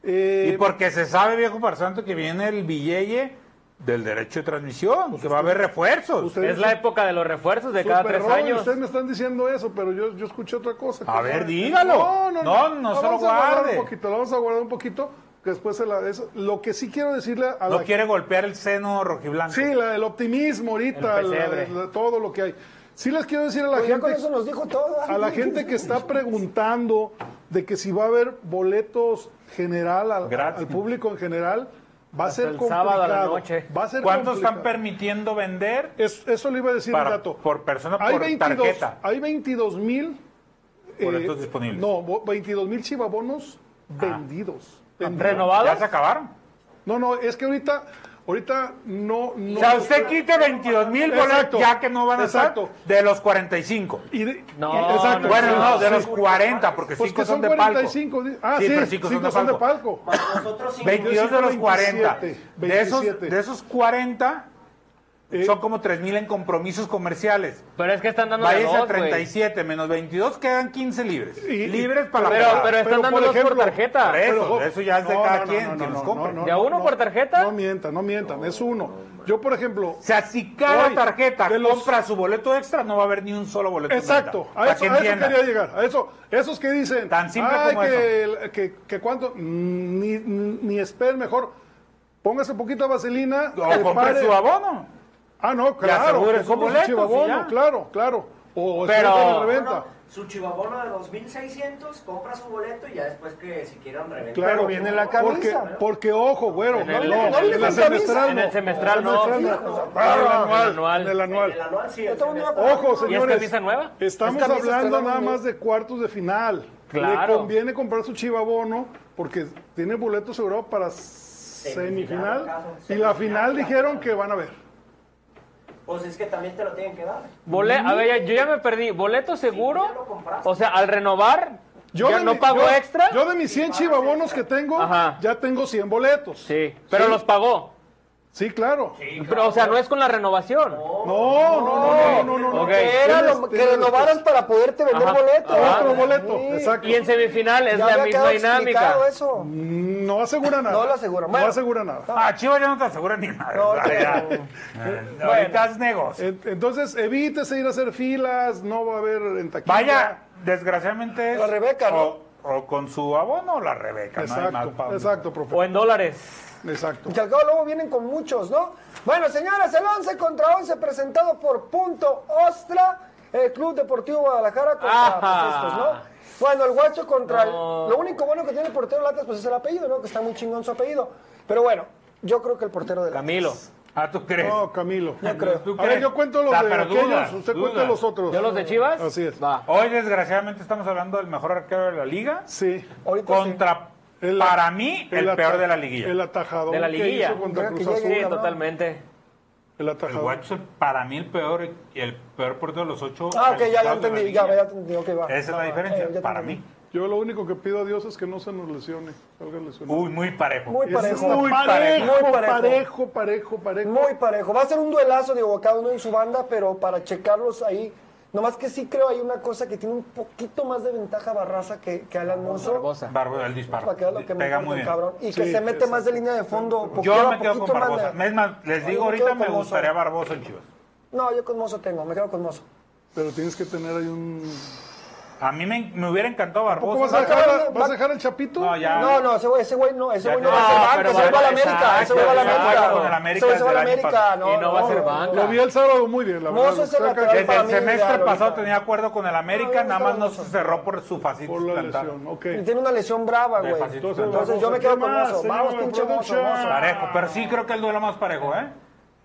Speaker 3: eh,
Speaker 4: Y porque se sabe, viejo parsanto, que viene el billete del derecho de transmisión, que va a haber refuerzos.
Speaker 3: ustedes-
Speaker 5: Es la época de los refuerzos de
Speaker 3: Super
Speaker 5: cada tres
Speaker 3: Robin,
Speaker 5: años.
Speaker 3: pues, Ustedes me están diciendo eso, pero yo, yo escuché otra cosa.
Speaker 4: A
Speaker 3: Que-
Speaker 4: ver, dígalo. No, no se lo
Speaker 3: vamos a guardar
Speaker 4: guarde.
Speaker 3: un poquito, lo vamos a guardar un poquito. Que después se la, eso- lo que sí quiero decirle a
Speaker 4: No
Speaker 3: la
Speaker 4: quiere golpear el seno rojiblanco.
Speaker 3: Sí, la- el optimismo ahorita,
Speaker 5: El
Speaker 3: la-
Speaker 5: pesebre.
Speaker 3: la- todo lo que hay. Sí les quiero decir a la
Speaker 2: Pues ya
Speaker 3: gente
Speaker 2: con eso nos dijo todo.
Speaker 3: a la gente que está preguntando de que si va a haber boletos general al,
Speaker 4: Gratis.
Speaker 3: al público en general, va a
Speaker 5: Hasta
Speaker 3: ser
Speaker 5: el
Speaker 3: complicado.
Speaker 5: sábado a la noche.
Speaker 3: Va a ser
Speaker 4: ¿Cuántos están
Speaker 3: complicado.
Speaker 4: permitiendo vender?
Speaker 3: Es- eso le iba a decir
Speaker 4: Para-
Speaker 3: el dato.
Speaker 4: por persona, por tarjeta.
Speaker 3: Hay 22 mil. eh,
Speaker 4: Boletos disponibles. Ah.
Speaker 3: No, 22 mil chivabonos vendidos. Vendidos.
Speaker 5: ¿Renovados?
Speaker 4: ¿Ya se acabaron?
Speaker 3: No, no, es que ahorita, ahorita no. no
Speaker 4: O sea, usted quite 22 mil
Speaker 3: Exacto.
Speaker 4: boletos ya que no van a estar
Speaker 3: Exacto.
Speaker 4: de los 45.
Speaker 3: Y de-
Speaker 5: No,
Speaker 3: y- exacto.
Speaker 4: Bueno, no, de
Speaker 3: Sí.
Speaker 4: los 40, porque
Speaker 3: Pues
Speaker 4: 5
Speaker 3: que
Speaker 4: son
Speaker 3: son
Speaker 4: de palco.
Speaker 3: 45. di- Ah,
Speaker 4: Sí,
Speaker 3: sí,
Speaker 4: pero
Speaker 3: 5
Speaker 4: cinco
Speaker 3: son, de palco.
Speaker 6: Más nosotros cinco.
Speaker 4: 22 de los 40.
Speaker 3: 27,
Speaker 4: De esos,
Speaker 3: 27.
Speaker 4: de esos 40,
Speaker 3: Eh,
Speaker 4: son como 3 mil en compromisos comerciales.
Speaker 5: Pero es que están dando de
Speaker 4: Váyase a
Speaker 5: dos, güey.
Speaker 4: 37 menos 22, quedan 15 libres.
Speaker 3: Y- y-
Speaker 4: libres para
Speaker 5: Pero,
Speaker 4: la
Speaker 5: pero
Speaker 4: pero,
Speaker 5: están
Speaker 3: por
Speaker 5: dándolos por,
Speaker 3: ejemplo,
Speaker 5: tarjeta.
Speaker 4: por eso, eso ya es de cada quien que los compre.
Speaker 5: ¿De a uno por tarjeta?
Speaker 3: No mientan, no mientan, es uno. Yo, por ejemplo,
Speaker 4: O sea, si cada
Speaker 3: Hoy,
Speaker 4: tarjeta
Speaker 3: de los-
Speaker 4: compra su boleto extra, no va a haber ni un solo boleto
Speaker 3: Exacto,
Speaker 4: extra.
Speaker 3: a
Speaker 4: Para
Speaker 3: eso,
Speaker 4: que
Speaker 3: a eso
Speaker 4: entienda.
Speaker 3: quería llegar, a eso, esos que dicen,
Speaker 4: Tan simple
Speaker 3: "Ay,
Speaker 4: como
Speaker 3: que, el- que, que cuánto, mm, ni, ni, ni esperen mejor, póngase poquita vaselina,
Speaker 4: O compre
Speaker 3: prepare-
Speaker 4: su abono.
Speaker 3: ah no, claro,
Speaker 4: asegure
Speaker 3: que
Speaker 4: su
Speaker 3: compre su
Speaker 4: boleto,
Speaker 3: chivabono,
Speaker 4: y ya.
Speaker 3: claro, claro, o
Speaker 5: Pero-
Speaker 3: espere para la
Speaker 6: Bueno,
Speaker 3: reventa,
Speaker 6: su chivabono de 2.600, compra su boleto y ya después que si quieran reventar.
Speaker 3: claro,
Speaker 2: Pero viene la
Speaker 3: porque,
Speaker 2: camisa.
Speaker 3: porque ojo, güero, no,
Speaker 5: el-
Speaker 3: no,
Speaker 5: no viene
Speaker 3: en la
Speaker 2: con camisa.
Speaker 3: semestral
Speaker 5: En
Speaker 3: no,
Speaker 5: el semestral no.
Speaker 3: en la
Speaker 2: Hijo,
Speaker 3: semestral
Speaker 5: En el
Speaker 3: no,
Speaker 5: anual.
Speaker 3: en el anual.
Speaker 6: El anual sí, el
Speaker 2: Yo tengo una-
Speaker 6: semestral.
Speaker 3: Ojo,
Speaker 5: ¿Y
Speaker 3: señores.
Speaker 5: es camisa nueva?
Speaker 3: Estamos
Speaker 2: Es camisa
Speaker 3: hablando
Speaker 2: estrenada,
Speaker 3: nada
Speaker 2: ¿no?
Speaker 3: más de cuartos de final.
Speaker 5: Claro.
Speaker 3: Le conviene comprar su chivabono porque tiene boleto asegurado para semifinal.
Speaker 6: caso,
Speaker 3: y la
Speaker 6: semifinal,
Speaker 3: final
Speaker 6: claro.
Speaker 3: dijeron que van a ver.
Speaker 6: Pues es que también te lo tienen que dar.
Speaker 5: Bole- a ver, ya- yo ya me perdí. ¿Boleto
Speaker 6: ya lo
Speaker 5: seguro?
Speaker 6: compraste.
Speaker 5: O sea, al renovar,
Speaker 3: Yo
Speaker 5: ¿ya
Speaker 3: de
Speaker 5: no
Speaker 3: mi-
Speaker 5: pagó
Speaker 3: yo-
Speaker 5: extra?
Speaker 3: Yo de mis 100 chivabonos que tengo,
Speaker 5: Ajá.
Speaker 3: ya tengo 100 boletos.
Speaker 5: Sí, pero
Speaker 3: Sí.
Speaker 5: los pagó.
Speaker 3: Sí, claro.
Speaker 5: Pero, o sea, no es con la renovación.
Speaker 3: No, no, no, no, no, no, no.
Speaker 5: Ok.
Speaker 2: Que era
Speaker 3: Tienes-
Speaker 2: lo que
Speaker 3: tienes
Speaker 2: renovaras
Speaker 3: respeto.
Speaker 2: para poderte vender
Speaker 5: Ajá.
Speaker 2: boleto.
Speaker 5: Ajá.
Speaker 3: Otro boleto,
Speaker 2: Sí.
Speaker 3: exacto.
Speaker 5: Ah. Y en semifinal es
Speaker 2: Ya
Speaker 5: la
Speaker 2: había
Speaker 5: misma
Speaker 2: quedado explicado
Speaker 5: dinámica.
Speaker 2: eso.
Speaker 3: No asegura nada.
Speaker 2: No lo asegura.
Speaker 3: No
Speaker 2: Bueno.
Speaker 3: asegura nada.
Speaker 4: Ah, Chivas ya no te asegura ni nada.
Speaker 2: No,
Speaker 4: o sea,
Speaker 2: no.
Speaker 4: ya. Eh, Ahorita es negocio.
Speaker 3: En- Entonces, evítese ir a hacer filas, no va a haber en taquilla.
Speaker 4: Vaya, desgraciadamente es.
Speaker 2: La Rebeca, ¿no?
Speaker 4: O, o con su abono o la Rebeca. no hay más
Speaker 3: Exacto, Pues,
Speaker 4: pa' dónde.
Speaker 3: exacto,
Speaker 5: O
Speaker 3: profe.
Speaker 5: en dólares.
Speaker 3: Exacto.
Speaker 2: Y que al cabo luego vienen con muchos, ¿no? Bueno, señoras, el 11 contra 11 presentado por Punto Ostra, el Club Deportivo Guadalajara contra
Speaker 5: Ajá.
Speaker 2: pues, estos, ¿no? Bueno, el Guacho contra el-
Speaker 5: No.
Speaker 2: Lo único bueno que tiene el portero de Latas, pues es el apellido, ¿no? Que está muy chingón su apellido. Pero bueno, yo creo que el portero de Latas.
Speaker 5: Camilo.
Speaker 4: Ah, ¿tú crees?
Speaker 3: No, Camilo.
Speaker 2: creo.
Speaker 4: ¿Tú
Speaker 3: A ver,
Speaker 4: crees?
Speaker 3: yo cuento los
Speaker 4: Ah,
Speaker 3: de
Speaker 4: pero
Speaker 3: aquellos,
Speaker 4: dudas,
Speaker 3: usted
Speaker 4: dudas.
Speaker 3: cuenta los otros.
Speaker 5: ¿Yo los de Chivas?
Speaker 3: Así es.
Speaker 5: Va.
Speaker 4: Hoy, desgraciadamente, estamos hablando del mejor arquero de la liga.
Speaker 3: Sí.
Speaker 2: Ahorita
Speaker 4: Contra,
Speaker 3: sí. El-
Speaker 4: para mí, el,
Speaker 3: ata-
Speaker 4: peor de la liguilla.
Speaker 3: El atajador.
Speaker 5: De la liguilla.
Speaker 3: Que hizo contra
Speaker 2: Mira que
Speaker 3: Cruz
Speaker 2: llegue-
Speaker 3: Azul.
Speaker 5: Sí,
Speaker 2: ¿no?
Speaker 5: totalmente.
Speaker 3: El
Speaker 4: El
Speaker 3: atajador.
Speaker 4: Guacho es para mí el peor, el peor portero de los ocho.
Speaker 2: Ah, ok, ya, ya
Speaker 4: calificados de la
Speaker 2: entendí, ya,
Speaker 4: liga.
Speaker 2: ya entendí, ok, va.
Speaker 4: Esa es
Speaker 2: Va,
Speaker 4: la
Speaker 2: va,
Speaker 4: diferencia,
Speaker 2: eh, ya
Speaker 4: para
Speaker 2: entendí.
Speaker 4: mí.
Speaker 3: Yo lo único que pido a Dios es que no se nos lesione. Salga lesionado.
Speaker 4: Uy, muy parejo.
Speaker 2: Muy
Speaker 3: Ese
Speaker 2: parejo.
Speaker 3: está
Speaker 4: Muy
Speaker 3: parejo,
Speaker 2: parejo. Muy parejo.
Speaker 3: parejo, parejo, parejo,
Speaker 2: Muy parejo. Va a ser un duelazo, digo, cada uno en su banda, pero para checarlos ahí. Nomás que sí creo hay una cosa que tiene un poquito más de ventaja Barraza que, que Alan Mozo.
Speaker 5: Barbosa.
Speaker 4: Barbosa, el disparo.
Speaker 2: Para que vea lo que me
Speaker 4: Pega
Speaker 2: importa
Speaker 4: muy
Speaker 2: el
Speaker 4: bien.
Speaker 2: cabrón. Y que
Speaker 3: Sí,
Speaker 2: se mete más de línea de fondo. poquito
Speaker 4: Yo
Speaker 2: a
Speaker 4: me quedo con
Speaker 2: poquito más
Speaker 4: Barbosa.
Speaker 2: de-
Speaker 4: Es más, les
Speaker 2: Yo
Speaker 4: digo,
Speaker 2: me
Speaker 4: ahorita
Speaker 2: quedo
Speaker 4: me
Speaker 2: con Mozo.
Speaker 4: gustaría Barbosa en Chivas.
Speaker 2: No, yo con Mozo tengo, me quedo con Mozo.
Speaker 3: Pero tienes que tener ahí un...
Speaker 4: A mí me, me hubiera encantado
Speaker 3: ¿Cómo vas
Speaker 4: Barbosa.
Speaker 3: a
Speaker 2: saca-
Speaker 3: dejar,
Speaker 2: va-
Speaker 3: a- vas a dejar al Chapito?
Speaker 4: No, ya.
Speaker 2: No, no, ese güey, ese güey no, ese
Speaker 4: Ya
Speaker 2: güey no
Speaker 4: que-
Speaker 2: va
Speaker 4: No,
Speaker 2: a ser banca,
Speaker 5: pero
Speaker 2: se va a la
Speaker 5: Barbosa,
Speaker 2: América, se
Speaker 5: exacto,
Speaker 2: va a la
Speaker 5: ya
Speaker 2: América.
Speaker 5: va con el
Speaker 4: América
Speaker 2: Ese güey se va a la
Speaker 4: desde el año
Speaker 2: América,
Speaker 4: pasado.
Speaker 2: no.
Speaker 5: Y no va a ser banca.
Speaker 3: Lo vi el sábado muy bien, la verdad.
Speaker 2: Ah. Mozo es el
Speaker 3: Saca-
Speaker 2: lateral
Speaker 4: Desde
Speaker 2: para
Speaker 4: el
Speaker 2: mí, ya,
Speaker 4: semestre
Speaker 2: ahorita.
Speaker 4: pasado tenía acuerdo con el América,
Speaker 2: No,
Speaker 4: nada más
Speaker 2: no,
Speaker 4: no
Speaker 2: no.
Speaker 4: se cerró por su facilidad.
Speaker 3: Por la lesión, ok.
Speaker 2: Y tiene una lesión brava,
Speaker 4: De
Speaker 2: güey.
Speaker 4: facilidad.
Speaker 2: Entonces,
Speaker 3: Barbosa,
Speaker 2: yo me quedo
Speaker 3: ¿qué
Speaker 2: con
Speaker 3: más,
Speaker 2: Mozo.
Speaker 3: señor
Speaker 2: Vamos, pinche Mozo,
Speaker 3: production?
Speaker 2: Mozo.
Speaker 4: Parejo, pero sí creo que el duelo más parejo, ¿eh?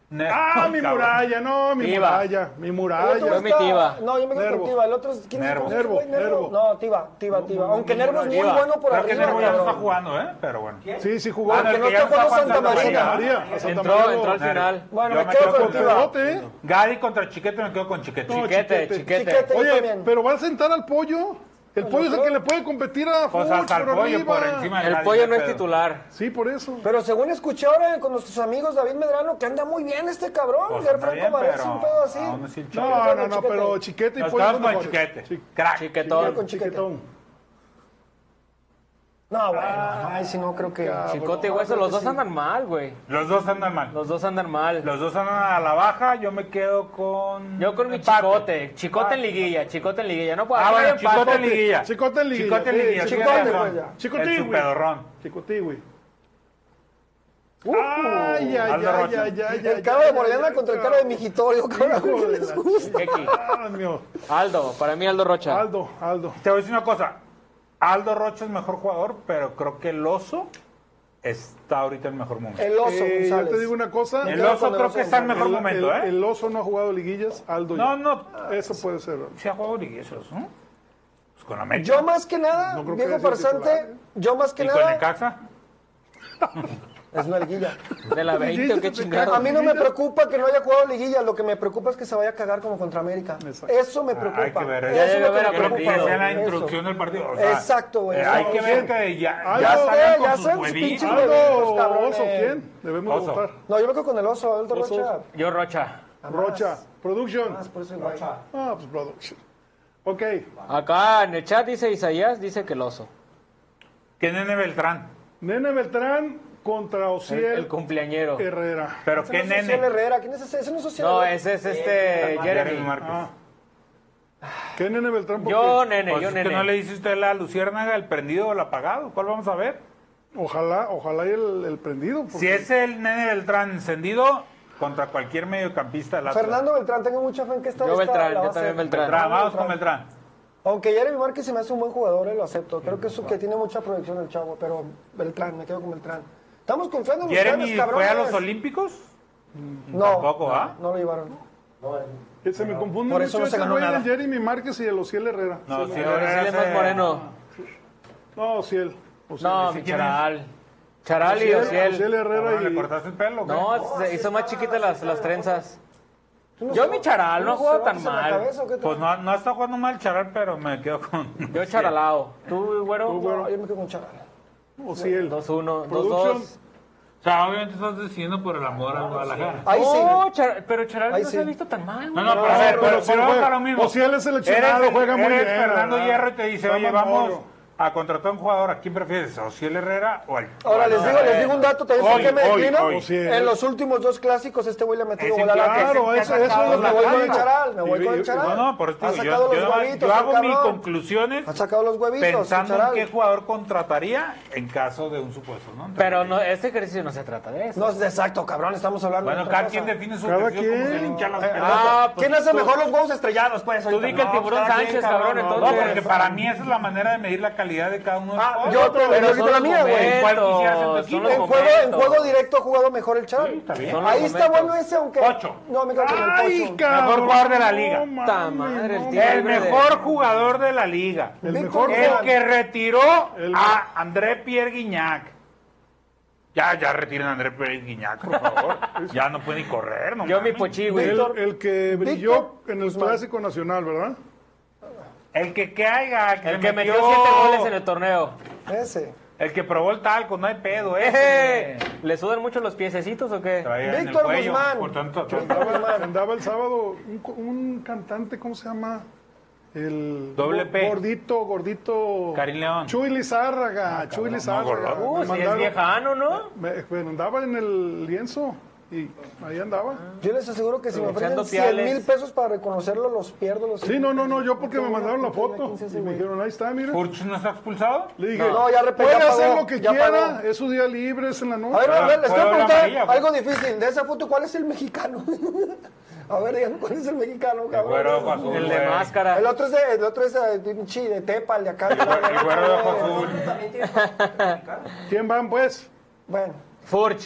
Speaker 4: Ne-
Speaker 3: Ah, mi
Speaker 4: cabrón.
Speaker 3: muralla, no, mi
Speaker 5: Tiva.
Speaker 3: muralla, mi
Speaker 2: El otro
Speaker 3: muralla.
Speaker 5: mi
Speaker 2: está-
Speaker 5: Tiva.
Speaker 2: No, yo me quedo
Speaker 3: Ah, Nervo.
Speaker 2: con Tiva. El otro es. ¿Quién es el
Speaker 4: Nervo.
Speaker 2: otro güey?
Speaker 3: Nervo, Nervo.
Speaker 2: No, Tiva, Tiva, Tiva. Aunque Nervo es muy
Speaker 5: Tiva.
Speaker 2: bueno por
Speaker 4: Creo que
Speaker 2: arriba,
Speaker 4: Nervo ya no está
Speaker 2: cabrón.
Speaker 4: jugando, ¿eh? Pero bueno.
Speaker 3: Sí, sí jugó.
Speaker 2: Ah,
Speaker 4: Bueno,
Speaker 2: que
Speaker 4: el
Speaker 2: no
Speaker 4: ya
Speaker 2: está jugando Santa
Speaker 4: aguantando la
Speaker 2: María.
Speaker 4: liga.
Speaker 3: María, a Santa
Speaker 5: Entró,
Speaker 3: María.
Speaker 5: entró al
Speaker 4: Nervo.
Speaker 5: final.
Speaker 2: ¿eh? Bueno,
Speaker 4: Yo
Speaker 2: me quedo con
Speaker 3: Con
Speaker 2: Tiva.
Speaker 3: Tebote, ¿eh?
Speaker 4: Gadi contra Chiquete, me quedo con Chiquete.
Speaker 3: No,
Speaker 5: Chiquete,
Speaker 3: Chiquete.
Speaker 5: chiquete.
Speaker 2: Chiquete. Yo
Speaker 3: Oye,
Speaker 2: también.
Speaker 3: pero va a sentar al pollo. El pollo es el
Speaker 2: creo-
Speaker 3: que le puede competir a
Speaker 4: O
Speaker 3: Fuchs
Speaker 4: sea, Pues hasta el
Speaker 3: por
Speaker 4: pollo
Speaker 3: arriba.
Speaker 4: por encima de
Speaker 5: El
Speaker 4: Gadi,
Speaker 5: pollo no es
Speaker 4: pedo.
Speaker 5: titular.
Speaker 3: Sí, por eso.
Speaker 2: Pero según escuché ahora con nuestros amigos David Medrano, que anda muy bien este cabrón.
Speaker 4: Pues,
Speaker 2: Gerfranco
Speaker 4: anda bien,
Speaker 2: Varese,
Speaker 4: pero
Speaker 2: un pedo así.
Speaker 4: aún así el
Speaker 2: Yo me quedo
Speaker 3: No,
Speaker 2: con
Speaker 3: no, no,
Speaker 2: Chiquete.
Speaker 3: pero chiquete y
Speaker 4: Nos
Speaker 3: pollo.
Speaker 4: quedamos
Speaker 3: son
Speaker 4: con
Speaker 3: mejores.
Speaker 4: Chiquete.
Speaker 3: Sí,
Speaker 4: Crack.
Speaker 2: Yo
Speaker 5: Chiquetón.
Speaker 2: con Chiquete.
Speaker 3: Chiquetón.
Speaker 2: No, bueno. Ay, si no, creo que.
Speaker 5: Chicote y hueso, los dos andan mal, güey.
Speaker 4: Los dos andan mal.
Speaker 5: Los dos andan mal.
Speaker 4: Los dos andan a la baja, yo me quedo con...
Speaker 5: Yo con mi
Speaker 4: empate.
Speaker 5: chicote. Chicote en liguilla, chicote en liguilla. No puedo
Speaker 4: Ah,
Speaker 5: haber
Speaker 4: bueno,
Speaker 5: empate.
Speaker 4: chicote en liguilla.
Speaker 3: Chicote en liguilla,
Speaker 4: Chicote en
Speaker 3: sí,
Speaker 4: liguilla.
Speaker 3: chicote,
Speaker 4: chicote en
Speaker 2: pues,
Speaker 4: liguilla.
Speaker 2: ya.
Speaker 3: Chicote,
Speaker 4: El
Speaker 3: güey.
Speaker 4: superdorrón.
Speaker 3: Chicote, güey. Ay, ay,
Speaker 4: Aldo
Speaker 3: ay,
Speaker 4: Rocha.
Speaker 3: ay, ay, ay,
Speaker 2: Uh. El caro de
Speaker 3: ay,
Speaker 2: Morena
Speaker 3: ay,
Speaker 2: contra el
Speaker 3: ay,
Speaker 2: caro de Mijitorio, cabrón.
Speaker 3: Hijo
Speaker 2: ¿Qué
Speaker 3: de
Speaker 2: les
Speaker 3: la
Speaker 2: gusta?
Speaker 5: Keki.
Speaker 3: Ah, mío.
Speaker 5: Aldo, para mí Aldo Rocha.
Speaker 3: Aldo, Aldo.
Speaker 4: Te voy a decir una cosa. Aldo Rocha es mejor jugador, pero creo que el oso está ahorita en el mejor momento.
Speaker 2: El oso,
Speaker 3: Eh, yo
Speaker 2: González.
Speaker 3: te digo una cosa.
Speaker 4: El
Speaker 2: quedo
Speaker 4: oso
Speaker 2: con el
Speaker 4: creo
Speaker 2: oso
Speaker 4: que está en
Speaker 2: González.
Speaker 4: mejor
Speaker 3: El-
Speaker 4: momento,
Speaker 3: el-
Speaker 4: ¿eh?
Speaker 3: El oso no ha jugado liguillas, Aldo.
Speaker 4: No,
Speaker 3: ya.
Speaker 4: no.
Speaker 3: Eso puede ser.
Speaker 4: Se ha jugado liguillas, ¿no? Pues con América.
Speaker 2: Yo más que nada,
Speaker 3: No creo que
Speaker 2: viejo
Speaker 3: haya sido
Speaker 2: farsante,
Speaker 3: titular,
Speaker 2: yo más que
Speaker 4: ¿Y con el
Speaker 2: nada,
Speaker 4: Caxa?
Speaker 2: es una liguilla.
Speaker 5: De la 20, o qué
Speaker 2: A
Speaker 5: chingado.
Speaker 2: mí no me preocupa que no haya jugado liguilla, lo que me preocupa es que se vaya a cagar como contra América.
Speaker 3: Exacto.
Speaker 2: Eso me preocupa.
Speaker 4: Hay que ver.
Speaker 2: Eso
Speaker 4: Ya
Speaker 2: es
Speaker 5: debe
Speaker 2: lo que
Speaker 5: haber
Speaker 2: me
Speaker 4: Creo que
Speaker 2: preocupa.
Speaker 4: ya sea la
Speaker 2: Eso.
Speaker 4: introducción del partido. o sea,
Speaker 2: Exacto, güey.
Speaker 4: eh, hay
Speaker 2: Eso,
Speaker 4: que ver que ya, ya
Speaker 3: Aldo,
Speaker 4: salgan
Speaker 2: ya
Speaker 4: con sus
Speaker 2: sean sus
Speaker 4: huevitos.
Speaker 2: pinches
Speaker 3: Aldo,
Speaker 2: Chicote, cabrones.
Speaker 3: oso, ¿quién? Debemos
Speaker 4: Oso.
Speaker 3: votar.
Speaker 2: No, yo me quedo con el oso, Aldo
Speaker 3: Oso.
Speaker 2: Rocha.
Speaker 5: Yo Rocha.
Speaker 3: Rocha, production.
Speaker 2: Más por eso igual.
Speaker 3: Ah, pues production. Ok,
Speaker 5: Acá en el chat dice Isaías, dice que el oso.
Speaker 4: Que Nene Beltrán.
Speaker 3: Nene Beltrán contra
Speaker 5: El, el
Speaker 3: Osiel
Speaker 5: compañero.
Speaker 3: Herrera.
Speaker 4: Pero
Speaker 2: Ese
Speaker 4: qué
Speaker 2: no es Social
Speaker 4: Nene.
Speaker 2: Herrera, ¿quién es ese? Ese no es Social
Speaker 5: No,
Speaker 2: Herrera.
Speaker 5: ese es este
Speaker 4: Jeremy
Speaker 5: Jeremy.
Speaker 4: Márquez.
Speaker 3: Ah. ¿Qué Nene Beltrán? Porque
Speaker 5: Yo, nene,
Speaker 4: Pues
Speaker 5: yo,
Speaker 4: es que no
Speaker 5: nene.
Speaker 4: le dice usted la luciérnaga, el prendido o el apagado. ¿Cuál vamos a ver?
Speaker 3: Ojalá, ojalá y el, el prendido. porque-
Speaker 4: Si es el Nene Beltrán encendido contra cualquier mediocampista del Atlas.
Speaker 2: Fernando Beltrán, tengo mucha fe en que esta
Speaker 5: Yo
Speaker 2: esta
Speaker 5: Beltrán,
Speaker 2: la va
Speaker 5: yo
Speaker 2: a
Speaker 5: también
Speaker 2: hacer.
Speaker 5: Beltrán.
Speaker 4: Beltrán, vamos con Beltrán.
Speaker 2: Aunque Jeremy Márquez se me hace un buen jugador, eh, lo acepto. Creo que, es, que tiene mucha proyección el chavo, pero Beltrán, me quedo con Beltrán. Estamos confiando en
Speaker 4: Jeremy
Speaker 2: ustedes,
Speaker 4: fue
Speaker 2: cabrones.
Speaker 4: a los Olímpicos.
Speaker 2: No,
Speaker 4: Tampoco, ¿ah?
Speaker 2: no, no lo llevaron.
Speaker 3: Eh, Se me confunde
Speaker 2: Por
Speaker 3: mucho
Speaker 2: eso no se
Speaker 3: ese
Speaker 2: ganó
Speaker 3: güey
Speaker 2: nada.
Speaker 3: del Jeremy Márquez y el Ociel Herrera.
Speaker 4: No,
Speaker 3: Se
Speaker 4: sí,
Speaker 3: me-
Speaker 5: Pero
Speaker 4: Herrera
Speaker 5: ese es
Speaker 4: se-
Speaker 5: más moreno.
Speaker 3: No, Ociel. Ociel.
Speaker 5: No,
Speaker 4: ¿Ese
Speaker 5: mi
Speaker 4: quién es?
Speaker 5: charal. Charal y
Speaker 3: Ociel,
Speaker 5: Ociel.
Speaker 3: Ociel Herrera
Speaker 4: Cabrón, ¿Le
Speaker 3: y...
Speaker 4: cortaste el pelo? o qué?
Speaker 5: No, se hizo más chiquitas las, las trenzas.
Speaker 2: Tú no
Speaker 5: Yo
Speaker 2: se-
Speaker 5: mi Charal,
Speaker 2: tú
Speaker 5: no ha jugado
Speaker 2: se
Speaker 5: tan
Speaker 2: bajas en la
Speaker 5: mal.
Speaker 2: cabeza, ¿o qué te-
Speaker 4: Pues no, no está jugando mal Charal, pero me quedo con...
Speaker 5: Yo charalao. Tú, güero.
Speaker 2: No, yo me quedo con Charal.
Speaker 3: Ociel.
Speaker 5: 2-1,
Speaker 3: Production.
Speaker 5: 2-2.
Speaker 4: sea, obviamente estás decidiendo por el amor al Guadalajara.
Speaker 2: Ahí sí.
Speaker 5: Oh, Char- pero Charales
Speaker 2: Ahí
Speaker 5: no
Speaker 2: sí.
Speaker 5: se ha visto tan
Speaker 4: No,
Speaker 5: mal. güey.
Speaker 4: no, pero a ver,
Speaker 3: pero
Speaker 4: pero,
Speaker 3: si
Speaker 4: pero
Speaker 3: juega-
Speaker 4: vamos a lo mismo.
Speaker 3: o si él es seleccionado,
Speaker 4: Eres-
Speaker 3: juega muy
Speaker 4: eres
Speaker 3: bien,
Speaker 4: Fernando
Speaker 3: ¿verdad?
Speaker 4: Hierro y te dice,
Speaker 3: Está
Speaker 4: oye,
Speaker 3: más
Speaker 4: vamos
Speaker 3: morro.
Speaker 4: a contratar a un jugador. ¿A quién prefieres? ¿A Ociel Herrera o al...?
Speaker 2: Ahora les digo, les digo un dato también por
Speaker 4: Hoy,
Speaker 2: qué me
Speaker 4: hoy,
Speaker 2: declino.
Speaker 4: hoy.
Speaker 3: Sí.
Speaker 2: En los últimos dos clásicos este güey le ha metido
Speaker 4: Ese
Speaker 2: gol a la
Speaker 4: claro,
Speaker 2: Atlas.
Speaker 4: ese- eso es lo
Speaker 2: me
Speaker 4: que
Speaker 2: voy con el
Speaker 4: digo.
Speaker 2: charal, me voy con el
Speaker 3: Y- y-
Speaker 2: charal.
Speaker 4: No, no, por eso
Speaker 2: ha
Speaker 4: te digo,
Speaker 2: sacado
Speaker 4: yo, yo
Speaker 2: los
Speaker 4: nada más-
Speaker 2: huevitos,
Speaker 4: yo
Speaker 2: el
Speaker 4: hago mis
Speaker 2: cabrón.
Speaker 4: conclusiones
Speaker 2: Ha sacado los huevitos, el
Speaker 4: pensando en
Speaker 2: Charal.
Speaker 4: qué jugador contrataría en caso de un supuesto, ¿no? Entonces,
Speaker 5: Pero no, este ejercicio no se trata de eso.
Speaker 2: No es exacto, cabrón, estamos hablando de
Speaker 4: Bueno,
Speaker 2: otra
Speaker 4: cada
Speaker 2: cosa.
Speaker 4: quien define su
Speaker 3: Cada
Speaker 4: perfil como
Speaker 3: quien.
Speaker 4: se le hincha las
Speaker 2: Eh,
Speaker 4: pelotas. Ah,
Speaker 5: Ah, pues
Speaker 2: ¿Quién hace
Speaker 5: tú-
Speaker 2: mejor los huevos estrellados? Pues
Speaker 5: Tú
Speaker 2: ahorita?
Speaker 5: di que
Speaker 3: ah,
Speaker 5: el
Speaker 2: No,
Speaker 5: tiburón
Speaker 2: cada quien,
Speaker 5: Sánchez,
Speaker 2: cabrón,
Speaker 5: cabrón,
Speaker 2: no.
Speaker 4: No,
Speaker 5: entonces.
Speaker 4: porque para mí esa es la manera de medir la calidad de cada uno de los
Speaker 2: Ah,
Speaker 4: jugadores.
Speaker 2: yo te
Speaker 5: Pero
Speaker 2: pero
Speaker 5: son
Speaker 2: yo la
Speaker 5: los
Speaker 2: mía, güey.
Speaker 4: ¿Cuál quisieras en tu
Speaker 5: momentos, son
Speaker 4: equipo?
Speaker 5: los
Speaker 2: En juego, en
Speaker 5: momentos.
Speaker 2: juego directo ha jugado mejor el charal.
Speaker 4: Sí, está bien.
Speaker 5: Son los
Speaker 2: Ahí está
Speaker 5: momentos.
Speaker 2: bueno ese, aunque.
Speaker 4: Pocho.
Speaker 2: No, me quedo con el
Speaker 3: Ay,
Speaker 2: pocho.
Speaker 3: cabrón,
Speaker 4: Mejor jugador de la liga.
Speaker 3: no mames,
Speaker 5: Ta madre, el
Speaker 3: no
Speaker 5: tío
Speaker 3: mames.
Speaker 4: El mejor jugador de la liga.
Speaker 3: El
Speaker 2: Víctor
Speaker 3: mejor
Speaker 4: El
Speaker 2: Juan.
Speaker 3: jugador.
Speaker 4: que retiró
Speaker 3: El-
Speaker 4: a André Pierre Guignac. Ya, ya retiren a André Pierre Guignac, por favor. ya no puede ni correr, no
Speaker 5: Yo mi
Speaker 4: mames.
Speaker 5: pochí, güey.
Speaker 3: El,
Speaker 2: Víctor-
Speaker 3: el que brilló
Speaker 2: Víctor
Speaker 3: en el
Speaker 2: Guzmán.
Speaker 3: Clásico Nacional, ¿verdad?
Speaker 4: El que caiga,
Speaker 5: El que metió siete goles en el torneo.
Speaker 2: Ese.
Speaker 4: El que probó el talco, no hay pedo,
Speaker 5: ¡Eh!
Speaker 4: ese.
Speaker 5: ¿Le sudan mucho los piececitos o qué?
Speaker 4: Traía en el
Speaker 2: Víctor
Speaker 4: cuello,
Speaker 2: Guzmán.
Speaker 4: Por tanto,
Speaker 3: Andaba, andaba el sábado un, co- un cantante, ¿cómo se llama? El
Speaker 4: Doble
Speaker 3: go-
Speaker 4: P.
Speaker 3: gordito, gordito.
Speaker 4: Karim León. Ah,
Speaker 3: Chuy Lizárraga, Chuy Lizárraga.
Speaker 4: gordo.
Speaker 3: Me
Speaker 5: Uh, si es
Speaker 3: mandaron-
Speaker 5: viejano, ¿no?
Speaker 3: me- bueno, andaba en el lienzo y ahí andaba.
Speaker 2: Yo les aseguro que si me
Speaker 5: Aprovechando
Speaker 2: ofrecen 100
Speaker 5: piales.
Speaker 2: mil pesos para reconocerlo, los pierdo. Los
Speaker 3: Sí, no, no, no, yo porque me mandaron la
Speaker 2: Tengo
Speaker 3: foto
Speaker 2: 15 ese
Speaker 3: y me
Speaker 2: güey.
Speaker 3: dijeron, ahí está, mira.
Speaker 4: ¿Furch no está expulsado?
Speaker 3: Le dije,
Speaker 2: No, ya repe-
Speaker 3: puede
Speaker 2: ya
Speaker 3: hacer
Speaker 2: pagó,
Speaker 3: lo que
Speaker 2: ya
Speaker 3: quiera,
Speaker 2: pagó.
Speaker 3: es su día libre, es en la
Speaker 2: A
Speaker 3: noche.
Speaker 2: ver, a ver, les
Speaker 4: Fue
Speaker 2: quiero
Speaker 4: doble
Speaker 2: preguntar
Speaker 4: amarilla,
Speaker 3: pues.
Speaker 4: güey.
Speaker 2: algo difícil. De esa foto, ¿cuál es el mexicano? a ver, digan, ¿cuál es el mexicano,
Speaker 4: El güero ojo
Speaker 2: cabrón?
Speaker 4: azul.
Speaker 5: El de
Speaker 4: güey.
Speaker 5: máscara.
Speaker 2: El otro es de, el otro es de pinche de Tepa, el de acá.
Speaker 4: El güero de ojo azul.
Speaker 6: También tiene mexicano.
Speaker 3: ¿Quién van, pues?
Speaker 2: Bueno,
Speaker 5: Furch.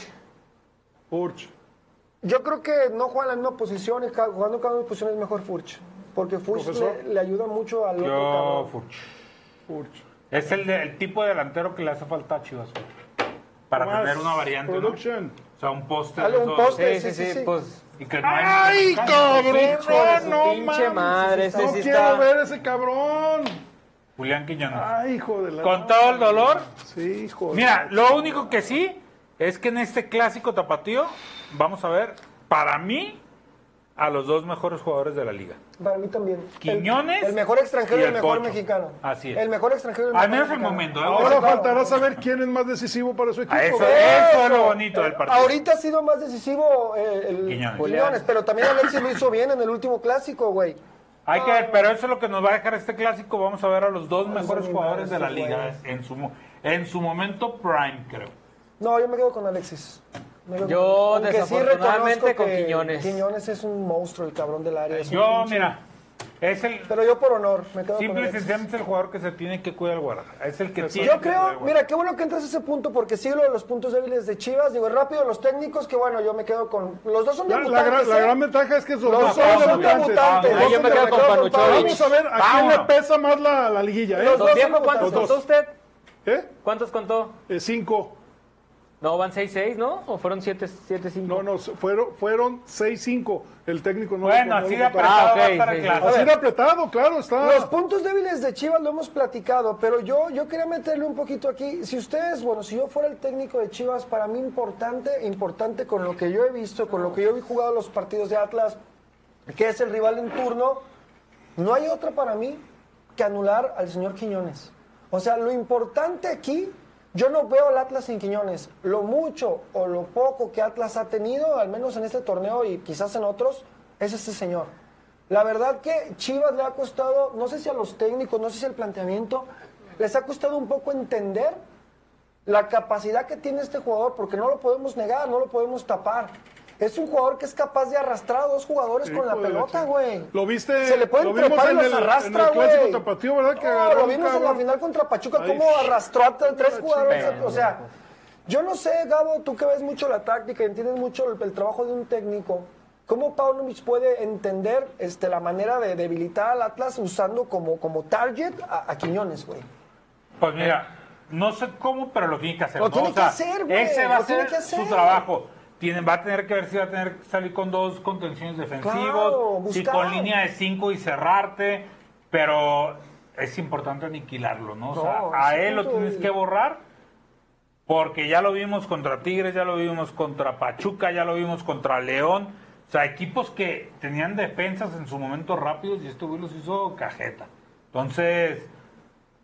Speaker 3: Urch.
Speaker 2: yo creo que no juegan en la misma posición, y cada- jugando en cada una posición es mejor Furch. Porque Furch
Speaker 3: Profesor.
Speaker 2: le, le ayuda mucho al otro
Speaker 4: Yo,
Speaker 2: cabrón.
Speaker 4: Furch.
Speaker 3: Urch.
Speaker 4: Es el, de- el tipo de delantero que le hace falta a Chivas. güey. Para
Speaker 3: Más
Speaker 4: tener una variante, ¿no? O
Speaker 3: Production.
Speaker 4: sea, un poste.
Speaker 2: Dale
Speaker 4: de
Speaker 2: un
Speaker 4: esos-
Speaker 2: poste,
Speaker 5: Sí, sí, sí, pues.
Speaker 4: Y que pues, no hay-
Speaker 3: ¡Ay, cabrón!
Speaker 5: de su
Speaker 3: No, no,
Speaker 5: pinche
Speaker 3: mames,
Speaker 5: madre,
Speaker 3: ese sí está-
Speaker 5: ese sí
Speaker 3: No
Speaker 5: está-
Speaker 3: quiero ver ese cabrón.
Speaker 4: Julián Quiñones.
Speaker 3: Ay, hijo de la.
Speaker 4: Con todo el dolor.
Speaker 3: Sí, hijo. de
Speaker 4: Mira,
Speaker 3: la-
Speaker 4: lo único que sí es que en este clásico tapatío vamos a ver, para mí, a los dos mejores jugadores de la liga.
Speaker 2: Para mí también. El-
Speaker 4: Quiñones
Speaker 2: El, mejor extranjero
Speaker 4: y
Speaker 2: y el,
Speaker 4: el
Speaker 2: mejor
Speaker 4: Pocho.
Speaker 2: mexicano.
Speaker 4: Así es.
Speaker 2: El mejor extranjero y el
Speaker 4: Al
Speaker 2: mejor
Speaker 4: menos el
Speaker 2: mexicano.
Speaker 4: momento. ¿eh?
Speaker 3: Ahora
Speaker 2: claro.
Speaker 3: faltará saber quién es más decisivo para su equipo.
Speaker 4: A eso,
Speaker 3: ¿verdad?
Speaker 4: eso es lo bonito del partido.
Speaker 2: Ahorita ha sido más decisivo eh, el
Speaker 4: Quiñones.
Speaker 2: Quiñones. pero también Alexis lo hizo bien en el último clásico, güey.
Speaker 4: Hay que ver, pero eso es lo que nos va a dejar este clásico. Vamos a ver a los dos mejores jugadores de la liga en su, mo- en su momento prime, creo.
Speaker 2: No, yo me quedo con Alexis. Me quedo
Speaker 5: Yo,
Speaker 2: con- aunque sí
Speaker 5: desafortunadamente,
Speaker 2: reconozco
Speaker 5: con
Speaker 2: que
Speaker 5: Quiñones.
Speaker 2: Quiñones es un monstruo, el cabrón del área. es un
Speaker 4: Yo,
Speaker 2: pinche-
Speaker 4: mira, es el
Speaker 2: Pero yo por honor, me quedo con
Speaker 4: simple y
Speaker 2: Alexis.
Speaker 4: sencillamente es el jugador que se tiene que cuidar el Guadalajara. Es el que tiene
Speaker 2: Yo
Speaker 4: que cuidar el
Speaker 2: creo,
Speaker 4: Guadalajara.
Speaker 2: mira, qué bueno que entras a ese punto porque sí, lo de los puntos débiles de Chivas, digo, rápido, los técnicos, que bueno, yo me quedo con... Los dos son
Speaker 3: La,
Speaker 2: debutantes,
Speaker 3: la gran, la
Speaker 2: ¿eh?
Speaker 3: gran ventaja es que son
Speaker 2: Los dos
Speaker 4: son
Speaker 2: son
Speaker 4: debutantes.
Speaker 2: debutantes.
Speaker 4: Ah, yo
Speaker 5: me quedo con Panuchovich.
Speaker 3: Vamos a ver a quién
Speaker 4: Vámonos.
Speaker 3: le pesa más la, la liguilla, ¿eh?
Speaker 2: Los dos.
Speaker 5: ¿Don Diego
Speaker 2: Los
Speaker 5: cuántos
Speaker 2: dos.
Speaker 5: contó usted?
Speaker 3: ¿Eh?
Speaker 5: ¿Cuántos contó?
Speaker 3: Eh, cinco.
Speaker 5: No, van 6-6, ¿no? ¿O fueron 7-5?
Speaker 3: No, no, fueron, fueron seis, cinco. El técnico no
Speaker 4: Bueno,
Speaker 3: no
Speaker 4: así de
Speaker 3: lo votó.
Speaker 4: apretado
Speaker 5: Ah, ok,
Speaker 4: va a estar el
Speaker 5: sí.
Speaker 4: clásico.
Speaker 3: Así de apretado, claro, está.
Speaker 2: Los puntos débiles de Chivas lo hemos platicado, pero yo, yo quería meterle un poquito aquí. Si ustedes, bueno, si yo fuera el técnico de Chivas, para mí importante, importante con lo que yo he visto, con lo que yo he jugado los partidos de Atlas, que es el rival en turno, no hay otra para mí que anular al señor Quiñones. O sea, lo importante aquí, yo no veo al Atlas sin Quiñones. Lo mucho o lo poco que Atlas ha tenido, al menos en este torneo y quizás en otros, es este señor. La verdad que Chivas le ha costado, no sé si a los técnicos, no sé si al planteamiento, les ha costado un poco entender la capacidad que tiene este jugador, porque no lo podemos negar, no lo podemos tapar. Es un jugador que es capaz de arrastrar a dos jugadores
Speaker 3: Sí,
Speaker 2: con la
Speaker 3: hijo de
Speaker 2: pelota,
Speaker 3: chingada.
Speaker 2: güey.
Speaker 3: Lo viste.
Speaker 2: Se le pueden
Speaker 3: lo vimos
Speaker 2: trepar y
Speaker 3: en
Speaker 2: los
Speaker 3: el-
Speaker 2: arrastra,
Speaker 3: En el
Speaker 2: güey.
Speaker 3: clásico tapatío, ¿verdad? Que
Speaker 2: No,
Speaker 3: agarró
Speaker 2: lo
Speaker 3: un
Speaker 2: vimos en la
Speaker 3: cabrón.
Speaker 2: final contra Pachuca,
Speaker 3: Ay,
Speaker 2: cómo
Speaker 3: sí.
Speaker 2: arrastró a tre- tres
Speaker 3: Pero
Speaker 2: jugadores.
Speaker 3: chingada,
Speaker 2: O sea, yo no sé, Gabo, tú que ves mucho la táctica y entiendes mucho el, el trabajo de un técnico. ¿Cómo Paunovic puede entender este, la manera de debilitar al Atlas usando como, como target a, a Quiñones, güey?
Speaker 4: Pues mira, no sé cómo, pero lo tiene que hacer.
Speaker 2: ¿Eh? Lo
Speaker 4: ¿no?
Speaker 2: tiene
Speaker 4: O sea,
Speaker 2: que hacer, güey,
Speaker 4: Ese va a
Speaker 2: lo tiene
Speaker 4: ser
Speaker 2: que
Speaker 4: su
Speaker 2: hacer.
Speaker 4: trabajo. Tiene, va a tener que ver si va a tener que salir con dos contenciones
Speaker 2: Claro,
Speaker 4: defensivos, si
Speaker 2: buscar.
Speaker 4: con línea de cinco y cerrarte, pero es importante aniquilarlo, ¿no? O sea,
Speaker 2: No,
Speaker 4: a
Speaker 2: ese
Speaker 4: él lo
Speaker 2: punto,
Speaker 4: tienes
Speaker 2: güey.
Speaker 4: que borrar Porque ya lo vimos contra Tigres, ya lo vimos contra Pachuca, ya lo vimos contra León. O sea, equipos que tenían defensas en su momento rápidos y este güey los hizo cajeta. Entonces,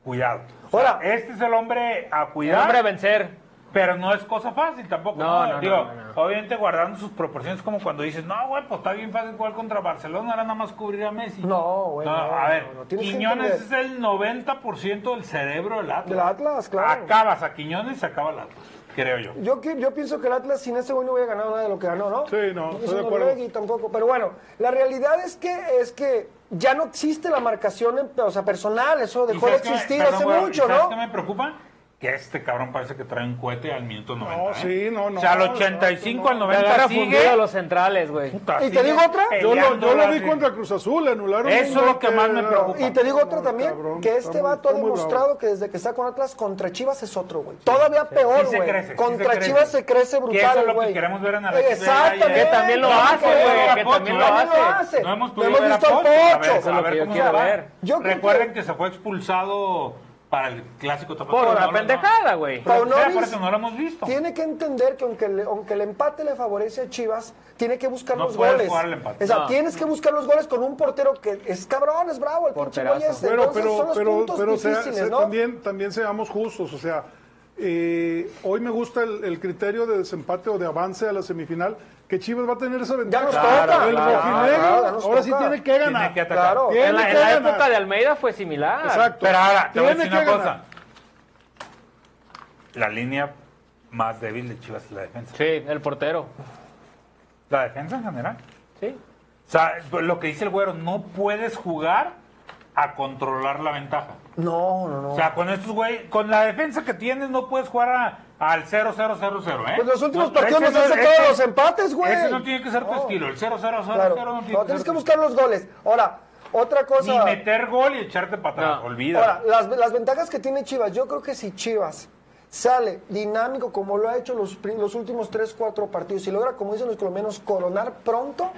Speaker 4: cuidado. O sea,
Speaker 5: Ahora-
Speaker 4: este es el hombre a
Speaker 5: El
Speaker 4: cuidar.
Speaker 5: hombre a vencer.
Speaker 4: Pero no es cosa fácil tampoco.
Speaker 5: No,
Speaker 4: ¿no?
Speaker 5: no,
Speaker 4: Digo,
Speaker 5: no, no, no.
Speaker 4: obviamente guardando sus proporciones como cuando dices, no, güey, pues está bien fácil jugar contra Barcelona, ahora nada más cubrir a Messi.
Speaker 2: No, güey, no,
Speaker 4: a
Speaker 2: no,
Speaker 4: ver,
Speaker 2: no, tienes que
Speaker 4: Quiñones es
Speaker 2: entender.
Speaker 4: el 90% del cerebro del Atlas.
Speaker 2: Del Atlas, claro.
Speaker 4: Acabas a Quiñones y se acaba el Atlas, creo yo.
Speaker 2: Yo, que- yo pienso que el Atlas sin ese güey no hubiera ganado nada de lo que ganó, ¿no?
Speaker 3: Sí, no,
Speaker 2: Ni
Speaker 3: estoy
Speaker 2: sin
Speaker 3: de acuerdo.
Speaker 2: Orlegui tampoco. Pero bueno, la realidad es que, es que ya no existe la marcación en- o sea, personal, eso dejó
Speaker 4: ¿Y
Speaker 2: de
Speaker 4: sabes qué me-
Speaker 2: existir
Speaker 4: perdón,
Speaker 2: hace
Speaker 4: güey, ¿y
Speaker 2: mucho,
Speaker 4: ¿Sabes
Speaker 2: ¿no?
Speaker 4: qué me preocupa? Que este cabrón parece que trae un cohete al minuto 90.
Speaker 3: No,
Speaker 4: ¿eh?
Speaker 3: sí, no, no,
Speaker 4: O sea, al
Speaker 3: no,
Speaker 4: 85, al
Speaker 5: Te agarra
Speaker 4: 90
Speaker 5: fundido a
Speaker 4: sigue.
Speaker 5: los centrales, güey.
Speaker 4: puta,
Speaker 2: ¿Y te
Speaker 4: sigue
Speaker 2: digo otra?
Speaker 3: Yo lo, yo
Speaker 4: peleando,
Speaker 3: lo vi
Speaker 4: así.
Speaker 3: contra Cruz Azul, anularon.
Speaker 4: Eso
Speaker 3: un
Speaker 4: es lo
Speaker 3: gol
Speaker 4: que más me
Speaker 3: era-
Speaker 4: preocupa.
Speaker 2: Y te digo otra
Speaker 3: No,
Speaker 2: también,
Speaker 3: cabrón,
Speaker 2: que
Speaker 3: está
Speaker 2: este
Speaker 3: muy-
Speaker 2: vato ha
Speaker 3: está muy bravo.
Speaker 2: demostrado que desde que está con Atlas contra Chivas es otro, güey. Todavía peor,
Speaker 4: Sí se
Speaker 2: güey.
Speaker 4: crece, sí
Speaker 2: contra
Speaker 4: se crece.
Speaker 2: Chivas se crece
Speaker 4: Que
Speaker 2: brutal,
Speaker 4: eso es lo que
Speaker 2: güey.
Speaker 4: queremos ver en Alexis Vega
Speaker 2: Exactamente.
Speaker 4: ayer.
Speaker 5: Que también lo
Speaker 2: No,
Speaker 5: hace,
Speaker 2: porque
Speaker 5: güey,
Speaker 2: veo a
Speaker 5: que
Speaker 2: Pocho,
Speaker 5: también lo hace.
Speaker 4: No hemos
Speaker 2: Lo
Speaker 4: podido
Speaker 2: hemos
Speaker 4: ver a
Speaker 2: visto al
Speaker 4: Pocho. A ver,
Speaker 2: Pocho.
Speaker 4: a
Speaker 5: lo
Speaker 4: ver
Speaker 5: que yo
Speaker 4: cómo
Speaker 5: quiero
Speaker 4: se va.
Speaker 5: ver.
Speaker 2: Yo creo
Speaker 4: Recuerden
Speaker 2: que-
Speaker 4: que... se fue expulsado para el clásico tapateo.
Speaker 5: Por
Speaker 4: No,
Speaker 5: una
Speaker 4: no, no.
Speaker 5: pendejada, güey.
Speaker 4: Pero
Speaker 2: Paunovic
Speaker 4: era por eso, no lo hemos visto.
Speaker 2: Tiene que entender que aunque, le- aunque el empate le favorece a Chivas, tiene que buscar
Speaker 4: No
Speaker 2: los
Speaker 4: puedes
Speaker 2: goles.
Speaker 4: jugar al empate.
Speaker 2: O sea,
Speaker 5: No.
Speaker 2: tienes que buscar los goles con un portero que es cabrón, es bravo, el pinche güey
Speaker 5: Porterazo.
Speaker 2: este.
Speaker 3: Pero,
Speaker 2: Entonces son
Speaker 3: pero,
Speaker 2: los
Speaker 3: pero,
Speaker 2: puntos
Speaker 3: pero o sea,
Speaker 2: difíciles,
Speaker 3: sea-
Speaker 2: ¿no?
Speaker 3: también, también seamos justos. O sea, eh, hoy me gusta el, el criterio de desempate o de avance a la semifinal, que Chivas va a tener esa ventaja.
Speaker 2: nos toca,
Speaker 3: El
Speaker 2: claro,
Speaker 3: rojinegro
Speaker 2: claro, ya nos
Speaker 3: ahora sí
Speaker 2: toca.
Speaker 3: tiene que
Speaker 4: Tiene
Speaker 3: ganar.
Speaker 4: que atacar.
Speaker 2: Claro.
Speaker 3: Tiene
Speaker 5: En la,
Speaker 3: que
Speaker 5: en la
Speaker 3: ganar.
Speaker 5: época de Almeida fue similar.
Speaker 3: Exacto.
Speaker 4: Pero ahora, te voy a
Speaker 3: Tiene
Speaker 4: decir una
Speaker 3: que
Speaker 4: cosa.
Speaker 3: ganar.
Speaker 4: La línea más débil de Chivas es la defensa.
Speaker 5: Sí, el portero.
Speaker 4: La defensa en general.
Speaker 5: Sí.
Speaker 4: O sea, lo que dice el güero, no puedes jugar a controlar la ventaja.
Speaker 2: No, no, no.
Speaker 4: O sea, con estos güey, con la defensa que tienes no puedes jugar a- al 0-0-0-0, ¿eh?
Speaker 2: Pues los últimos
Speaker 4: No,
Speaker 2: partidos
Speaker 4: ese
Speaker 2: nos han
Speaker 4: no-
Speaker 2: sacado
Speaker 4: ese-
Speaker 2: los empates, güey.
Speaker 4: Ese no tiene que ser tu
Speaker 2: No,
Speaker 4: estilo, el 0-0-0-0
Speaker 2: Claro.
Speaker 4: no tiene
Speaker 2: No,
Speaker 4: que
Speaker 2: tienes
Speaker 4: ser
Speaker 2: que
Speaker 4: tu
Speaker 2: buscar los goles. Ahora, otra cosa.
Speaker 4: Ni meter gol y echarte para atrás,
Speaker 5: No.
Speaker 4: olvídalo.
Speaker 2: Ahora, las, las ventajas que tiene Chivas, yo creo que si Chivas sale dinámico como lo ha hecho los, pri- los últimos 3, 4 partidos y logra, como dicen los colombianos, coronar pronto,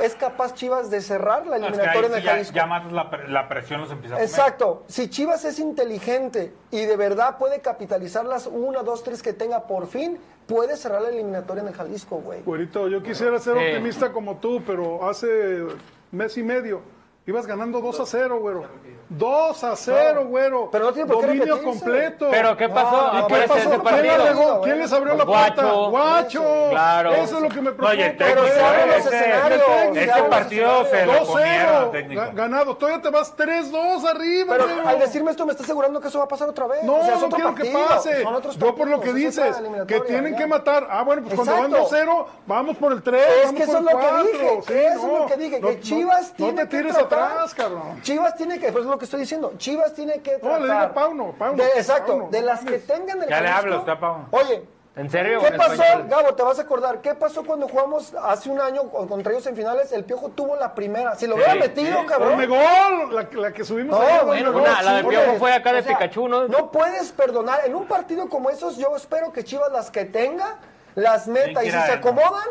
Speaker 2: es capaz Chivas de cerrar la
Speaker 4: No, es que ahí
Speaker 2: eliminatoria en
Speaker 4: sí
Speaker 2: el
Speaker 4: ya,
Speaker 2: Jalisco.
Speaker 4: ya matas la, pre- la presión, los empieza a comer.
Speaker 2: Exacto. Si Chivas es inteligente y de verdad puede capitalizar las 1, 2, 3 que tenga por fin, puede cerrar la eliminatoria en el Jalisco, güey.
Speaker 3: Güerito, yo quisiera ser
Speaker 5: Eh.
Speaker 3: optimista como tú, pero hace mes y medio ibas ganando 2 a 0, güero. 2 a 0, güero.
Speaker 2: Pero no tiene por qué
Speaker 3: Dominio
Speaker 2: repetirse.
Speaker 3: completo.
Speaker 5: Pero ¿qué pasó?
Speaker 2: no,
Speaker 3: ¿Y
Speaker 5: Aparece
Speaker 3: qué pasó?
Speaker 5: ese
Speaker 3: ¿Quién, le
Speaker 5: partido.
Speaker 3: regó? ¿Quién les abrió la
Speaker 5: Guacho.
Speaker 3: puerta? ¡Guacho!
Speaker 5: Claro.
Speaker 3: Eso es lo que me preocupa.
Speaker 4: Oye, el
Speaker 2: Pero
Speaker 4: técnico,
Speaker 2: se abren
Speaker 4: eh,
Speaker 2: los escenarios,
Speaker 4: ese,
Speaker 2: se
Speaker 4: ese
Speaker 2: abren los
Speaker 4: partido se
Speaker 2: escenarios.
Speaker 4: lo comieron al
Speaker 3: 2-0
Speaker 4: técnico.
Speaker 3: ga- ganado. Todavía te vas 3-2 arriba.
Speaker 2: Pero
Speaker 3: güero.
Speaker 2: al decirme esto me está asegurando que eso va a pasar otra vez.
Speaker 3: No,
Speaker 2: O sea, es
Speaker 3: no
Speaker 2: otro
Speaker 3: quiero que
Speaker 2: partido,
Speaker 3: pase.
Speaker 2: son otros
Speaker 3: Yo por lo
Speaker 2: partidos,
Speaker 3: que
Speaker 2: es otra
Speaker 3: dices, que
Speaker 2: eliminatoria,
Speaker 3: tienen
Speaker 2: ya.
Speaker 3: que matar. Ah, bueno, pues cuando
Speaker 2: Exacto.
Speaker 3: van 2-0, vamos por el 3.
Speaker 2: Es que eso es lo que dije, que eso es lo que dije, que Chivas
Speaker 3: no,
Speaker 2: tiene
Speaker 3: No te
Speaker 2: que
Speaker 3: tires
Speaker 2: tratar-
Speaker 3: atrás, cabrón.
Speaker 2: Chivas tiene que, pues es lo que estoy diciendo, Chivas tiene que
Speaker 3: No,
Speaker 2: tratar.
Speaker 3: le digo a Pauno, Pauno,
Speaker 2: de- exacto,
Speaker 3: Pauno,
Speaker 2: de
Speaker 3: no
Speaker 2: las que
Speaker 3: mames.
Speaker 2: tengan el
Speaker 4: Ya le
Speaker 2: Jalisco-
Speaker 4: hablo, está Pauno.
Speaker 2: Oye,
Speaker 5: ¿En serio?
Speaker 2: ¿Qué
Speaker 5: En
Speaker 2: pasó,
Speaker 5: español.
Speaker 2: Gabo? Te vas a acordar. ¿Qué pasó cuando jugamos hace un año con- contra ellos en finales? El Piojo tuvo la primera. Si lo hubiera
Speaker 4: Sí,
Speaker 2: metido, cabrón.
Speaker 3: Ponme gol, la, la que subimos.
Speaker 2: No,
Speaker 3: ayer,
Speaker 2: bueno,
Speaker 3: ponme gol,
Speaker 5: una- la del
Speaker 3: sí,
Speaker 5: Piojo
Speaker 3: güey.
Speaker 5: fue acá de Pikachu, ¿no?
Speaker 2: No puedes perdonar. En un partido como esos, yo espero que Chivas las que tenga, las meta. Y si
Speaker 4: quiera,
Speaker 2: se
Speaker 4: ¿no?
Speaker 2: acomodan,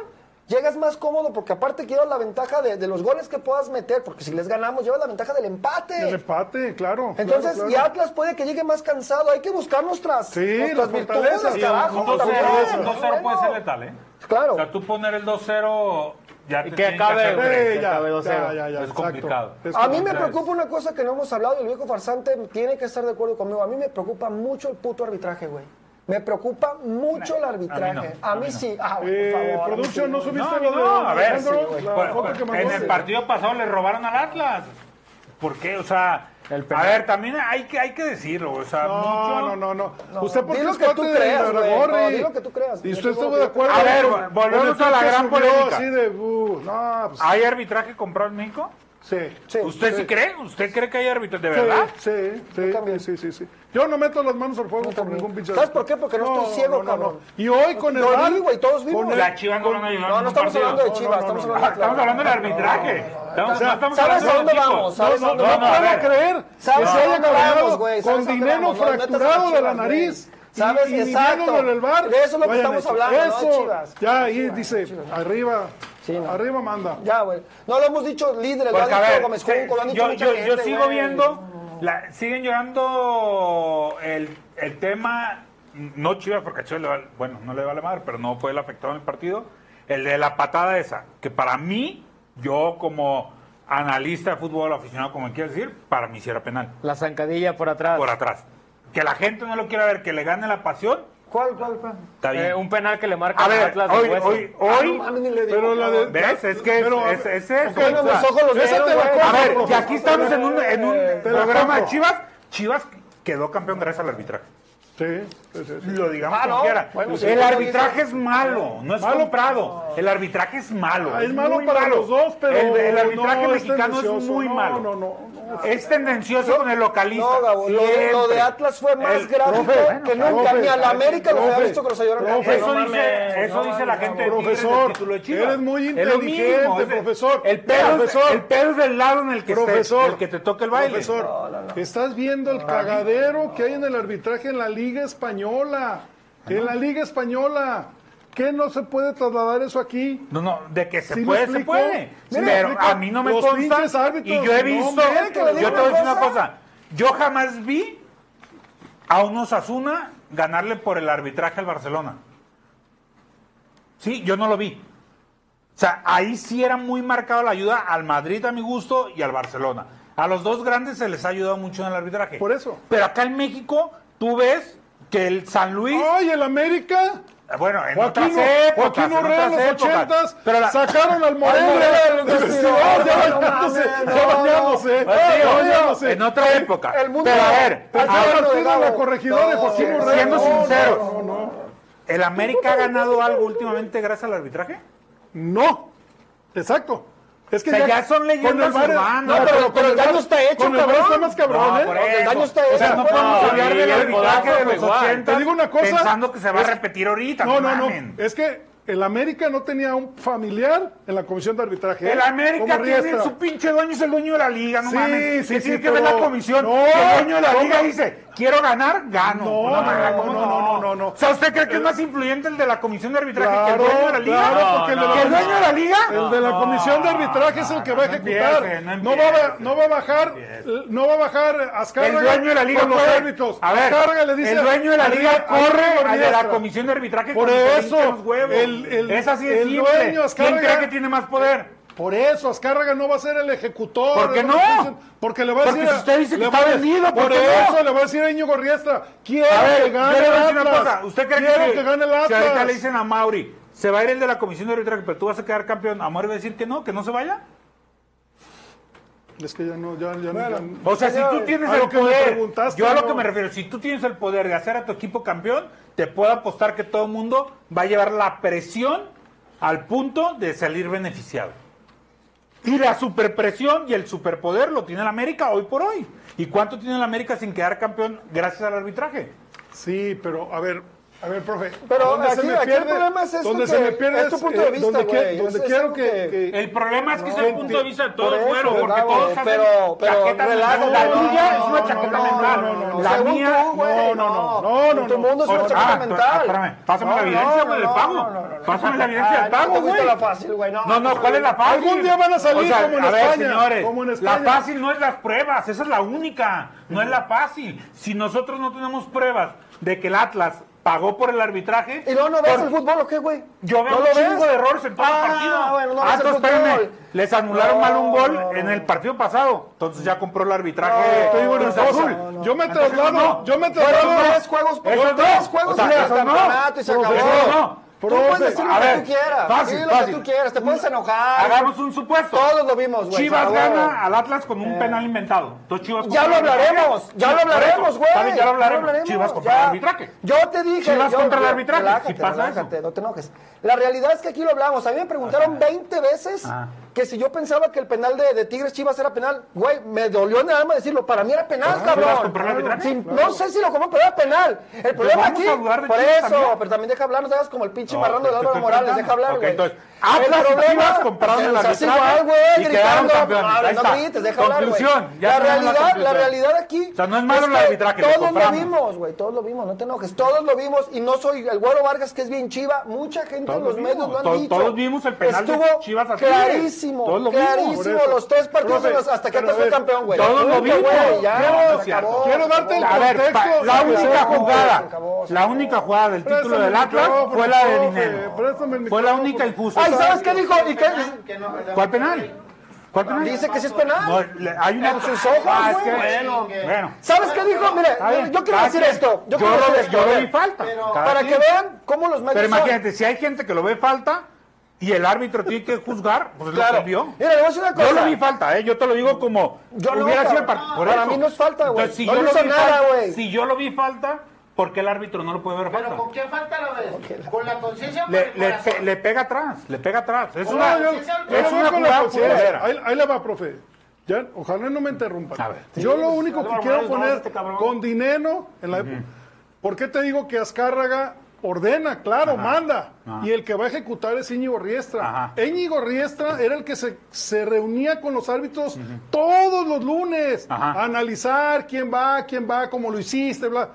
Speaker 2: llegas más cómodo, porque aparte quiero la ventaja de, de los goles que puedas meter, porque si les ganamos, llevas la ventaja del empate.
Speaker 3: El empate, claro.
Speaker 2: Entonces,
Speaker 3: claro,
Speaker 2: y
Speaker 3: claro.
Speaker 2: Atlas puede que llegue más cansado. Hay que buscar nuestras,
Speaker 3: Sí,
Speaker 2: nuestras
Speaker 3: las
Speaker 2: virtudes,
Speaker 3: fortalezas. Sí,
Speaker 2: carajo.
Speaker 4: Un 2-0
Speaker 2: también.
Speaker 4: un 2-0 puede ser letal, ¿eh?
Speaker 2: Claro.
Speaker 4: O sea, tú poner el 2-0 ya te
Speaker 5: que
Speaker 4: tienen
Speaker 5: acabe,
Speaker 4: hacer
Speaker 5: güey.
Speaker 4: tres.
Speaker 3: Eh, ya,
Speaker 5: Acabe 2-0.
Speaker 3: ya, ya, ya,
Speaker 4: Es
Speaker 3: exacto.
Speaker 4: complicado.
Speaker 3: Es
Speaker 2: A mí me
Speaker 3: complicado.
Speaker 2: preocupa una cosa que no hemos hablado y el viejo farsante tiene que estar de acuerdo conmigo. A mí me preocupa mucho el puto arbitraje, güey. Me preocupa mucho el arbitraje. A mí,
Speaker 4: no, a mí no.
Speaker 2: sí. Ah, güey, por
Speaker 3: Eh,
Speaker 2: favor. a mí
Speaker 3: producción,
Speaker 2: sí,
Speaker 3: ¿no
Speaker 2: güey.
Speaker 3: subiste
Speaker 4: no,
Speaker 3: lo
Speaker 4: no,
Speaker 3: de
Speaker 4: a ver,
Speaker 3: Alejandro?
Speaker 2: sí, güey.
Speaker 3: La
Speaker 4: Bueno,
Speaker 3: foto que
Speaker 4: en
Speaker 3: mandaste.
Speaker 4: el partido pasado le robaron al Atlas. ¿Por qué? O sea,
Speaker 5: El
Speaker 4: a
Speaker 5: penal.
Speaker 4: ver, también hay que, hay que decirlo. O sea, mucho-
Speaker 3: No, no, no, no. Usted por
Speaker 2: di
Speaker 3: qué
Speaker 2: lo
Speaker 3: es
Speaker 2: que tú
Speaker 3: parte de
Speaker 2: creas, güey.
Speaker 3: Iragorri?
Speaker 2: No, di lo que tú creas.
Speaker 3: Y
Speaker 2: Yo
Speaker 3: usted
Speaker 2: digo
Speaker 3: estuvo
Speaker 2: lo
Speaker 3: de
Speaker 2: que tú
Speaker 3: acuerdo.
Speaker 4: creas. A ver,
Speaker 3: con-
Speaker 4: vol- volvemos
Speaker 3: con el
Speaker 4: a la
Speaker 3: que
Speaker 4: gran
Speaker 3: subió
Speaker 4: polémica.
Speaker 3: Así de, uh, no, pues,
Speaker 4: ¿Hay arbitraje comprado en México?
Speaker 3: sí.
Speaker 2: Sí.
Speaker 4: ¿Usted sí, cree? ¿Usted cree que hay arbitraje? ¿De
Speaker 3: Sí,
Speaker 4: verdad?
Speaker 3: Sí,
Speaker 2: Yo también.
Speaker 3: sí, sí, sí, sí. Yo no meto las manos al fuego por
Speaker 2: también.
Speaker 3: ningún pinche.
Speaker 2: ¿Sabes por qué? Porque no estoy ciego, cabrón.
Speaker 3: Y hoy con el
Speaker 2: Lo
Speaker 3: VAR,
Speaker 2: vi, güey, todos vimos.
Speaker 3: con el-
Speaker 4: La Chivas no van a llegar
Speaker 2: No,
Speaker 4: a
Speaker 2: no
Speaker 4: ningún
Speaker 2: estamos
Speaker 4: partido. Ah,
Speaker 2: hablando de
Speaker 3: No,
Speaker 2: Chivas,
Speaker 3: no,
Speaker 2: estamos
Speaker 3: no, no.
Speaker 2: hablando de
Speaker 4: Estamos hablando del arbitraje. Estamos, no estamos
Speaker 2: ¿Sabes
Speaker 4: hablando
Speaker 2: a dónde
Speaker 4: del equipo.
Speaker 2: vamos?
Speaker 3: No,
Speaker 2: ¿Sabes a
Speaker 3: no, no,
Speaker 2: dónde
Speaker 3: no,
Speaker 2: vamos?
Speaker 3: van a creer.
Speaker 2: ¿Sabes a
Speaker 3: que se haya
Speaker 2: dónde vamos,
Speaker 3: ganado
Speaker 2: güey? ¿Sabes
Speaker 3: Con
Speaker 2: a dónde
Speaker 3: dinero
Speaker 2: vamos? No, metas a
Speaker 3: fracturado de la
Speaker 2: Chivas, güey.
Speaker 3: nariz. y-
Speaker 2: ¿Sabes?
Speaker 3: y
Speaker 2: Exacto.
Speaker 3: viniendo del VAR.
Speaker 2: De eso es lo que
Speaker 3: Vayan
Speaker 2: estamos
Speaker 3: eso.
Speaker 2: hablando, ¿no? De
Speaker 3: Eso.
Speaker 2: Chivas.
Speaker 3: Ya ahí dice, arriba,
Speaker 2: Sí, no.
Speaker 3: arriba manda.
Speaker 2: Ya, güey. No lo hemos dicho líderes, lo han
Speaker 4: Porque, a
Speaker 2: dicho
Speaker 4: ver,
Speaker 2: Gómez
Speaker 4: se-
Speaker 2: Junco, lo han dicho
Speaker 4: yo,
Speaker 2: mucha
Speaker 4: yo- yo
Speaker 2: gente,
Speaker 4: sigo
Speaker 2: güey.
Speaker 4: viendo, la- siguen llorando el, el tema no Chivas, porque a Chivas le vale- bueno, no le vale madre, pero no fue el afectado en el partido. El de la patada esa, que para mí, yo como analista de fútbol, aficionado, como quieras decir, para mí sí era penal,
Speaker 5: La zancadilla por atrás.
Speaker 4: por atrás. Que la gente no lo quiera ver, que le gane la pasión,
Speaker 2: ¿Cuál, cuál, cuál?
Speaker 4: está bien.
Speaker 5: Eh, un penal que le marca
Speaker 4: a
Speaker 5: el
Speaker 4: ver,
Speaker 5: Atlas de
Speaker 4: hoy,
Speaker 5: hueso.
Speaker 4: hoy, hoy,
Speaker 2: Ah, no mames, ni le digo,
Speaker 3: Pero la
Speaker 2: cabrón.
Speaker 3: de-
Speaker 4: ¿ves? Es que es,
Speaker 3: Pero,
Speaker 4: es, es eso.
Speaker 2: Bueno,
Speaker 4: o sea,
Speaker 2: mis ojos los
Speaker 3: esa
Speaker 2: vieron,
Speaker 3: te la
Speaker 2: güey.
Speaker 3: compro,
Speaker 4: a ver, y
Speaker 3: ya
Speaker 4: aquí estamos en un, en un
Speaker 3: Te la
Speaker 4: programa de
Speaker 3: compro.
Speaker 4: Chivas. Chivas quedó campeón gracias al arbitraje.
Speaker 3: Sí, sí, sí, sí.
Speaker 4: Lo digamos
Speaker 2: Ah,
Speaker 4: como
Speaker 2: no.
Speaker 4: quiera.
Speaker 2: Bueno, sí,
Speaker 4: el
Speaker 2: lo
Speaker 4: arbitraje
Speaker 2: dices.
Speaker 4: es malo, no es
Speaker 3: Malo.
Speaker 4: comprado. El arbitraje es malo.
Speaker 3: Ah, Es malo
Speaker 4: muy
Speaker 3: para los dos, pero
Speaker 4: El, el arbitraje
Speaker 3: no, es
Speaker 4: mexicano es,
Speaker 3: tendencioso.
Speaker 4: muy
Speaker 3: No,
Speaker 4: malo.
Speaker 3: No, no, no.
Speaker 4: Es tendencioso con el localista.
Speaker 2: No, Gabo, lo, de- lo
Speaker 4: siempre.
Speaker 2: de Atlas fue más
Speaker 4: El-
Speaker 2: gráfico
Speaker 4: Profe, bueno,
Speaker 2: que nunca.
Speaker 3: profe,
Speaker 2: ni a la América los había
Speaker 3: profe,
Speaker 2: visto que los ayudaron.
Speaker 3: profe,
Speaker 4: Eso
Speaker 3: No
Speaker 4: dice, eso dice la gente de Tigres del
Speaker 3: Profesor,
Speaker 4: título de Chivas.
Speaker 3: eres muy
Speaker 4: Es lo mismo,
Speaker 3: inteligente,
Speaker 4: es-
Speaker 3: profesor.
Speaker 4: El pedo, es,
Speaker 3: Profesor.
Speaker 4: el pedo es del lado en el que estés,
Speaker 3: Profesor.
Speaker 4: el que te toca el baile.
Speaker 3: Profesor, estás viendo el cagadero que hay en el arbitraje en la Liga Española.
Speaker 4: Ah,
Speaker 3: En la Liga Española. ¿Qué no se puede trasladar eso aquí?
Speaker 4: No, no, de que se
Speaker 3: ¿Sí me
Speaker 4: puede, se
Speaker 3: explico?
Speaker 4: puede.
Speaker 3: ¿Sí me
Speaker 4: pero
Speaker 3: explico?
Speaker 4: a mí no me
Speaker 3: Los pinches
Speaker 4: consta.
Speaker 3: árbitros,
Speaker 4: Y yo he
Speaker 3: no,
Speaker 4: visto.
Speaker 3: hombre, que le digo
Speaker 4: yo te voy a
Speaker 2: una
Speaker 4: decir una
Speaker 2: cosa.
Speaker 4: cosa. Yo jamás vi a un Osasuna ganarle por el arbitraje al Barcelona. Sí, yo no lo vi. O sea, ahí sí era muy marcado la ayuda al Madrid a mi gusto y al Barcelona. A los dos grandes se les ha ayudado mucho en el arbitraje.
Speaker 3: Por eso.
Speaker 4: Pero acá en México tú ves que el San Luis
Speaker 3: ¡Ay, el América!
Speaker 4: bueno, en
Speaker 3: Oh, Joaquín,
Speaker 4: otras épocas,
Speaker 3: Joaquín
Speaker 4: en
Speaker 3: Urrea en los
Speaker 4: otras épocas.
Speaker 3: ochentas
Speaker 4: Pero la-
Speaker 3: sacaron al Morelia.
Speaker 2: Morelia,
Speaker 3: del vestidor,
Speaker 2: no,
Speaker 3: Ya
Speaker 2: no
Speaker 3: bañándose,
Speaker 2: mames,
Speaker 3: ya
Speaker 2: no, no.
Speaker 3: bañándose,
Speaker 4: Pues
Speaker 3: ya
Speaker 4: digo,
Speaker 3: bañándose.
Speaker 4: en otra época.
Speaker 2: el mundo-
Speaker 4: pero a ver,
Speaker 2: Pero
Speaker 4: ahora,
Speaker 2: bueno,
Speaker 3: partido de
Speaker 2: Gabo.
Speaker 3: la corregidora de Joaquín
Speaker 4: si-
Speaker 3: Urrea.
Speaker 4: siendo
Speaker 3: No,
Speaker 4: sinceros,
Speaker 3: no, no, no.
Speaker 4: ¿el América ha ganado algo últimamente gracias al arbitraje?
Speaker 3: No, exacto. Es que
Speaker 4: O sea, ya son
Speaker 3: con
Speaker 4: leyendas
Speaker 3: el VAR-
Speaker 4: urbanas.
Speaker 3: No, pero, con el daño está hecho, con El VAR está más cabrón, ¿eh?
Speaker 4: por
Speaker 2: el
Speaker 4: eso.
Speaker 2: daño está
Speaker 4: O sea,
Speaker 2: hecho,
Speaker 4: no
Speaker 2: pues.
Speaker 4: podemos
Speaker 2: No,
Speaker 4: hablar
Speaker 5: y
Speaker 4: del
Speaker 5: el
Speaker 4: arbitraje
Speaker 5: codazo
Speaker 4: de
Speaker 5: fue
Speaker 4: los
Speaker 5: igual.
Speaker 4: 80
Speaker 3: Te digo una cosa,
Speaker 4: pensando que se va a
Speaker 3: es-
Speaker 4: repetir ahorita.
Speaker 3: No, no, no.
Speaker 4: mamen.
Speaker 3: Es que el América no tenía un familiar en la comisión de arbitraje. ¿eh?
Speaker 4: El América
Speaker 3: Como
Speaker 4: tiene
Speaker 3: Riestra.
Speaker 4: su pinche dueño, es el dueño de la liga, no
Speaker 3: Sí,
Speaker 4: mames.
Speaker 3: sí,
Speaker 4: que
Speaker 3: sí,
Speaker 4: tiene que
Speaker 3: pero-
Speaker 4: ver la comisión.
Speaker 3: No,
Speaker 4: Que el dueño de la
Speaker 3: ¿cómo?
Speaker 4: liga dice, quiero ganar, gano.
Speaker 3: No,
Speaker 4: Pues mames,
Speaker 3: no,
Speaker 4: ¿cómo
Speaker 3: no, no, no, no.
Speaker 4: O sea, ¿usted cree que es más influyente el de la comisión de arbitraje que el
Speaker 3: Claro,
Speaker 4: dueño de la liga?
Speaker 3: claro, porque el de la-
Speaker 4: ¿Que el dueño de la liga?
Speaker 3: El de la comisión de arbitraje es el que va a
Speaker 4: no
Speaker 3: ejecutar.
Speaker 4: empiece, no
Speaker 3: no, va, a,
Speaker 4: empiece,
Speaker 3: no va a bajar, no va a bajar Azcárraga
Speaker 4: el dueño de la liga
Speaker 3: con los
Speaker 4: puede-
Speaker 3: árbitros.
Speaker 4: A ver,
Speaker 3: Azcárraga le dice
Speaker 4: el dueño de la
Speaker 3: a-
Speaker 4: liga
Speaker 3: a- a-
Speaker 4: corre
Speaker 3: a-
Speaker 4: al de la
Speaker 3: Riestra.
Speaker 4: comisión de arbitraje
Speaker 3: Por
Speaker 4: cuando se
Speaker 3: eso,
Speaker 4: hincha los huevos.
Speaker 3: el- el-
Speaker 4: es así de
Speaker 3: el
Speaker 4: simple.
Speaker 3: dueño
Speaker 4: ¿Quién
Speaker 3: Azcárraga-
Speaker 4: cree que tiene más poder?
Speaker 3: Por eso, Azcárraga no va a ser el ejecutor.
Speaker 4: ¿Por qué
Speaker 3: de la
Speaker 4: no?
Speaker 3: comisión, Porque le va a
Speaker 4: Porque
Speaker 3: decir. a-
Speaker 4: si usted dice que
Speaker 3: le
Speaker 4: está
Speaker 3: va a-
Speaker 4: vendido, ¿por
Speaker 3: por
Speaker 4: qué no?
Speaker 3: eso le va a decir a Íñigo Riestra. Quiero
Speaker 4: A ver,
Speaker 3: que gane
Speaker 4: yo le
Speaker 3: el
Speaker 4: voy a decir una
Speaker 3: Atlas.
Speaker 4: cosa. ¿Usted cree
Speaker 3: Quiero
Speaker 4: que,
Speaker 3: que gane el Atlas.
Speaker 4: si ahorita le dicen a Mauri, se va a ir el de la comisión de arbitraje, pero tú vas a quedar campeón, ¿a Mauri va a decir que no, que no se vaya?
Speaker 3: Es que ya no, ya, ya,
Speaker 2: Bueno,
Speaker 3: ya-
Speaker 4: O sea, si tú tienes
Speaker 3: a
Speaker 4: el
Speaker 3: lo que me
Speaker 4: poder,
Speaker 3: preguntaste,
Speaker 4: yo a lo
Speaker 3: no.
Speaker 4: que me refiero, si tú tienes el poder de hacer a tu equipo campeón, te puedo apostar que todo el mundo va a llevar la presión al punto de salir beneficiado. Y la superpresión y el superpoder lo tiene el América hoy por hoy. ¿Y cuánto tiene el América sin quedar campeón gracias al arbitraje?
Speaker 3: Sí, pero, a ver, a ver, profe.
Speaker 2: Pero
Speaker 3: donde
Speaker 2: aquí- aquí el problema es esto
Speaker 3: donde
Speaker 2: que
Speaker 3: se me pierde
Speaker 2: es tu punto de vista,
Speaker 3: donde,
Speaker 2: güey.
Speaker 3: quie- donde
Speaker 2: Es- es
Speaker 3: quiero
Speaker 2: algo
Speaker 3: que,
Speaker 2: que-
Speaker 3: que-
Speaker 8: El problema es que es el punto de vista de
Speaker 2: Por
Speaker 8: todos,
Speaker 2: eso,
Speaker 8: güero,
Speaker 3: pues,
Speaker 8: porque
Speaker 2: Gabo,
Speaker 8: todos hacen
Speaker 2: pero- pero
Speaker 8: chaquetas
Speaker 2: relaja-
Speaker 8: mentales.
Speaker 4: La
Speaker 3: no,
Speaker 4: tuya es
Speaker 3: no,
Speaker 4: una
Speaker 3: no,
Speaker 4: chaqueta
Speaker 3: no,
Speaker 4: mental.
Speaker 3: no, no, no.
Speaker 4: la
Speaker 2: Según
Speaker 4: mía.
Speaker 2: tú, güey,
Speaker 3: no, no, no,
Speaker 2: Tu
Speaker 3: no, no.
Speaker 2: mundo es una
Speaker 3: Ah,
Speaker 2: chaqueta
Speaker 4: Ah,
Speaker 2: mental.
Speaker 4: espérame, pásame la evidencia, güey, le pago. Pásame la evidencia,
Speaker 2: Ah,
Speaker 4: del
Speaker 2: no
Speaker 4: pago,
Speaker 2: te fuiste
Speaker 4: güey.
Speaker 2: la fácil, güey. No,
Speaker 4: No, no, ¿cuál es la fácil?
Speaker 3: Algún día van a salir como en
Speaker 4: a ver,
Speaker 3: España,
Speaker 4: señores,
Speaker 3: como en España.
Speaker 4: La fácil no es las pruebas, esa es la única, no es la fácil. Si nosotros no tenemos pruebas de que el Atlas pagó por el arbitraje,
Speaker 2: ¿Y luego no ves
Speaker 4: por-
Speaker 2: el fútbol o qué, güey?
Speaker 4: yo veo
Speaker 2: ¿No
Speaker 4: un
Speaker 2: lo
Speaker 4: chingo
Speaker 2: ves?
Speaker 4: de errores en todo
Speaker 2: Ah,
Speaker 4: el partido.
Speaker 2: bueno, no
Speaker 4: Ah,
Speaker 2: ves el
Speaker 4: entonces, espérenme,
Speaker 2: fútbol.
Speaker 4: les anularon
Speaker 2: No,
Speaker 4: mal un gol
Speaker 2: no, no.
Speaker 4: en el partido pasado, entonces ya compró el arbitraje.
Speaker 3: te digo una
Speaker 4: Cruz
Speaker 3: cosa,
Speaker 4: eh, Azul.
Speaker 3: yo me traslado, yo me
Speaker 2: Fueron
Speaker 3: traslado.
Speaker 2: tres juegos,
Speaker 4: Eso
Speaker 2: fueron
Speaker 4: no.
Speaker 2: tres juegos
Speaker 4: O sea,
Speaker 2: en el
Speaker 4: eso no.
Speaker 2: campeonato y se acabó.
Speaker 4: Profe, eso no.
Speaker 2: Tú
Speaker 3: Profe,
Speaker 2: puedes decir
Speaker 4: a
Speaker 2: lo que
Speaker 4: ver,
Speaker 2: tú quieras.
Speaker 4: fácil,
Speaker 2: sí, lo que
Speaker 4: fácil.
Speaker 2: tú quieras. Te puedes enojar.
Speaker 4: Hagamos un supuesto.
Speaker 2: Todos lo vimos, güey,
Speaker 4: Chivas
Speaker 2: se acabó.
Speaker 4: gana al Atlas con un penal inventado. Entonces Chivas
Speaker 2: Ya
Speaker 4: compra
Speaker 2: lo
Speaker 4: el arbitraje.
Speaker 2: hablaremos, ya lo
Speaker 4: Por eso,
Speaker 2: hablaremos, güey.
Speaker 4: está bien, Ya lo hablaremos. Chivas
Speaker 2: hablaremos,
Speaker 4: contra el
Speaker 2: ya.
Speaker 4: arbitraje.
Speaker 2: Yo te dije.
Speaker 4: Chivas
Speaker 2: yo-
Speaker 4: contra el
Speaker 2: yo-
Speaker 4: arbitraje,
Speaker 2: Relájate,
Speaker 4: si pasa
Speaker 2: relájate,
Speaker 4: eso.
Speaker 2: no te enojes. La realidad es que aquí lo hablamos. A mí me preguntaron 20 veces
Speaker 4: Ajá.
Speaker 2: que si yo pensaba que el penal de, de Tigres Chivas era penal. Güey, me dolió en el alma decirlo. Para mí era penal,
Speaker 4: Ah, Chivas
Speaker 2: cabrón.
Speaker 4: compró el arbitraje,
Speaker 2: Sí, No sé si lo compró, pero era penal. El problema
Speaker 4: vamos
Speaker 2: aquí.
Speaker 4: a dudar de
Speaker 2: Por
Speaker 4: Chivas
Speaker 2: eso,
Speaker 4: también.
Speaker 2: pero también deja hablar, no te hagas como el pinche
Speaker 4: No,
Speaker 2: marrando
Speaker 4: te-
Speaker 2: de
Speaker 4: te
Speaker 2: Álvaro
Speaker 4: estoy
Speaker 2: Morales.
Speaker 4: preguntando.
Speaker 2: Deja hablar,
Speaker 4: Ok,
Speaker 2: güey. Ah,
Speaker 4: entonces, ah, pues, Atlas y Chivas compraron el
Speaker 2: Estás
Speaker 4: arbitraje
Speaker 2: igual, güey,
Speaker 4: y quedaron
Speaker 2: gritando.
Speaker 4: campeones.
Speaker 2: No,
Speaker 4: Ahí
Speaker 2: no
Speaker 4: está.
Speaker 2: grites, deja hablar, güey.
Speaker 4: Conclusión, ya
Speaker 2: La
Speaker 4: tenemos la
Speaker 2: realidad, la
Speaker 4: conclusión.
Speaker 2: realidad aquí.
Speaker 4: O sea, no es malo el
Speaker 2: que
Speaker 4: arbitraje, lo
Speaker 2: Todos lo
Speaker 4: compramos.
Speaker 2: vimos, güey, todos lo vimos, no te enojes. Todos lo vimos y no soy el Güero Vargas, que es bien chiva. Mucha gente
Speaker 4: Todos
Speaker 2: en los
Speaker 4: lo
Speaker 2: medios lo
Speaker 4: vimos,
Speaker 2: han
Speaker 4: todos-
Speaker 2: dicho.
Speaker 4: todos vimos el penal de
Speaker 2: Estuvo
Speaker 4: Chivas a Tigres.
Speaker 2: clarísimo,
Speaker 4: Todos lo vimos, por
Speaker 2: clarísimo
Speaker 4: eso.
Speaker 2: los tres partidos
Speaker 4: Profe,
Speaker 2: los- hasta que
Speaker 4: pero
Speaker 2: Atlas
Speaker 4: a
Speaker 2: fue
Speaker 4: ver,
Speaker 2: campeón, güey.
Speaker 4: todos lo
Speaker 2: Punto,
Speaker 4: vimos.
Speaker 2: güey, ya,
Speaker 4: No, no es
Speaker 2: se acabó,
Speaker 4: cierto.
Speaker 2: se
Speaker 4: Quiero
Speaker 2: acabó.
Speaker 4: darte el A ver, pa-
Speaker 2: contexto,
Speaker 4: la
Speaker 2: se
Speaker 4: única
Speaker 2: acabó,
Speaker 4: jugada,
Speaker 2: se acabó, se
Speaker 4: la
Speaker 2: acabó.
Speaker 4: única jugada del título
Speaker 3: Préstame
Speaker 4: del
Speaker 3: el
Speaker 4: Atlas
Speaker 3: micrófono,
Speaker 4: fue la de
Speaker 3: profe,
Speaker 4: dinero.
Speaker 3: préstame el
Speaker 4: Fue la
Speaker 3: micrófono.
Speaker 4: única injusta.
Speaker 2: Ay, ¿sabes qué dijo? ¿Y qué?
Speaker 6: Que no,
Speaker 4: ¿Cuál penal? ¿Cuál penal?
Speaker 2: Dice que sí es
Speaker 4: No,
Speaker 2: penal.
Speaker 4: le- hay una
Speaker 2: En sus ojos,
Speaker 4: Ah, es
Speaker 2: güey.
Speaker 4: que-
Speaker 6: Bueno.
Speaker 4: bueno.
Speaker 2: ¿Sabes qué dijo?
Speaker 4: Está
Speaker 2: Mire,
Speaker 4: bien,
Speaker 2: yo- yo quiero
Speaker 4: cada
Speaker 2: decir
Speaker 4: quien.
Speaker 2: esto. Yo quiero
Speaker 4: lo
Speaker 2: decir
Speaker 4: ve-
Speaker 2: esto.
Speaker 4: yo
Speaker 2: a
Speaker 4: lo
Speaker 2: ver.
Speaker 4: vi falta.
Speaker 6: Pero-
Speaker 4: Cada
Speaker 2: Para
Speaker 4: quien.
Speaker 2: que vean cómo los medios
Speaker 4: Pero
Speaker 2: son.
Speaker 4: imagínate, si hay gente que lo ve falta y el árbitro tiene que juzgar, pues lo
Speaker 2: Claro.
Speaker 4: que vio.
Speaker 2: Mira, le voy a decir una cosa. Mm.
Speaker 4: Yo lo vi falta, ¿eh? Yo te lo digo como
Speaker 2: Yo no,
Speaker 4: hubiera sido el
Speaker 2: cabrón.
Speaker 4: partido. Por
Speaker 2: Para
Speaker 4: eso.
Speaker 2: mí no es falta, güey.
Speaker 4: Entonces, si
Speaker 2: No
Speaker 4: yo
Speaker 2: le
Speaker 4: lo
Speaker 2: hizo
Speaker 4: vi
Speaker 2: nada,
Speaker 4: falta-
Speaker 2: güey.
Speaker 9: Si yo lo vi falta, ¿por qué el árbitro no lo puede ver
Speaker 6: Pero
Speaker 9: falta?
Speaker 6: ¿con qué falta lo ves? ¿Con la conciencia o con
Speaker 4: Le,
Speaker 6: el
Speaker 4: le,
Speaker 6: corazón?
Speaker 4: pe- le pega atrás, le pega atrás. Es
Speaker 6: No,
Speaker 4: una,
Speaker 6: yo- yo
Speaker 4: es
Speaker 6: voy
Speaker 3: con
Speaker 4: una
Speaker 3: la
Speaker 4: jugada
Speaker 3: conciencia.
Speaker 4: futbolera.
Speaker 3: Ahí, ahí le va, profe. Ya, ojalá no me interrumpan.
Speaker 4: A ver.
Speaker 3: Yo lo único que
Speaker 9: Álvaro
Speaker 3: quiero
Speaker 9: Morales, no,
Speaker 3: poner
Speaker 9: este cabrón.
Speaker 3: con dinero en la época. ¿Por qué te digo que Azcárraga ordena, claro, manda? Y el que va a ejecutar es Íñigo Riestra.
Speaker 4: Ajá.
Speaker 3: Íñigo Riestra era el que se, se reunía con los árbitros todos los lunes
Speaker 4: Ajá.
Speaker 3: a analizar quién va, quién va, cómo lo hiciste, bla.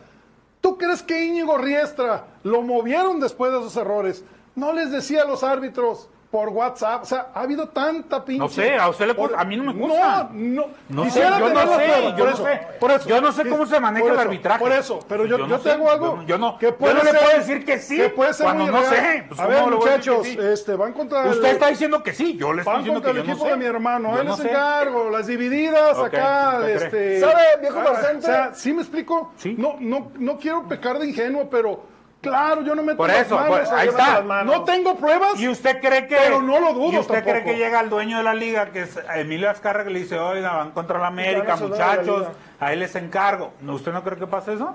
Speaker 3: ¿Tú crees que Íñigo Riestra lo movieron después de esos errores? No les decía a los árbitros por WhatsApp. O sea, ha habido tanta pinche.
Speaker 4: No sé, a usted le
Speaker 3: Por-
Speaker 4: gusta, a mí no me gusta.
Speaker 3: No, no.
Speaker 4: No
Speaker 3: Quisiera
Speaker 4: sé, yo
Speaker 3: tener
Speaker 4: no
Speaker 3: la
Speaker 4: sé,
Speaker 3: prueba,
Speaker 4: yo
Speaker 3: por
Speaker 4: no
Speaker 3: eso,
Speaker 4: sé.
Speaker 3: por eso.
Speaker 4: Yo no sé cómo se maneja
Speaker 3: Por
Speaker 4: el
Speaker 3: eso,
Speaker 4: arbitraje.
Speaker 3: Por eso, pero yo,
Speaker 4: Yo
Speaker 3: yo,
Speaker 4: no
Speaker 3: te
Speaker 4: sé,
Speaker 3: hago algo.
Speaker 4: yo no- yo no-
Speaker 3: que
Speaker 4: yo
Speaker 3: puede
Speaker 4: no le
Speaker 3: ser-
Speaker 4: puedo decir que sí,
Speaker 3: Que puede ser
Speaker 4: cuando
Speaker 3: muy
Speaker 4: no
Speaker 3: irreal.
Speaker 4: sé, pues,
Speaker 3: a
Speaker 4: ¿cómo
Speaker 3: ver,
Speaker 4: le voy a decir que
Speaker 3: muchachos,
Speaker 4: sí?
Speaker 3: este, van contra el-
Speaker 4: Usted está diciendo que sí, yo le estoy
Speaker 3: Van
Speaker 4: diciendo
Speaker 3: contra
Speaker 4: que
Speaker 3: el
Speaker 4: yo no
Speaker 3: equipo
Speaker 4: sé.
Speaker 3: de mi hermano,
Speaker 4: Yo
Speaker 3: él
Speaker 4: no
Speaker 3: les
Speaker 4: sé.
Speaker 3: encargo, las divididas
Speaker 4: Ok,
Speaker 3: acá,
Speaker 4: ¿usted cree?
Speaker 3: este...
Speaker 2: ¿Sabe, viejo
Speaker 3: Ah,
Speaker 2: farsante?
Speaker 3: O sea, ¿sí me explico?
Speaker 4: Sí.
Speaker 3: No, no, no quiero pecar de ingenuo, pero claro, yo no meto
Speaker 4: Por
Speaker 3: las
Speaker 4: eso,
Speaker 3: manos,
Speaker 4: por-
Speaker 3: yo
Speaker 4: ahí
Speaker 3: meto
Speaker 4: está.
Speaker 3: las manos. No tengo pruebas.
Speaker 4: ¿Y usted cree que.?
Speaker 3: Pero no lo dudo
Speaker 4: ¿Y usted cree
Speaker 3: tampoco.
Speaker 4: que llega el dueño de la liga, que es Emilio Azcárraga, y le dice, oiga, van contra la América,
Speaker 3: soy dueño de la
Speaker 4: muchachos,
Speaker 3: liga.
Speaker 4: ahí les encargo? ¿No- ¿Usted no cree que pase eso?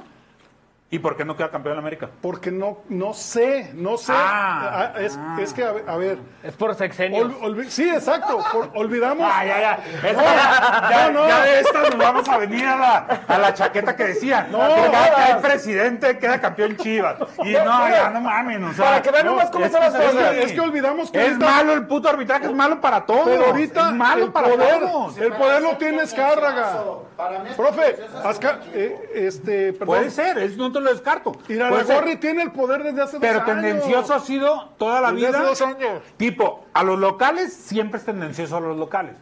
Speaker 4: ¿Y por qué no queda campeón de la América?
Speaker 3: Porque no, no sé, no sé.
Speaker 4: Ah.
Speaker 3: Ah, es, es que, a ver, a ver,
Speaker 5: Es por sexenio.
Speaker 3: ol- olvi- sí, exacto, por- olvidamos.
Speaker 4: Ah, ya, ya. Esa- ya, ya,
Speaker 3: no.
Speaker 4: de esta nos vamos a venir a la, a la chaqueta que decía. No, cada que hay presidente queda campeón Chivas. Y no, ya no mamen. O sea,
Speaker 2: Para que vean
Speaker 4: no,
Speaker 2: nomás cómo
Speaker 4: es
Speaker 2: son
Speaker 4: que
Speaker 2: las
Speaker 4: es
Speaker 2: cosas.
Speaker 4: así.
Speaker 3: Es que olvidamos que
Speaker 4: Es
Speaker 3: ahorita-
Speaker 4: malo el puto arbitraje, es malo para todos.
Speaker 3: Pero ahorita
Speaker 4: es malo
Speaker 3: el
Speaker 4: para
Speaker 3: poder,
Speaker 4: todos.
Speaker 3: el poder lo tiene Azcárraga.
Speaker 6: Para mí es
Speaker 3: Profe,
Speaker 6: pretencioso, es
Speaker 3: Azca-
Speaker 6: un equipo.
Speaker 3: eh, este, perdón.
Speaker 4: Puede ser, es- no te lo descarto. Puede ser.
Speaker 3: Iraragorri tiene el poder desde hace
Speaker 4: Pero
Speaker 3: dos años.
Speaker 4: tendencioso ha sido toda la
Speaker 3: Desde
Speaker 4: vida.
Speaker 3: hace dos años.
Speaker 4: Tipo, a los locales siempre es tendencioso a los locales.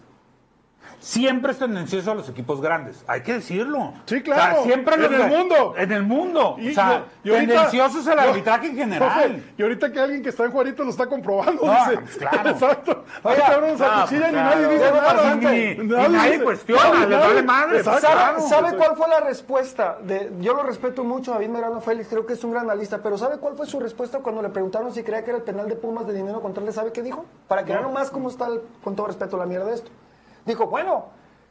Speaker 4: Siempre es tendencioso a los equipos grandes. Hay que decirlo.
Speaker 3: Sí, claro.
Speaker 4: siempre
Speaker 3: En
Speaker 4: los-
Speaker 3: el mundo.
Speaker 4: En el mundo.
Speaker 3: Y-
Speaker 4: o sea,
Speaker 3: y- y ahorita-
Speaker 4: tendencioso es el
Speaker 3: yo-
Speaker 4: arbitraje en general.
Speaker 3: Profe, y ahorita que alguien que está en Juarito lo está comprobando,
Speaker 4: No,
Speaker 3: dice.
Speaker 4: pues, claro.
Speaker 3: Exacto. Ahí cabrón
Speaker 4: pues
Speaker 3: se acuchillan y nadie dice
Speaker 2: Luego,
Speaker 3: nada.
Speaker 4: Ni- ni nadie
Speaker 3: dice-
Speaker 4: cuestiona, les vale madre,
Speaker 3: Exacto.
Speaker 4: pues,
Speaker 2: ¿Sabe,
Speaker 4: claro.
Speaker 2: sabe cuál fue la respuesta? de- yo lo respeto mucho a David Merano Félix, creo que es un gran analista, pero ¿sabe cuál fue su respuesta cuando le preguntaron si creía que era el penal de Pumas de dinero contra él? ¿Sabe qué dijo? Para que vean más cómo está, el- con todo respeto, la mierda de esto. Dijo, bueno,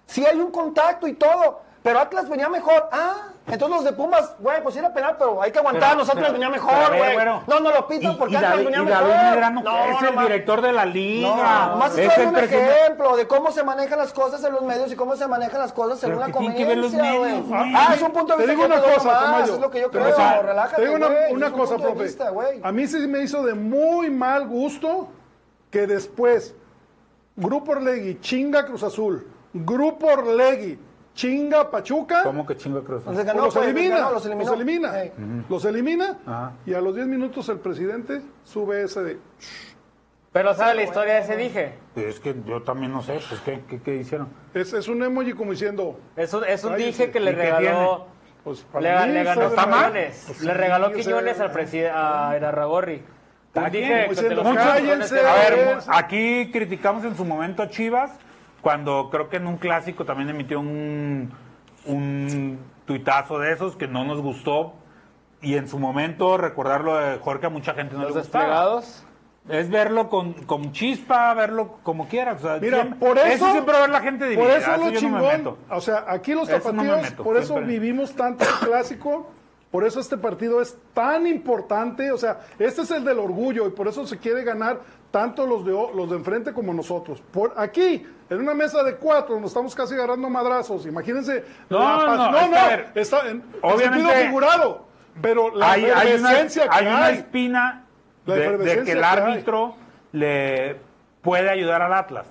Speaker 2: sí hay un contacto y todo, pero Atlas venía mejor. Ah, entonces los de Pumas, güey, pues sí era penal, pero hay que aguantarnos, Atlas venía
Speaker 4: Pero a
Speaker 2: mejor,
Speaker 4: ver,
Speaker 2: güey.
Speaker 4: bueno.
Speaker 2: No, no lo pitan
Speaker 4: Y-
Speaker 2: porque
Speaker 4: y
Speaker 2: Atlas
Speaker 4: David-
Speaker 2: venía
Speaker 4: y
Speaker 2: mejor.
Speaker 4: David Medrano
Speaker 2: No,
Speaker 4: es
Speaker 2: no
Speaker 4: el
Speaker 2: mames.
Speaker 4: director de la
Speaker 2: No,
Speaker 4: liga.
Speaker 2: más
Speaker 4: es
Speaker 2: estoy
Speaker 4: el
Speaker 2: un
Speaker 4: presidente.
Speaker 2: ejemplo de cómo se manejan las cosas en los medios y cómo se manejan las cosas en
Speaker 4: Pero
Speaker 2: una
Speaker 4: que tienen que ver los
Speaker 2: conveniencia, güey.
Speaker 4: medios, güey.
Speaker 2: Ah, es un punto de
Speaker 3: Te
Speaker 2: vista
Speaker 3: digo
Speaker 2: que yo
Speaker 3: una
Speaker 2: doy
Speaker 3: cosa,
Speaker 2: nomás,
Speaker 3: Tamayo.
Speaker 2: es lo que yo
Speaker 3: Te
Speaker 2: creo,
Speaker 3: digo una-
Speaker 2: relájate,
Speaker 3: Te digo una,
Speaker 2: güey,
Speaker 3: una
Speaker 2: es un
Speaker 3: cosa,
Speaker 2: punto de
Speaker 3: profe.
Speaker 2: vista, güey.
Speaker 3: a mí sí me hizo de muy mal gusto que después Grupo Orlegui chinga Cruz Azul, Grupo Orlegui chinga Pachuca,
Speaker 4: ¿Cómo que chingo creo?
Speaker 2: Entonces
Speaker 3: pues
Speaker 2: ganó,
Speaker 3: los,
Speaker 2: pues,
Speaker 3: elimina,
Speaker 2: ganó,
Speaker 3: los elimina,
Speaker 2: eliminó.
Speaker 3: los elimina,
Speaker 2: Ey.
Speaker 4: Ajá.
Speaker 3: y a los 10 minutos el presidente sube ese de...
Speaker 5: Pero ¿sabe la historia de ese dije?
Speaker 4: Es que yo también no sé, pues, ¿qué, qué, qué hicieron?
Speaker 3: Es, es un emoji como diciendo...
Speaker 5: Es un, es un
Speaker 3: Ay,
Speaker 5: dije que le
Speaker 4: ¿y qué
Speaker 5: regaló...
Speaker 3: Pues, para
Speaker 5: Le, le
Speaker 3: mí,
Speaker 5: ganó
Speaker 3: ¿sabe?
Speaker 5: Quiñones.
Speaker 3: Pues,
Speaker 5: le regaló
Speaker 3: sí,
Speaker 5: Quiñones
Speaker 3: ¿sabe?
Speaker 5: al presidente a Irarragorri. Un
Speaker 4: Aquí,
Speaker 5: dije
Speaker 2: Pues
Speaker 3: como
Speaker 5: que te
Speaker 3: diciendo,
Speaker 5: los
Speaker 4: Muchos-
Speaker 3: cállense.
Speaker 4: a ver,
Speaker 3: cállense.
Speaker 4: aquí criticamos en su momento a Chivas, cuando creo que en un clásico también emitió un, un tuitazo de esos que no nos gustó. Y en su momento, recordarlo de Jorge, a mucha gente no
Speaker 5: los
Speaker 4: le gustaba.
Speaker 5: desplegados.
Speaker 4: Es verlo con, con chispa, verlo como quieras. o sea,
Speaker 3: Mira,
Speaker 4: siempre-
Speaker 3: por eso,
Speaker 4: siempre va a ver la gente
Speaker 3: por
Speaker 4: dividida,
Speaker 3: eso lo
Speaker 4: eso yo no me
Speaker 3: chingón,
Speaker 4: meto.
Speaker 3: o sea, aquí los
Speaker 4: Eso no me
Speaker 3: tapatíos,
Speaker 4: meto,
Speaker 3: por eso
Speaker 4: siempre.
Speaker 3: vivimos tanto el clásico, por eso este partido es tan importante, o sea, este es el del orgullo y por eso se quiere ganar tanto los de o- los de enfrente como nosotros. Por aquí, en una mesa de cuatro, nos estamos casi agarrando a madrazos. Imagínense,
Speaker 4: No,
Speaker 3: la pas-
Speaker 4: no,
Speaker 3: no,
Speaker 4: es que a ver,
Speaker 3: está en
Speaker 4: obviamente-
Speaker 3: obviamente figurado, pero la
Speaker 4: hay, hay una,
Speaker 3: efervescencia que
Speaker 4: hay una
Speaker 3: hay.
Speaker 4: espina
Speaker 3: La
Speaker 4: de, de que
Speaker 3: efervescencia
Speaker 4: el
Speaker 3: que hay.
Speaker 4: árbitro le puede ayudar al Atlas.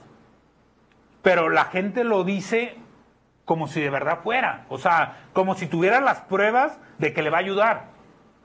Speaker 4: Pero la gente lo dice como si de verdad fuera, o sea, como si tuviera las pruebas de que le va a ayudar.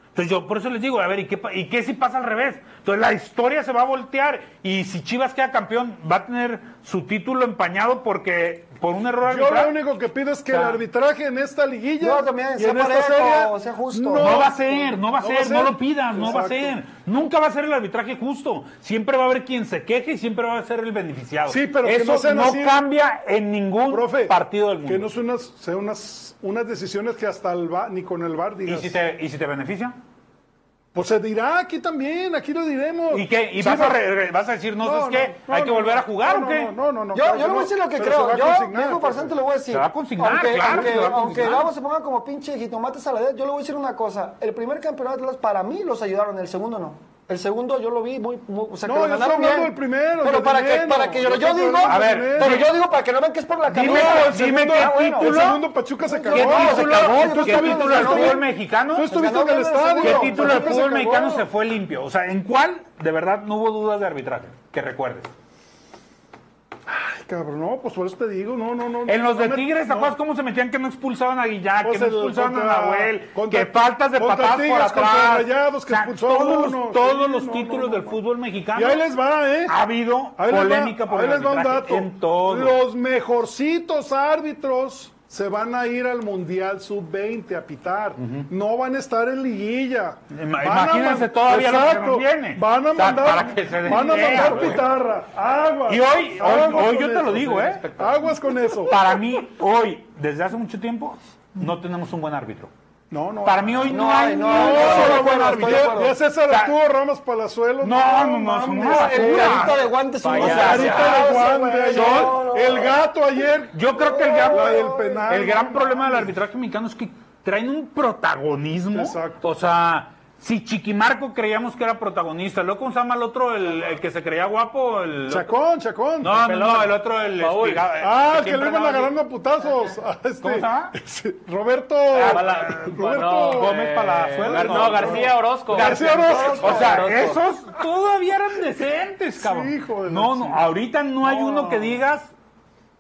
Speaker 4: Entonces yo por eso les digo, a ver, ¿y qué, pa- ¿y qué si pasa al revés? Entonces la historia se va a voltear y si Chivas queda campeón va a tener su título empañado porque por un error
Speaker 3: Yo
Speaker 4: arbitral.
Speaker 3: lo único que pido es que
Speaker 4: Claro.
Speaker 3: el arbitraje en esta liguilla
Speaker 2: No, también,
Speaker 3: y
Speaker 2: sea
Speaker 3: en esta
Speaker 2: parejo,
Speaker 3: serie
Speaker 2: sea justo.
Speaker 4: No va a ser, no va a ser, no lo pidan, no va a
Speaker 3: Exacto.
Speaker 4: ser. Nunca va a ser el arbitraje justo. Siempre va a haber quien se queje y siempre va a ser el beneficiado.
Speaker 3: Sí, pero que
Speaker 4: Eso
Speaker 3: no sean así.
Speaker 4: cambia en ningún
Speaker 3: Profe,
Speaker 4: partido del
Speaker 3: que
Speaker 4: mundo.
Speaker 3: no son unas, sean unas, unas decisiones que hasta el VAR, ni con el VAR
Speaker 4: ¿Y,
Speaker 3: digas.
Speaker 4: si te, ¿Y si te beneficia?
Speaker 3: Pues se dirá aquí también, aquí lo diremos.
Speaker 4: ¿Y qué? ¿Y
Speaker 3: Sí,
Speaker 4: vas, a
Speaker 3: va-
Speaker 4: re- re- vas a decir, no,
Speaker 3: No,
Speaker 4: ¿sabes qué?
Speaker 3: no,
Speaker 4: ¿Hay
Speaker 3: no,
Speaker 4: que
Speaker 3: no,
Speaker 4: volver a jugar
Speaker 3: no,
Speaker 4: o qué?
Speaker 3: No, no, no. no,
Speaker 2: Yo,
Speaker 3: claro
Speaker 2: yo le
Speaker 3: que
Speaker 2: voy a
Speaker 3: no,
Speaker 2: decir lo que
Speaker 3: pero
Speaker 2: creo.
Speaker 3: se va a
Speaker 2: Yo,
Speaker 3: consignar,
Speaker 2: viejo
Speaker 3: profe.
Speaker 2: farsante, le voy a decir.
Speaker 4: Se va a consignar,
Speaker 2: aunque,
Speaker 4: claro,
Speaker 2: aunque,
Speaker 4: se va a
Speaker 2: aunque
Speaker 4: consignar.
Speaker 2: Gabo se ponga como pinche jitomates a la vez, yo le voy a decir una cosa. El primer campeonato de Atlas para mí los ayudaron, el segundo no. El segundo yo lo vi muy... muy o sea,
Speaker 3: No,
Speaker 2: que lo
Speaker 3: yo estoy
Speaker 2: ganaron
Speaker 3: hablando
Speaker 2: bien.
Speaker 3: del primero,
Speaker 2: Pero
Speaker 3: del
Speaker 2: para que,
Speaker 3: primero.
Speaker 2: para que yo,
Speaker 3: Yo
Speaker 2: yo
Speaker 3: estoy
Speaker 2: digo...
Speaker 3: hablando
Speaker 4: del
Speaker 2: pero
Speaker 4: primero.
Speaker 2: yo digo para que no vean que es por la
Speaker 4: Dime,
Speaker 2: camisa.
Speaker 4: pues, dime
Speaker 2: segundo,
Speaker 4: qué
Speaker 2: ah, bueno,
Speaker 4: título.
Speaker 3: El segundo Pachuca se
Speaker 2: ¿Qué
Speaker 3: cagó.
Speaker 4: ¿Qué
Speaker 2: No,
Speaker 4: título,
Speaker 2: se cagó,
Speaker 4: ¿qué
Speaker 2: yo estoy
Speaker 4: título
Speaker 2: hablando
Speaker 4: del
Speaker 2: de
Speaker 4: fútbol
Speaker 2: Raúl.
Speaker 4: mexicano?
Speaker 3: Tú estuviste en
Speaker 2: ganó
Speaker 3: el
Speaker 2: el
Speaker 3: estadio.
Speaker 4: ¿Qué
Speaker 2: segundo.
Speaker 4: título del
Speaker 3: Pachuca se
Speaker 4: fútbol
Speaker 3: cagó.
Speaker 4: mexicano se fue limpio? O sea, ¿en cuál de verdad no hubo dudas de arbitraje? Que recuerdes.
Speaker 3: Ay, cabrón, no, pues por eso te digo, no, no, no.
Speaker 4: En los
Speaker 3: no
Speaker 4: de
Speaker 3: me-
Speaker 4: Tigres, ¿te
Speaker 3: no.
Speaker 4: acuerdas cómo se metían que no expulsaban a Guillá,
Speaker 3: Pues
Speaker 4: que no
Speaker 3: el-
Speaker 4: expulsaban
Speaker 3: contra-
Speaker 4: a Nahuel,
Speaker 3: contra-
Speaker 4: que faltas de
Speaker 3: contra
Speaker 4: patadas por
Speaker 3: Tigres,
Speaker 4: atrás?
Speaker 3: contra Rayados, que expulsó a
Speaker 4: todos
Speaker 3: uno,
Speaker 4: los, todos
Speaker 3: sí,
Speaker 4: los
Speaker 3: no,
Speaker 4: títulos
Speaker 3: no, no,
Speaker 4: del
Speaker 3: no.
Speaker 4: fútbol mexicano
Speaker 3: Y ahí les va, ¿eh?
Speaker 4: ha habido
Speaker 3: Ahí les va-
Speaker 4: Ah, polémica por
Speaker 3: ahí
Speaker 4: el
Speaker 3: les va un
Speaker 4: arbitraje
Speaker 3: dato.
Speaker 4: en todos.
Speaker 3: Los mejorcitos árbitros se van a ir al Mundial Sub-20 a pitar. No van a estar en liguilla.
Speaker 4: Ima-
Speaker 3: Van a
Speaker 4: imagínense
Speaker 3: man-
Speaker 4: todavía lo que
Speaker 3: Exacto.
Speaker 4: nos viene.
Speaker 3: Van a
Speaker 4: O sea,
Speaker 3: mandar,
Speaker 4: para que se den
Speaker 3: van a
Speaker 4: idea,
Speaker 3: mandar
Speaker 4: güey.
Speaker 3: pitarra. Aguas.
Speaker 4: Y hoy- hoy-
Speaker 3: Aguas
Speaker 4: hoy
Speaker 3: con
Speaker 4: yo te lo
Speaker 3: eso.
Speaker 4: digo, ¿eh?
Speaker 3: Aguas con eso.
Speaker 4: Para mí, hoy, desde hace mucho tiempo, no tenemos un buen árbitro.
Speaker 3: No, no.
Speaker 4: Para mí hoy no,
Speaker 2: No
Speaker 4: hay,
Speaker 2: hay, no hay,
Speaker 3: No,
Speaker 4: no,
Speaker 2: estoy de
Speaker 3: no,
Speaker 2: acuerdo,
Speaker 3: bueno,
Speaker 2: estoy de
Speaker 3: ya-
Speaker 2: acuerdo.
Speaker 3: ya César
Speaker 4: O sea,
Speaker 3: estuvo Ramos Palazuelos.
Speaker 4: No, no, no, es una
Speaker 3: mames.
Speaker 4: basura.
Speaker 2: El carita de guantes. un
Speaker 4: Vaya,
Speaker 2: basura.
Speaker 3: Carita de guante ayer.
Speaker 2: No, no,
Speaker 3: El gato ayer.
Speaker 4: Yo creo que el gran,
Speaker 3: La del penal,
Speaker 4: el gran
Speaker 3: no
Speaker 4: problema del
Speaker 3: mames.
Speaker 4: arbitraje mexicano es que traen un protagonismo.
Speaker 3: Exacto.
Speaker 4: O sea, si Chiquimarco creíamos que era protagonista, luego ¿cómo se llama el otro, el, el que se creía guapo? El otro-
Speaker 3: Chacón, Chacón.
Speaker 4: No, no, no, el otro, el.
Speaker 5: Paul.
Speaker 4: espiga- el
Speaker 3: Ah, que le
Speaker 4: siempre
Speaker 3: iban
Speaker 4: andaba-
Speaker 3: agarrando a putazos. a este-
Speaker 4: ¿Cómo se llama? Ah,
Speaker 3: ese- Roberto.
Speaker 5: Bala-
Speaker 3: Roberto.
Speaker 5: no,
Speaker 4: Gómez
Speaker 5: eh,
Speaker 4: Palazuelos,
Speaker 5: Gar- No,
Speaker 4: no,
Speaker 5: García Orozco.
Speaker 3: García Orozco.
Speaker 4: O sea,
Speaker 5: Orozco.
Speaker 4: esos todavía eran decentes, cabrón.
Speaker 3: Sí, hijo de la
Speaker 4: no, no,
Speaker 3: chingada.
Speaker 4: ahorita no ¿Eh? hay uno que digas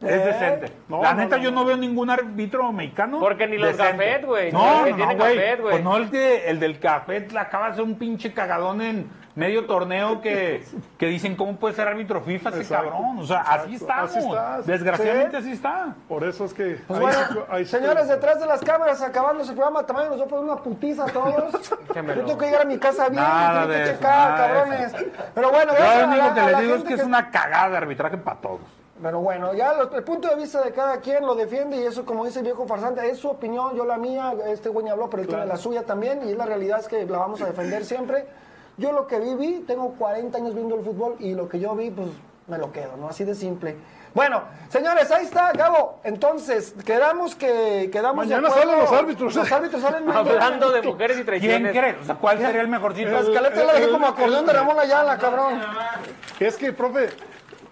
Speaker 4: es decente.
Speaker 3: No,
Speaker 4: la
Speaker 3: no,
Speaker 4: neta,
Speaker 3: no,
Speaker 4: yo
Speaker 3: no.
Speaker 4: no veo ningún árbitro mexicano.
Speaker 5: Porque ni los
Speaker 4: decente.
Speaker 5: Gafet, güey, ni los
Speaker 4: No,
Speaker 5: que
Speaker 4: no,
Speaker 5: tienen
Speaker 4: güey.
Speaker 5: Gafet, güey.
Speaker 4: Pues no, el, que, el del Gafet la acaba de hacer un pinche cagadón en medio torneo que, que dicen, ¿cómo puede ser árbitro FIFA ese
Speaker 3: Exacto,
Speaker 4: cabrón? O sea, así
Speaker 3: exacto,
Speaker 4: estamos.
Speaker 3: así estás.
Speaker 4: Desgraciadamente
Speaker 3: Sí.
Speaker 4: así está.
Speaker 3: Por eso es que.
Speaker 2: Pues
Speaker 3: ahí
Speaker 2: bueno,
Speaker 3: sí- ahí sí-
Speaker 2: señores, detrás de las cámaras, acabándose el programa, tamaño nos va a poner una putiza a todos.
Speaker 5: Échamelo.
Speaker 2: Yo tengo que llegar a mi casa bien,
Speaker 4: Nada
Speaker 2: tengo que
Speaker 4: de eso,
Speaker 2: checar,
Speaker 4: nada de
Speaker 2: cabrones. Pero bueno,
Speaker 4: Yo
Speaker 2: gracias
Speaker 4: lo
Speaker 2: a la-
Speaker 4: único que
Speaker 2: a
Speaker 4: les
Speaker 2: la
Speaker 4: digo es
Speaker 2: gente
Speaker 4: que es una cagada de arbitraje para todos.
Speaker 2: Pero bueno, ya los- el punto de vista de cada quien lo defiende y eso, como dice el viejo farsante, es su opinión, yo la mía, este güey ni habló, pero él tiene la suya también y la realidad es que la vamos a defender siempre. Yo lo que viví, tengo 40 años viendo el fútbol y lo que yo vi, pues me lo quedo, ¿no? Así de simple. Bueno, señores, ahí está, Gabo. Entonces, quedamos que quedamos de
Speaker 3: Mañana
Speaker 2: acuerdo.
Speaker 3: salen los árbitros. ¿eh?
Speaker 2: Los árbitros salen mañana.
Speaker 5: Hablando de mujeres y
Speaker 4: ¿Quién
Speaker 5: traiciones.
Speaker 4: crees? O sea, ¿cuál sería el mejorcito?
Speaker 2: La escaleta la dejé como acordeón de Ramón Ayala, cabrón.
Speaker 3: Es que, profe,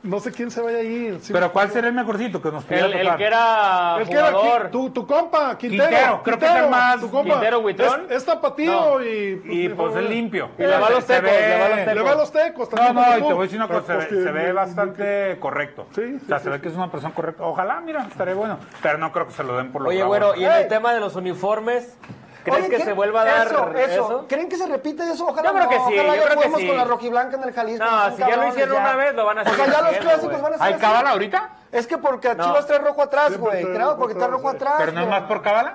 Speaker 3: no sé quién se vaya a ir. Sí,
Speaker 4: Pero ¿cuál será el mejorcito que nos pudiera
Speaker 5: El, el
Speaker 4: tocar?
Speaker 5: que era
Speaker 3: El que era
Speaker 5: jugador.
Speaker 3: qui- tu, tu compa, Quintero.
Speaker 4: Quintero, creo que es el más-
Speaker 3: tu compa.
Speaker 5: Quintero Huitrón.
Speaker 3: Es, es tapatío
Speaker 5: No.
Speaker 3: y.
Speaker 4: Y pues es limpio.
Speaker 5: Y le va a los
Speaker 4: Se
Speaker 5: tecos,
Speaker 4: ve-
Speaker 5: le va a los
Speaker 3: Le va a los tecos.
Speaker 4: No,
Speaker 3: también
Speaker 4: no,
Speaker 3: como
Speaker 4: y te
Speaker 3: tú.
Speaker 4: voy a decir una
Speaker 3: Pero,
Speaker 4: cosa, se,
Speaker 3: pues,
Speaker 4: ve- se
Speaker 3: que-
Speaker 4: ve bastante correcto.
Speaker 3: Sí, sí,
Speaker 4: o sea,
Speaker 3: sí,
Speaker 4: se ve
Speaker 3: sí.
Speaker 4: que es una persona correcta. Ojalá, mira, estaría bueno. Pero no creo que se lo den por los
Speaker 5: Oye,
Speaker 4: bravos.
Speaker 5: güero, y en
Speaker 2: Ey.
Speaker 5: el tema de los uniformes, ¿crees
Speaker 2: Oye,
Speaker 5: que
Speaker 2: ¿creen-
Speaker 5: se vuelva a dar
Speaker 2: eso,
Speaker 5: eso?
Speaker 2: eso? ¿Creen que se repite eso? Ojalá
Speaker 5: Yo creo
Speaker 2: no,
Speaker 5: que sí,
Speaker 2: ojalá
Speaker 5: yo
Speaker 2: ya
Speaker 5: creo que
Speaker 2: juguemos
Speaker 5: sí.
Speaker 2: con la rojiblanca en el Jalisco.
Speaker 5: No,
Speaker 2: son
Speaker 5: si ya lo
Speaker 2: cabrones,
Speaker 5: hicieron
Speaker 2: ya.
Speaker 5: una vez, lo van a hacer
Speaker 2: O sea, ya los
Speaker 5: haciendo,
Speaker 2: clásicos
Speaker 5: güey.
Speaker 2: van a ser
Speaker 4: ¿Hay
Speaker 2: así.
Speaker 4: cábala ahorita?
Speaker 2: Es que porque a
Speaker 5: No.
Speaker 2: Chivas trae rojo atrás,
Speaker 3: Siempre
Speaker 2: güey.
Speaker 3: trae
Speaker 2: Claro,
Speaker 3: rojo
Speaker 2: porque trae
Speaker 3: atrás,
Speaker 2: rojo
Speaker 3: güey.
Speaker 2: atrás.
Speaker 4: ¿Pero no es
Speaker 2: güey.
Speaker 4: más por cábala?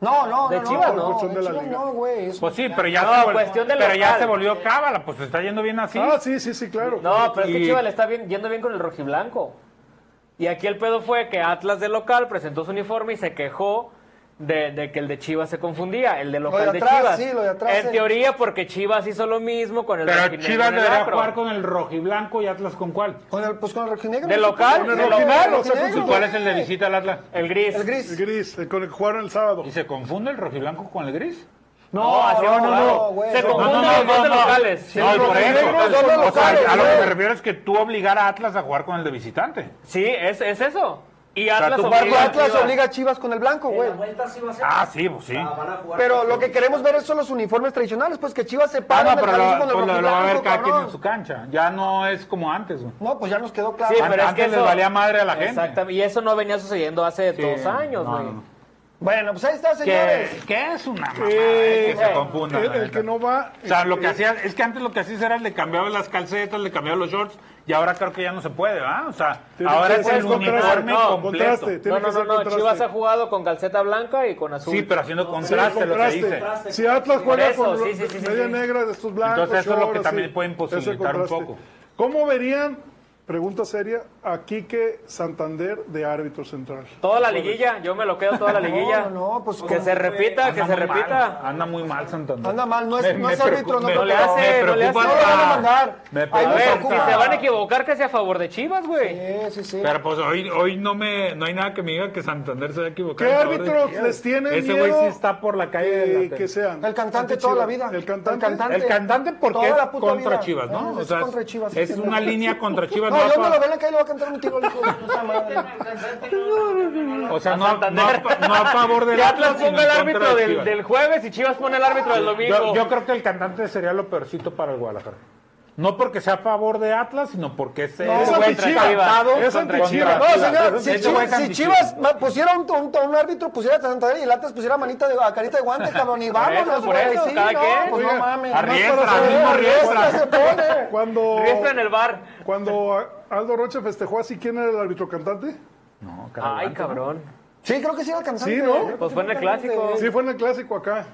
Speaker 2: No, no,
Speaker 5: De
Speaker 2: no, no,
Speaker 5: Chivas, ¿no?
Speaker 2: no,
Speaker 3: Son
Speaker 2: de
Speaker 3: de la
Speaker 2: Chivas
Speaker 3: liga.
Speaker 2: no, güey. es-
Speaker 4: Pues sí, pero ya,
Speaker 5: No,
Speaker 4: se, volvió,
Speaker 5: cuestión de
Speaker 4: pero ya
Speaker 5: local.
Speaker 4: se volvió cábala, pues se está yendo bien así.
Speaker 3: Ah, sí, sí, sí, claro.
Speaker 5: No, pero es que
Speaker 4: Y-
Speaker 5: Chivas le está bien, yendo bien con el rojiblanco. Y aquí el pedo fue que Atlas de local presentó su uniforme y se quejó de, de que el de Chivas se confundía, el de local
Speaker 2: de
Speaker 5: de,
Speaker 2: atrás,
Speaker 5: Chivas.
Speaker 2: sí, lo de atrás,
Speaker 5: en
Speaker 2: eh.
Speaker 5: teoría, porque Chivas hizo lo mismo con el
Speaker 4: Pero
Speaker 5: rojinegro
Speaker 4: Chivas
Speaker 5: en el
Speaker 4: debería
Speaker 5: acro.
Speaker 4: jugar con el rojiblanco y Atlas con cuál.
Speaker 2: Con el, pues con el rojinegro.
Speaker 5: De
Speaker 2: no sé,
Speaker 5: local,
Speaker 2: con el
Speaker 5: de
Speaker 2: rojinegro,
Speaker 5: local,
Speaker 2: rojinegro,
Speaker 3: o sea, con
Speaker 4: ¿Y
Speaker 3: su-
Speaker 4: cuál es el de
Speaker 2: güey.
Speaker 4: visita al Atlas?
Speaker 5: El gris.
Speaker 2: El gris.
Speaker 3: El gris, el con el que jugaron el sábado.
Speaker 4: ¿Y se confunde el rojiblanco con el gris?
Speaker 5: No, así
Speaker 2: no,
Speaker 5: no, no,
Speaker 2: no,
Speaker 5: no.
Speaker 2: güey.
Speaker 5: Se
Speaker 2: No, no,
Speaker 5: confunden
Speaker 2: no,
Speaker 5: los dos de locales. Sí,
Speaker 4: No, por
Speaker 3: rojinegros
Speaker 4: eso.
Speaker 3: son de
Speaker 4: O sea,
Speaker 2: locales,
Speaker 4: a lo que
Speaker 2: güey.
Speaker 4: me refiero es que tú obligar a Atlas a jugar con el de visitante.
Speaker 5: Sí, es, es eso. Y
Speaker 4: sea,
Speaker 5: Atlas
Speaker 4: tú
Speaker 5: obliga
Speaker 4: jugar
Speaker 5: a
Speaker 2: Atlas
Speaker 5: Chivas.
Speaker 2: obliga a Chivas con el blanco,
Speaker 6: En
Speaker 2: güey.
Speaker 6: la vuelta sí va a ser.
Speaker 4: Ah, sí, pues sí.
Speaker 6: Ah, van a jugar
Speaker 2: Pero
Speaker 6: con-
Speaker 2: lo que queremos ver son los uniformes tradicionales, pues que Chivas se
Speaker 4: Ah,
Speaker 2: para
Speaker 4: no,
Speaker 2: en el
Speaker 4: pero
Speaker 2: camino
Speaker 4: lo,
Speaker 2: con el
Speaker 4: pues, lo- lo va a ver
Speaker 2: rojiblanco,
Speaker 4: cada quien en
Speaker 2: cabrón.
Speaker 4: su cancha. Ya no es como antes, güey.
Speaker 2: No, pues ya nos quedó claro.
Speaker 5: Sí,
Speaker 4: An-
Speaker 5: pero es
Speaker 4: antes
Speaker 5: que
Speaker 4: les
Speaker 5: eso-
Speaker 4: valía madre a la gente.
Speaker 5: Exactamente. Y eso no venía sucediendo hace dos años,
Speaker 4: no,
Speaker 5: güey.
Speaker 4: no, no.
Speaker 2: Bueno, pues ahí está, señores.
Speaker 4: Que, que es una mamada,
Speaker 3: Eh,
Speaker 4: eh, que se
Speaker 3: eh,
Speaker 4: confunda.
Speaker 3: el, el que no va. este,
Speaker 4: O sea, lo que hacía, es que antes lo que hacías era le cambiaba las calcetas, le cambiaba los shorts, y ahora creo que ya no se puede, ¿va? O sea,
Speaker 3: Tiene que
Speaker 4: ahora es
Speaker 3: ser
Speaker 4: el
Speaker 3: contraste,
Speaker 4: uniforme
Speaker 3: no,
Speaker 4: completo.
Speaker 3: contraste.
Speaker 5: No,
Speaker 3: Tiene
Speaker 5: no,
Speaker 3: que
Speaker 5: no,
Speaker 3: ser
Speaker 5: no,
Speaker 3: contraste.
Speaker 5: Chivas ha jugado con calceta blanca y con azul.
Speaker 4: Sí, pero haciendo
Speaker 3: Sí,
Speaker 4: contraste, lo que
Speaker 3: contraste.
Speaker 4: dice.
Speaker 3: Si Atlas juega
Speaker 5: eso,
Speaker 3: con
Speaker 5: sí,
Speaker 3: blo-
Speaker 5: sí, sí, sí,
Speaker 3: media
Speaker 5: sí.
Speaker 3: negra de estos blancos.
Speaker 4: Entonces, eso es lo que
Speaker 3: short,
Speaker 4: también
Speaker 3: así,
Speaker 4: puede imposibilitar
Speaker 3: ese
Speaker 4: un
Speaker 3: contraste.
Speaker 4: poco.
Speaker 3: ¿Cómo verían, pregunta seria, a Quique Santander de árbitro central?
Speaker 5: Toda la liguilla, yo me lo quedo toda la liguilla.
Speaker 2: no, no, pues,
Speaker 5: que
Speaker 2: ¿cómo
Speaker 5: se
Speaker 6: fue?
Speaker 5: repita, que
Speaker 4: Anda
Speaker 5: se
Speaker 4: muy mal,
Speaker 5: repita.
Speaker 4: anda muy mal Santander.
Speaker 2: Anda mal, no es- no es árbitro, no
Speaker 4: preocupa-
Speaker 2: te
Speaker 4: me-
Speaker 5: lo hace,
Speaker 4: me
Speaker 5: no le hace.
Speaker 4: preocupa
Speaker 5: No lo van a
Speaker 4: hasta-
Speaker 2: mandar.
Speaker 4: Me
Speaker 2: Ahí
Speaker 5: A
Speaker 2: no
Speaker 4: preocupa
Speaker 5: ver,
Speaker 2: se
Speaker 5: si
Speaker 4: hasta-
Speaker 5: se van a equivocar, que sea a favor de Chivas, güey.
Speaker 2: Sí, sí, sí.
Speaker 4: Pero pues hoy, hoy no me no hay nada que me diga que Santander se haya equivocado.
Speaker 3: ¿Qué
Speaker 4: en favor de
Speaker 3: árbitros
Speaker 4: Chivas.
Speaker 3: les tienen
Speaker 4: Ese
Speaker 3: miedo?
Speaker 4: güey sí está por la calle de la
Speaker 3: Eh, Que,
Speaker 4: tele.
Speaker 3: que sean.
Speaker 2: El cantante
Speaker 3: Ante
Speaker 2: toda la
Speaker 3: Chivas.
Speaker 2: vida.
Speaker 3: El cantante.
Speaker 2: El cantante.
Speaker 4: El cantante porque
Speaker 2: Toda
Speaker 4: es
Speaker 2: la puta
Speaker 4: contra
Speaker 2: vida.
Speaker 4: Chivas, ¿no?
Speaker 2: Ah,
Speaker 4: O
Speaker 2: es
Speaker 4: sea,
Speaker 2: contra Chivas, sí,
Speaker 4: es
Speaker 2: sí.
Speaker 4: una línea contra Chivas.
Speaker 2: No,
Speaker 4: no
Speaker 2: yo me
Speaker 4: apa-
Speaker 2: lo ven acá y le va a cantar un tiro al hijo de puta madre.
Speaker 4: O sea, no, a- no,
Speaker 5: Santander.
Speaker 4: a- no a favor del
Speaker 5: Que Atlas
Speaker 4: sino
Speaker 5: ponga el
Speaker 4: en contra
Speaker 5: árbitro
Speaker 4: de
Speaker 5: del,
Speaker 4: Chivas.
Speaker 5: del jueves y Chivas pone el árbitro del domingo.
Speaker 4: Yo, yo creo que el cantante sería lo peorcito para el Guadalajara. No porque sea a favor de Atlas, sino porque es
Speaker 3: No, es
Speaker 4: ese güey
Speaker 5: anti-Chivas.
Speaker 4: encantado
Speaker 3: Es
Speaker 4: contra
Speaker 3: anti-Chivas.
Speaker 4: Chivas.
Speaker 2: No, señor, si,
Speaker 4: Ese güey es
Speaker 2: Chivas, si
Speaker 4: anti-Chivas.
Speaker 2: Chivas ma- pusiera un, un, un árbitro, pusiera a Santander y Latas pusiera manita de a carita de guante, cabrón, y vámonos,
Speaker 5: eso, por
Speaker 2: güey.
Speaker 5: eso,
Speaker 2: Sí,
Speaker 5: cada
Speaker 2: no,
Speaker 5: quien.
Speaker 2: pues no
Speaker 3: Oiga,
Speaker 2: mames.
Speaker 4: a
Speaker 2: no,
Speaker 4: Riestra,
Speaker 2: pero se-
Speaker 4: al mismo Riestra.
Speaker 2: se pone.
Speaker 3: Cuando,
Speaker 5: Riestra en el bar.
Speaker 3: cuando a- Aldo Rocha festejó así, ¿quién era el árbitro cantante?
Speaker 4: No, caray.
Speaker 5: Ay, cabrón.
Speaker 2: Sí, creo que sí era alcanzante.
Speaker 3: Sí, ¿no?
Speaker 5: Pues fue en el clásico.
Speaker 3: Sí, fue en el clásico acá.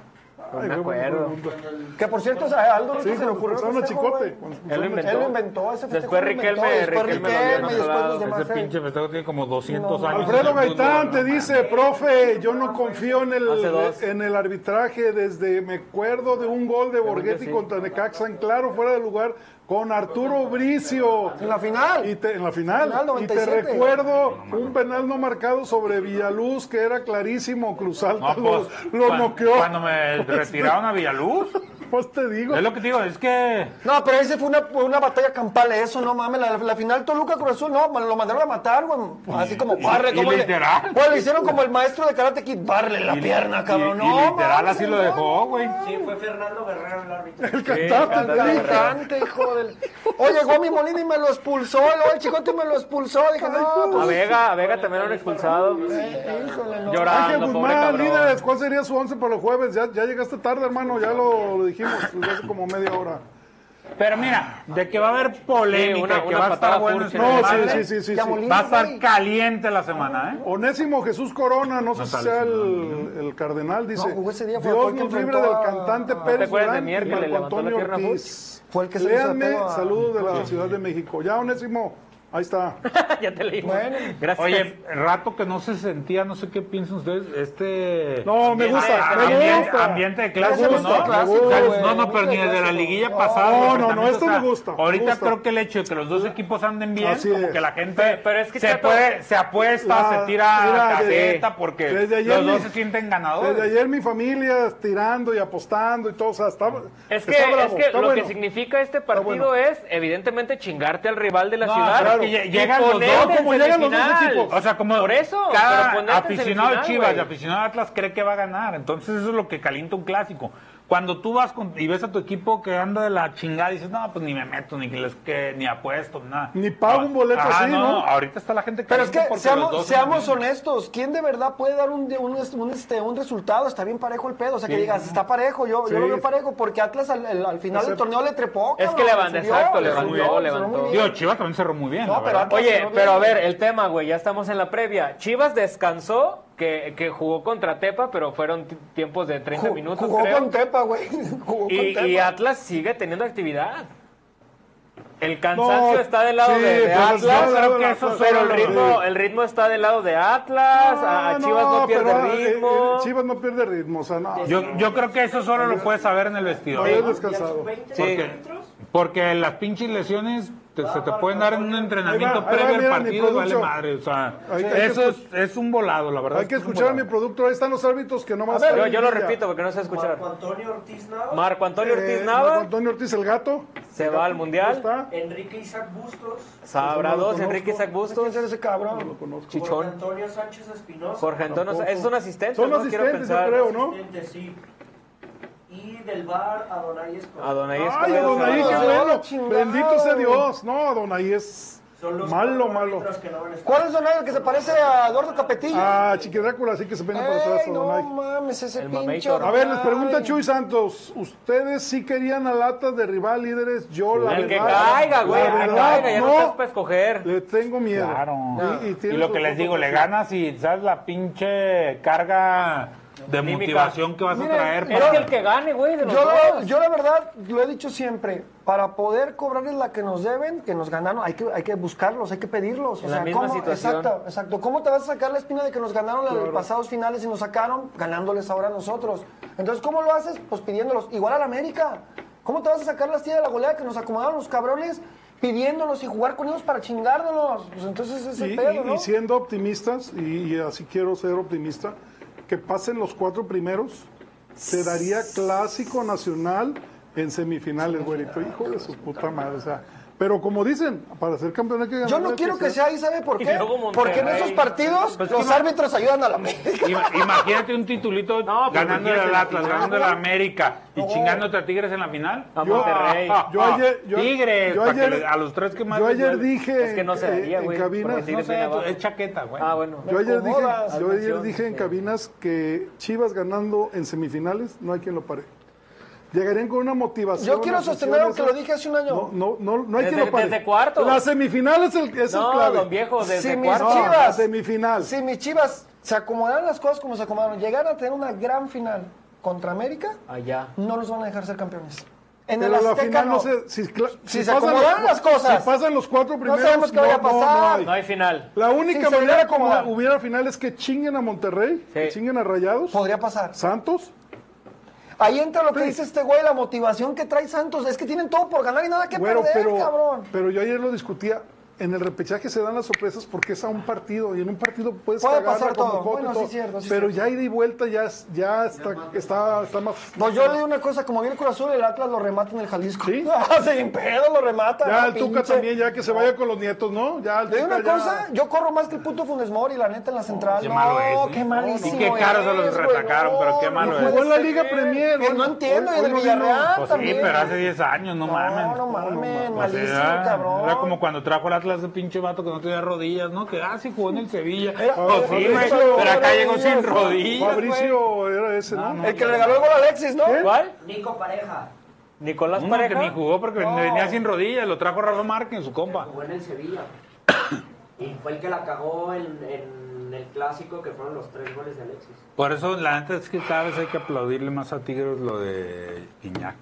Speaker 3: Ay,
Speaker 5: me
Speaker 3: qué buena
Speaker 5: acuerdo.
Speaker 3: pregunta.
Speaker 2: Que por cierto, a Aldo Rocha
Speaker 3: Sí,
Speaker 2: se le ocurrió. el
Speaker 3: cuando a
Speaker 2: festejo,
Speaker 3: Chicote.
Speaker 2: güey.
Speaker 3: cuando-
Speaker 5: pues, Él lo
Speaker 2: Él lo
Speaker 5: inventó.
Speaker 2: inventó, ese festejo.
Speaker 5: Después
Speaker 2: lo inventó,
Speaker 5: Riquelme,
Speaker 2: y después
Speaker 5: Riquelme
Speaker 2: Riquelme,
Speaker 5: lo había
Speaker 2: y después los
Speaker 5: nombrado.
Speaker 2: demás.
Speaker 4: Ese
Speaker 2: eh.
Speaker 4: pinche festejo tiene como 200
Speaker 2: No,
Speaker 4: años.
Speaker 3: Alfredo
Speaker 4: en el
Speaker 3: Gaitán
Speaker 4: fútbol,
Speaker 3: te
Speaker 4: no
Speaker 3: dice, profe, yo no confío en el,
Speaker 5: Hace dos.
Speaker 3: en el arbitraje desde, me acuerdo de un gol de Borghetti contra Necaxa en claro, fuera de lugar, con Arturo Bricio.
Speaker 2: En la final.
Speaker 3: Y te- en la final.
Speaker 2: Final,
Speaker 3: y te
Speaker 2: 97.
Speaker 3: recuerdo un penal no marcado sobre Villaluz que era clarísimo, Cruz Alta
Speaker 4: No,
Speaker 3: lo,
Speaker 4: pues,
Speaker 3: lo
Speaker 4: cuan-
Speaker 3: noqueó.
Speaker 4: Cuando me retiraron a Villaluz.
Speaker 3: Pues te digo.
Speaker 4: Es lo que te digo, es que.
Speaker 2: No, pero ese fue una, fue una batalla campal, eso, no mames. La, la final Toluca Cruz Azul, no, lo mandaron a matar, güey. Así como barre,
Speaker 4: y
Speaker 2: como.
Speaker 4: literal.
Speaker 2: Le, Güey, le hicieron como el maestro de Karate Kid, barre la pierna, cabrón.
Speaker 4: Y, y
Speaker 2: no,
Speaker 4: literal
Speaker 2: mames,
Speaker 4: así lo
Speaker 2: no,
Speaker 4: dejó, güey.
Speaker 6: Sí, fue Fernando Guerrero el árbitro.
Speaker 2: Al cantante, hijo del. Oye, llegó mi Molina y me lo expulsó, luego el chicote me lo expulsó. Dije, no,
Speaker 5: A
Speaker 2: pues.
Speaker 5: Vega, a Vega también lo han expulsado.
Speaker 2: Eh, Híjole, no.
Speaker 3: Ángel
Speaker 5: Llorando, pobre
Speaker 3: Guzmán,
Speaker 5: cabrón.
Speaker 3: pues, líderes, ¿cuál sería su once para el jueves? Ya, ya llegaste tarde, hermano, ya lo, lo dijimos desde hace como media hora.
Speaker 4: Pero mira, de que va a haber polémica,
Speaker 5: Sí, una-
Speaker 4: que
Speaker 5: una
Speaker 4: va a
Speaker 5: patada
Speaker 4: estar bueno.
Speaker 5: furcia.
Speaker 3: No,
Speaker 4: este
Speaker 3: sí,
Speaker 4: desmadre,
Speaker 3: sí, sí, sí.
Speaker 2: Ya
Speaker 3: sí.
Speaker 2: molí.
Speaker 4: Va a estar caliente la semana, ¿eh?
Speaker 3: Onésimo Jesús Corona, no, sé
Speaker 4: No
Speaker 3: si
Speaker 4: sale,
Speaker 3: sea
Speaker 4: sí,
Speaker 3: el, el cardenal, dice.
Speaker 2: No, jugó ese día, fue- fue
Speaker 3: Dios
Speaker 2: el que
Speaker 3: nos libre
Speaker 2: enfrentó
Speaker 3: del
Speaker 2: a-
Speaker 3: cantante
Speaker 2: ¿Te
Speaker 3: Pérez
Speaker 5: acuerdas de
Speaker 3: Durán y
Speaker 5: Mier que le
Speaker 3: Marco
Speaker 5: levantó la
Speaker 3: Antonio
Speaker 5: pierna a
Speaker 3: Ortiz.
Speaker 2: Fue el que se
Speaker 3: Léanme
Speaker 2: desató a-
Speaker 3: saludos de la Ciudad de México. Ya, Onésimo, ahí está.
Speaker 5: Ya te leí.
Speaker 2: Bueno.
Speaker 5: Gracias.
Speaker 4: Oye, rato que no se sentía, no sé qué piensan ustedes, este...
Speaker 3: No, me gusta, me
Speaker 4: ambiente,
Speaker 3: gusta.
Speaker 4: ambiente de
Speaker 2: Ese
Speaker 4: clásico,
Speaker 2: me
Speaker 4: ¿no?
Speaker 2: gusta, clásico, güey.
Speaker 4: no, no, pero ni el de la liguilla pasada.
Speaker 3: No, no,
Speaker 4: güey,
Speaker 3: no,
Speaker 4: también,
Speaker 3: esto me gusta, me
Speaker 4: Ahorita
Speaker 3: gusta.
Speaker 4: creo que el hecho de que los dos equipos anden bien,
Speaker 3: Así
Speaker 4: como
Speaker 3: es.
Speaker 4: que la gente
Speaker 5: pero es que,
Speaker 4: se,
Speaker 5: Chato,
Speaker 4: puede, se apuesta,
Speaker 3: la-
Speaker 4: se tira
Speaker 3: mira,
Speaker 4: la
Speaker 3: desde-
Speaker 4: caseta, porque
Speaker 3: desde ayer
Speaker 4: los
Speaker 3: mi-
Speaker 4: dos se sienten
Speaker 5: Ah,
Speaker 4: ganadores.
Speaker 3: Desde ayer mi familia tirando y apostando y todo, o sea, está,
Speaker 5: Es que,
Speaker 3: está bravo,
Speaker 5: es que
Speaker 3: está
Speaker 5: lo
Speaker 3: bueno.
Speaker 5: que significa este partido
Speaker 3: bueno.
Speaker 5: es, evidentemente, chingarte al rival de la
Speaker 4: No,
Speaker 5: ciudad.
Speaker 4: claro. Es que lle-
Speaker 5: y
Speaker 4: llegan los
Speaker 5: ponerte
Speaker 4: dos, como
Speaker 5: en
Speaker 3: llegan los dos
Speaker 5: semifinal.
Speaker 3: equipos.
Speaker 4: O sea, como
Speaker 5: Pues, Por eso, pero ponerte
Speaker 4: cada
Speaker 5: en
Speaker 4: aficionado de
Speaker 5: semifinal,
Speaker 4: Chivas
Speaker 5: güey.
Speaker 4: y aficionado de Atlas cree que va a ganar. Entonces eso es lo que calienta un clásico. Cuando tú vas con- y ves a tu equipo que anda de la chingada y dices, no, pues ni me meto, ni que les que ni apuesto, nada.
Speaker 3: Ni pago un boleto
Speaker 4: Ajá,
Speaker 3: así, ¿no?
Speaker 4: Ahorita está la gente
Speaker 2: Pero es que
Speaker 4: caliente porque los
Speaker 2: seamos,
Speaker 4: dos
Speaker 2: seamos
Speaker 4: son-
Speaker 2: honestos, ¿quién de verdad puede dar un, un, un, este, un resultado? Está bien parejo el pedo, o sea, que digas, está parejo, yo, yo lo veo parejo, porque Atlas al, al- al final del torneo le trepó.
Speaker 5: Es
Speaker 2: cabrón,
Speaker 5: que levanta-
Speaker 2: subió,
Speaker 5: exacto,
Speaker 2: le
Speaker 5: levantó,
Speaker 2: subió, le
Speaker 5: levantó.
Speaker 2: subió muy
Speaker 4: Digo,
Speaker 2: bien.
Speaker 4: Chivas también cerró muy bien.
Speaker 2: No,
Speaker 4: la
Speaker 2: pero
Speaker 4: verdad.
Speaker 2: Atlas-
Speaker 5: Oye,
Speaker 2: no viene.
Speaker 5: pero a ver, el tema, güey, ya estamos en la previa. Chivas descansó, que, que jugó contra Tepa, pero fueron ti- tiempos de 30
Speaker 2: Ju-
Speaker 5: minutos,
Speaker 2: Jugó
Speaker 5: creo.
Speaker 2: con Tepa, güey. Jugó con
Speaker 5: y,
Speaker 2: Tepa.
Speaker 5: y Atlas sigue teniendo actividad. El cansancio
Speaker 3: No,
Speaker 5: está del lado
Speaker 3: sí,
Speaker 5: de, de
Speaker 3: pues,
Speaker 5: Atlas,
Speaker 3: yo creo que eso
Speaker 5: pero el
Speaker 3: solo-
Speaker 5: ritmo, el ritmo está del lado de Atlas, a a Chivas no, pierde
Speaker 3: pero, eh,
Speaker 5: ritmo.
Speaker 3: eh, Chivas no pierde ritmo, o sea, no.
Speaker 4: Yo, yo creo que eso solo lo puedes saber en el vestidor.
Speaker 3: Habías
Speaker 4: ¿no?
Speaker 3: descansado.
Speaker 6: ¿20
Speaker 4: Sí.
Speaker 6: árbitros?
Speaker 4: Porque las pinches lesiones te- se te pueden dar en un entrenamiento
Speaker 3: ahí va,
Speaker 4: previo al
Speaker 3: mira, mi
Speaker 4: partido y vale
Speaker 3: producción.
Speaker 4: madre. O sea,
Speaker 3: Hay- hay que
Speaker 4: eso es, es un volado, la verdad.
Speaker 3: Hay que
Speaker 4: es un
Speaker 3: escuchar a mi
Speaker 4: volado.
Speaker 3: producto. Ahí están los árbitros que no más.
Speaker 5: Yo, yo lo repito porque no sé escuchar.
Speaker 6: Marco Antonio Ortiz Nava,
Speaker 5: Marco Antonio Ortiz
Speaker 3: eh, Marco
Speaker 5: Nava
Speaker 3: Antonio Ortiz, el gato.
Speaker 5: se va al
Speaker 3: Ahí
Speaker 5: mundial.
Speaker 3: está.
Speaker 6: Enrique Isaac Bustos,
Speaker 5: Sabrá
Speaker 3: Pues no lo
Speaker 5: dos, Enrique
Speaker 3: conozco.
Speaker 5: Isaac Bustos,
Speaker 2: ese
Speaker 3: No lo
Speaker 2: cabrón?
Speaker 3: conozco.
Speaker 6: Jorge
Speaker 5: Chichón,
Speaker 6: Antonio Sánchez Espinosa.
Speaker 5: Jorge Antonio.
Speaker 3: tampoco.
Speaker 5: Es un asistente,
Speaker 3: Son
Speaker 5: no quiero
Speaker 3: asistentes, yo
Speaker 5: pensar.
Speaker 3: creo, ¿no?
Speaker 6: Asistente, sí. Y del bar Adonai Escobar.
Speaker 5: Adonai
Speaker 3: Ay,
Speaker 5: Escobedo,
Speaker 3: Adonai,
Speaker 5: Sabrá
Speaker 3: qué
Speaker 5: dos.
Speaker 3: bueno.
Speaker 2: chingado.
Speaker 3: Bendito sea Dios. No, Adonai es
Speaker 6: Son los
Speaker 3: malo,
Speaker 6: cuatro
Speaker 3: malo.
Speaker 6: árbitros que no van a estar.
Speaker 2: ¿Cuál es Donay el que se parece a Eduardo Capetillo?
Speaker 3: Ah, Chiqui Drácula, así que se pena para atrás,
Speaker 2: Ey, no
Speaker 3: Adonai.
Speaker 2: mames, ese
Speaker 5: El
Speaker 2: pinche.
Speaker 5: mamator.
Speaker 3: A ver, les pregunta
Speaker 2: Ay.
Speaker 3: Chuy Santos, ¿ustedes sí querían a latas de rival líderes? Yo la
Speaker 5: El que
Speaker 3: verdad,
Speaker 5: caiga, güey,
Speaker 3: la
Speaker 5: el que
Speaker 3: verdad,
Speaker 5: caiga, ya no
Speaker 3: no,
Speaker 5: estás para escoger.
Speaker 3: le tengo miedo.
Speaker 4: Claro.
Speaker 3: Y, y
Speaker 4: Y
Speaker 3: tiene
Speaker 4: lo
Speaker 3: su
Speaker 4: que les
Speaker 3: propio
Speaker 4: digo, le
Speaker 3: precio.
Speaker 4: ganas y sabes la pinche carga de
Speaker 5: Anímica.
Speaker 4: motivación que vas a
Speaker 2: Miren,
Speaker 4: traer.
Speaker 5: Es que el que gane, güey, de los
Speaker 2: Yo, la-
Speaker 5: dos.
Speaker 2: yo la verdad, lo he dicho siempre, para poder cobrarles la que nos deben, que nos ganaron, hay que, hay que buscarlos, hay que pedirlos. o
Speaker 5: En la
Speaker 2: sea,
Speaker 5: misma
Speaker 2: ¿cómo,
Speaker 5: situación.
Speaker 2: Exacto, exacto. ¿Cómo te vas a sacar la espina de que nos ganaron en los pasados finales y nos sacaron ganándoles ahora a nosotros? Entonces, ¿cómo lo haces? Pues pidiéndolos. Igual a la América. ¿Cómo te vas a sacar la astilla de la goleada que nos acomodaron los cabrones? Pidiéndolos y jugar con ellos para chingárnoslos. Pues entonces ese
Speaker 3: Y,
Speaker 2: pedo,
Speaker 3: y-
Speaker 2: ¿no?
Speaker 3: y siendo optimistas, y, y así quiero ser optimista, que pasen los cuatro primeros, se daría clásico nacional en semifinales, güerito. Hijo de su puta madre, o sea. Pero como dicen, para ser campeón hay que ganar.
Speaker 2: Yo no quiero que sea ahí, ¿sabe por qué?
Speaker 5: luego Monterrey. Pues
Speaker 2: Porque en esos partidos los árbitros ayudan a la América.
Speaker 4: pues, Ima- Imagínate un titulito
Speaker 5: No, pero
Speaker 4: ganándole al
Speaker 5: imagínate la
Speaker 4: Atlas,
Speaker 5: final,
Speaker 4: ganándole al América y chingándote a Tigres en la final.
Speaker 5: A
Speaker 3: Yo-
Speaker 5: Monterrey.
Speaker 3: ah, yo ayer- yo-
Speaker 4: Tigres,
Speaker 3: yo
Speaker 4: para que
Speaker 3: ayer-
Speaker 4: le- a los tres que más
Speaker 3: Yo
Speaker 4: les
Speaker 3: ayer
Speaker 4: duele.
Speaker 3: dije
Speaker 5: Es que no se
Speaker 3: eh,
Speaker 5: daría,
Speaker 3: en
Speaker 5: güey,
Speaker 3: cabina,
Speaker 5: porque
Speaker 4: No
Speaker 5: Tigres viene
Speaker 4: sé,
Speaker 5: abajo.
Speaker 4: es chaqueta, güey.
Speaker 5: Ah, bueno.
Speaker 3: Yo ayer, dije,
Speaker 2: acomodas.
Speaker 3: yo ayer dije
Speaker 2: eh.
Speaker 3: en
Speaker 5: Sí.
Speaker 3: cabinas que Chivas ganando en semifinales, no hay quien lo pare. Llegarían con una motivación.
Speaker 2: Yo quiero
Speaker 3: afición,
Speaker 2: sostener lo que
Speaker 3: eso.
Speaker 2: lo dije hace un año.
Speaker 3: No, no, no, no hay
Speaker 5: Desde-
Speaker 3: quien lo pare.
Speaker 5: desde cuartos.
Speaker 3: Las semifinales es el, es el
Speaker 5: No,
Speaker 3: clave.
Speaker 5: don viejo, desde
Speaker 2: Sí, mis
Speaker 5: cuarto.
Speaker 3: No,
Speaker 2: chivas.
Speaker 3: la semifinal.
Speaker 2: Si mis chivas se acomodaran las cosas como se acomodaron, llegaran a tener una gran final contra América,
Speaker 5: Allá.
Speaker 2: no los van a dejar ser campeones. En
Speaker 3: Pero
Speaker 2: el
Speaker 3: la
Speaker 2: Azteca
Speaker 3: final no,
Speaker 2: no.
Speaker 3: se. Si, cla-
Speaker 2: Si
Speaker 3: si
Speaker 2: se
Speaker 3: pasan
Speaker 2: acomodan
Speaker 3: los-
Speaker 2: las cosas.
Speaker 3: Si pasan los cuatro primeros.
Speaker 2: sabemos qué vaya a pasar.
Speaker 3: hay.
Speaker 5: No hay final.
Speaker 3: La única
Speaker 2: Sí, se
Speaker 3: manera
Speaker 2: debe
Speaker 3: como
Speaker 2: acomodar.
Speaker 3: hubiera final es que chinguen a Monterrey, que chinguen a Rayados,
Speaker 2: Podría pasar.
Speaker 3: Santos.
Speaker 2: Ahí entra lo que
Speaker 3: Sí.
Speaker 2: dice este güey, la motivación que trae Santos. Es que tienen todo por ganar y nada que
Speaker 3: Güero,
Speaker 2: perder,
Speaker 3: pero,
Speaker 2: cabrón.
Speaker 3: pero yo ayer lo discutía. En el repechaje se dan las sorpresas porque es a un partido y en un partido puedes
Speaker 2: Puede
Speaker 3: cagarla
Speaker 2: pasar
Speaker 3: como
Speaker 2: todo.
Speaker 3: coco y
Speaker 2: Bueno, sí,
Speaker 3: todo,
Speaker 2: cierto, sí,
Speaker 3: pero
Speaker 2: cierto.
Speaker 3: ya ida y vuelta ya, es- ya está, está, está más.
Speaker 2: No, yo leí una cosa, como vi el Cruz Azul, el Atlas lo remata en el Jalisco.
Speaker 3: ¿Sí?
Speaker 2: Sin pedo lo remata.
Speaker 3: Ya
Speaker 2: no,
Speaker 3: el Tuca
Speaker 2: pinche.
Speaker 3: también, ya que se vaya con los nietos, ¿no? Ya el
Speaker 2: Le digo
Speaker 3: Tuca
Speaker 2: una
Speaker 3: ya-
Speaker 2: cosa, yo corro más que el puto Funes Mori, la neta, en la central.
Speaker 4: Oh, qué
Speaker 2: no,
Speaker 4: malo es, ¿eh?
Speaker 2: qué malísimo
Speaker 4: Y qué caros se los
Speaker 2: es, güey,
Speaker 4: retacaron, pero qué
Speaker 2: no
Speaker 4: malo
Speaker 2: puede
Speaker 4: es.
Speaker 3: Jugó en la
Speaker 2: ser.
Speaker 3: Liga Premier.
Speaker 2: Que
Speaker 3: hoy-
Speaker 2: no entiendo,
Speaker 3: hoy-
Speaker 2: y
Speaker 3: hoy
Speaker 2: del
Speaker 3: no vino.
Speaker 2: Villarreal
Speaker 4: Pues sí,
Speaker 2: también.
Speaker 4: pero hace 10 años, no,
Speaker 2: No,
Speaker 4: mames.
Speaker 2: no mames,
Speaker 4: mames.
Speaker 2: malísimo,
Speaker 4: era,
Speaker 2: cabrón.
Speaker 4: Era como cuando trajo el Atlas de pinche vato que no tenía rodillas, ¿no? Que, ah, sí jugó en el Sevilla.
Speaker 2: Era-
Speaker 4: Pues sí,
Speaker 3: Fabricio-
Speaker 4: güey, pero acá llegó sin
Speaker 2: Fabricio-
Speaker 4: rodillas, güey.
Speaker 3: Fabricio era ese, ¿no?
Speaker 2: El que le regaló el gol a Alexis, ¿no? Pues
Speaker 5: ¿Cuál?
Speaker 6: Nico Pareja,
Speaker 5: Nicolás
Speaker 4: Uno que ni
Speaker 5: Pareja.
Speaker 4: jugó porque venía sin rodillas, lo trajo Rafa Márquez, su compa.
Speaker 6: jugó en el Sevilla. y fue el que la cagó en, en el clásico que fueron los tres goles de Alexis.
Speaker 4: Por eso, la neta es que cada vez hay que aplaudirle más a Tigres lo de Iñac.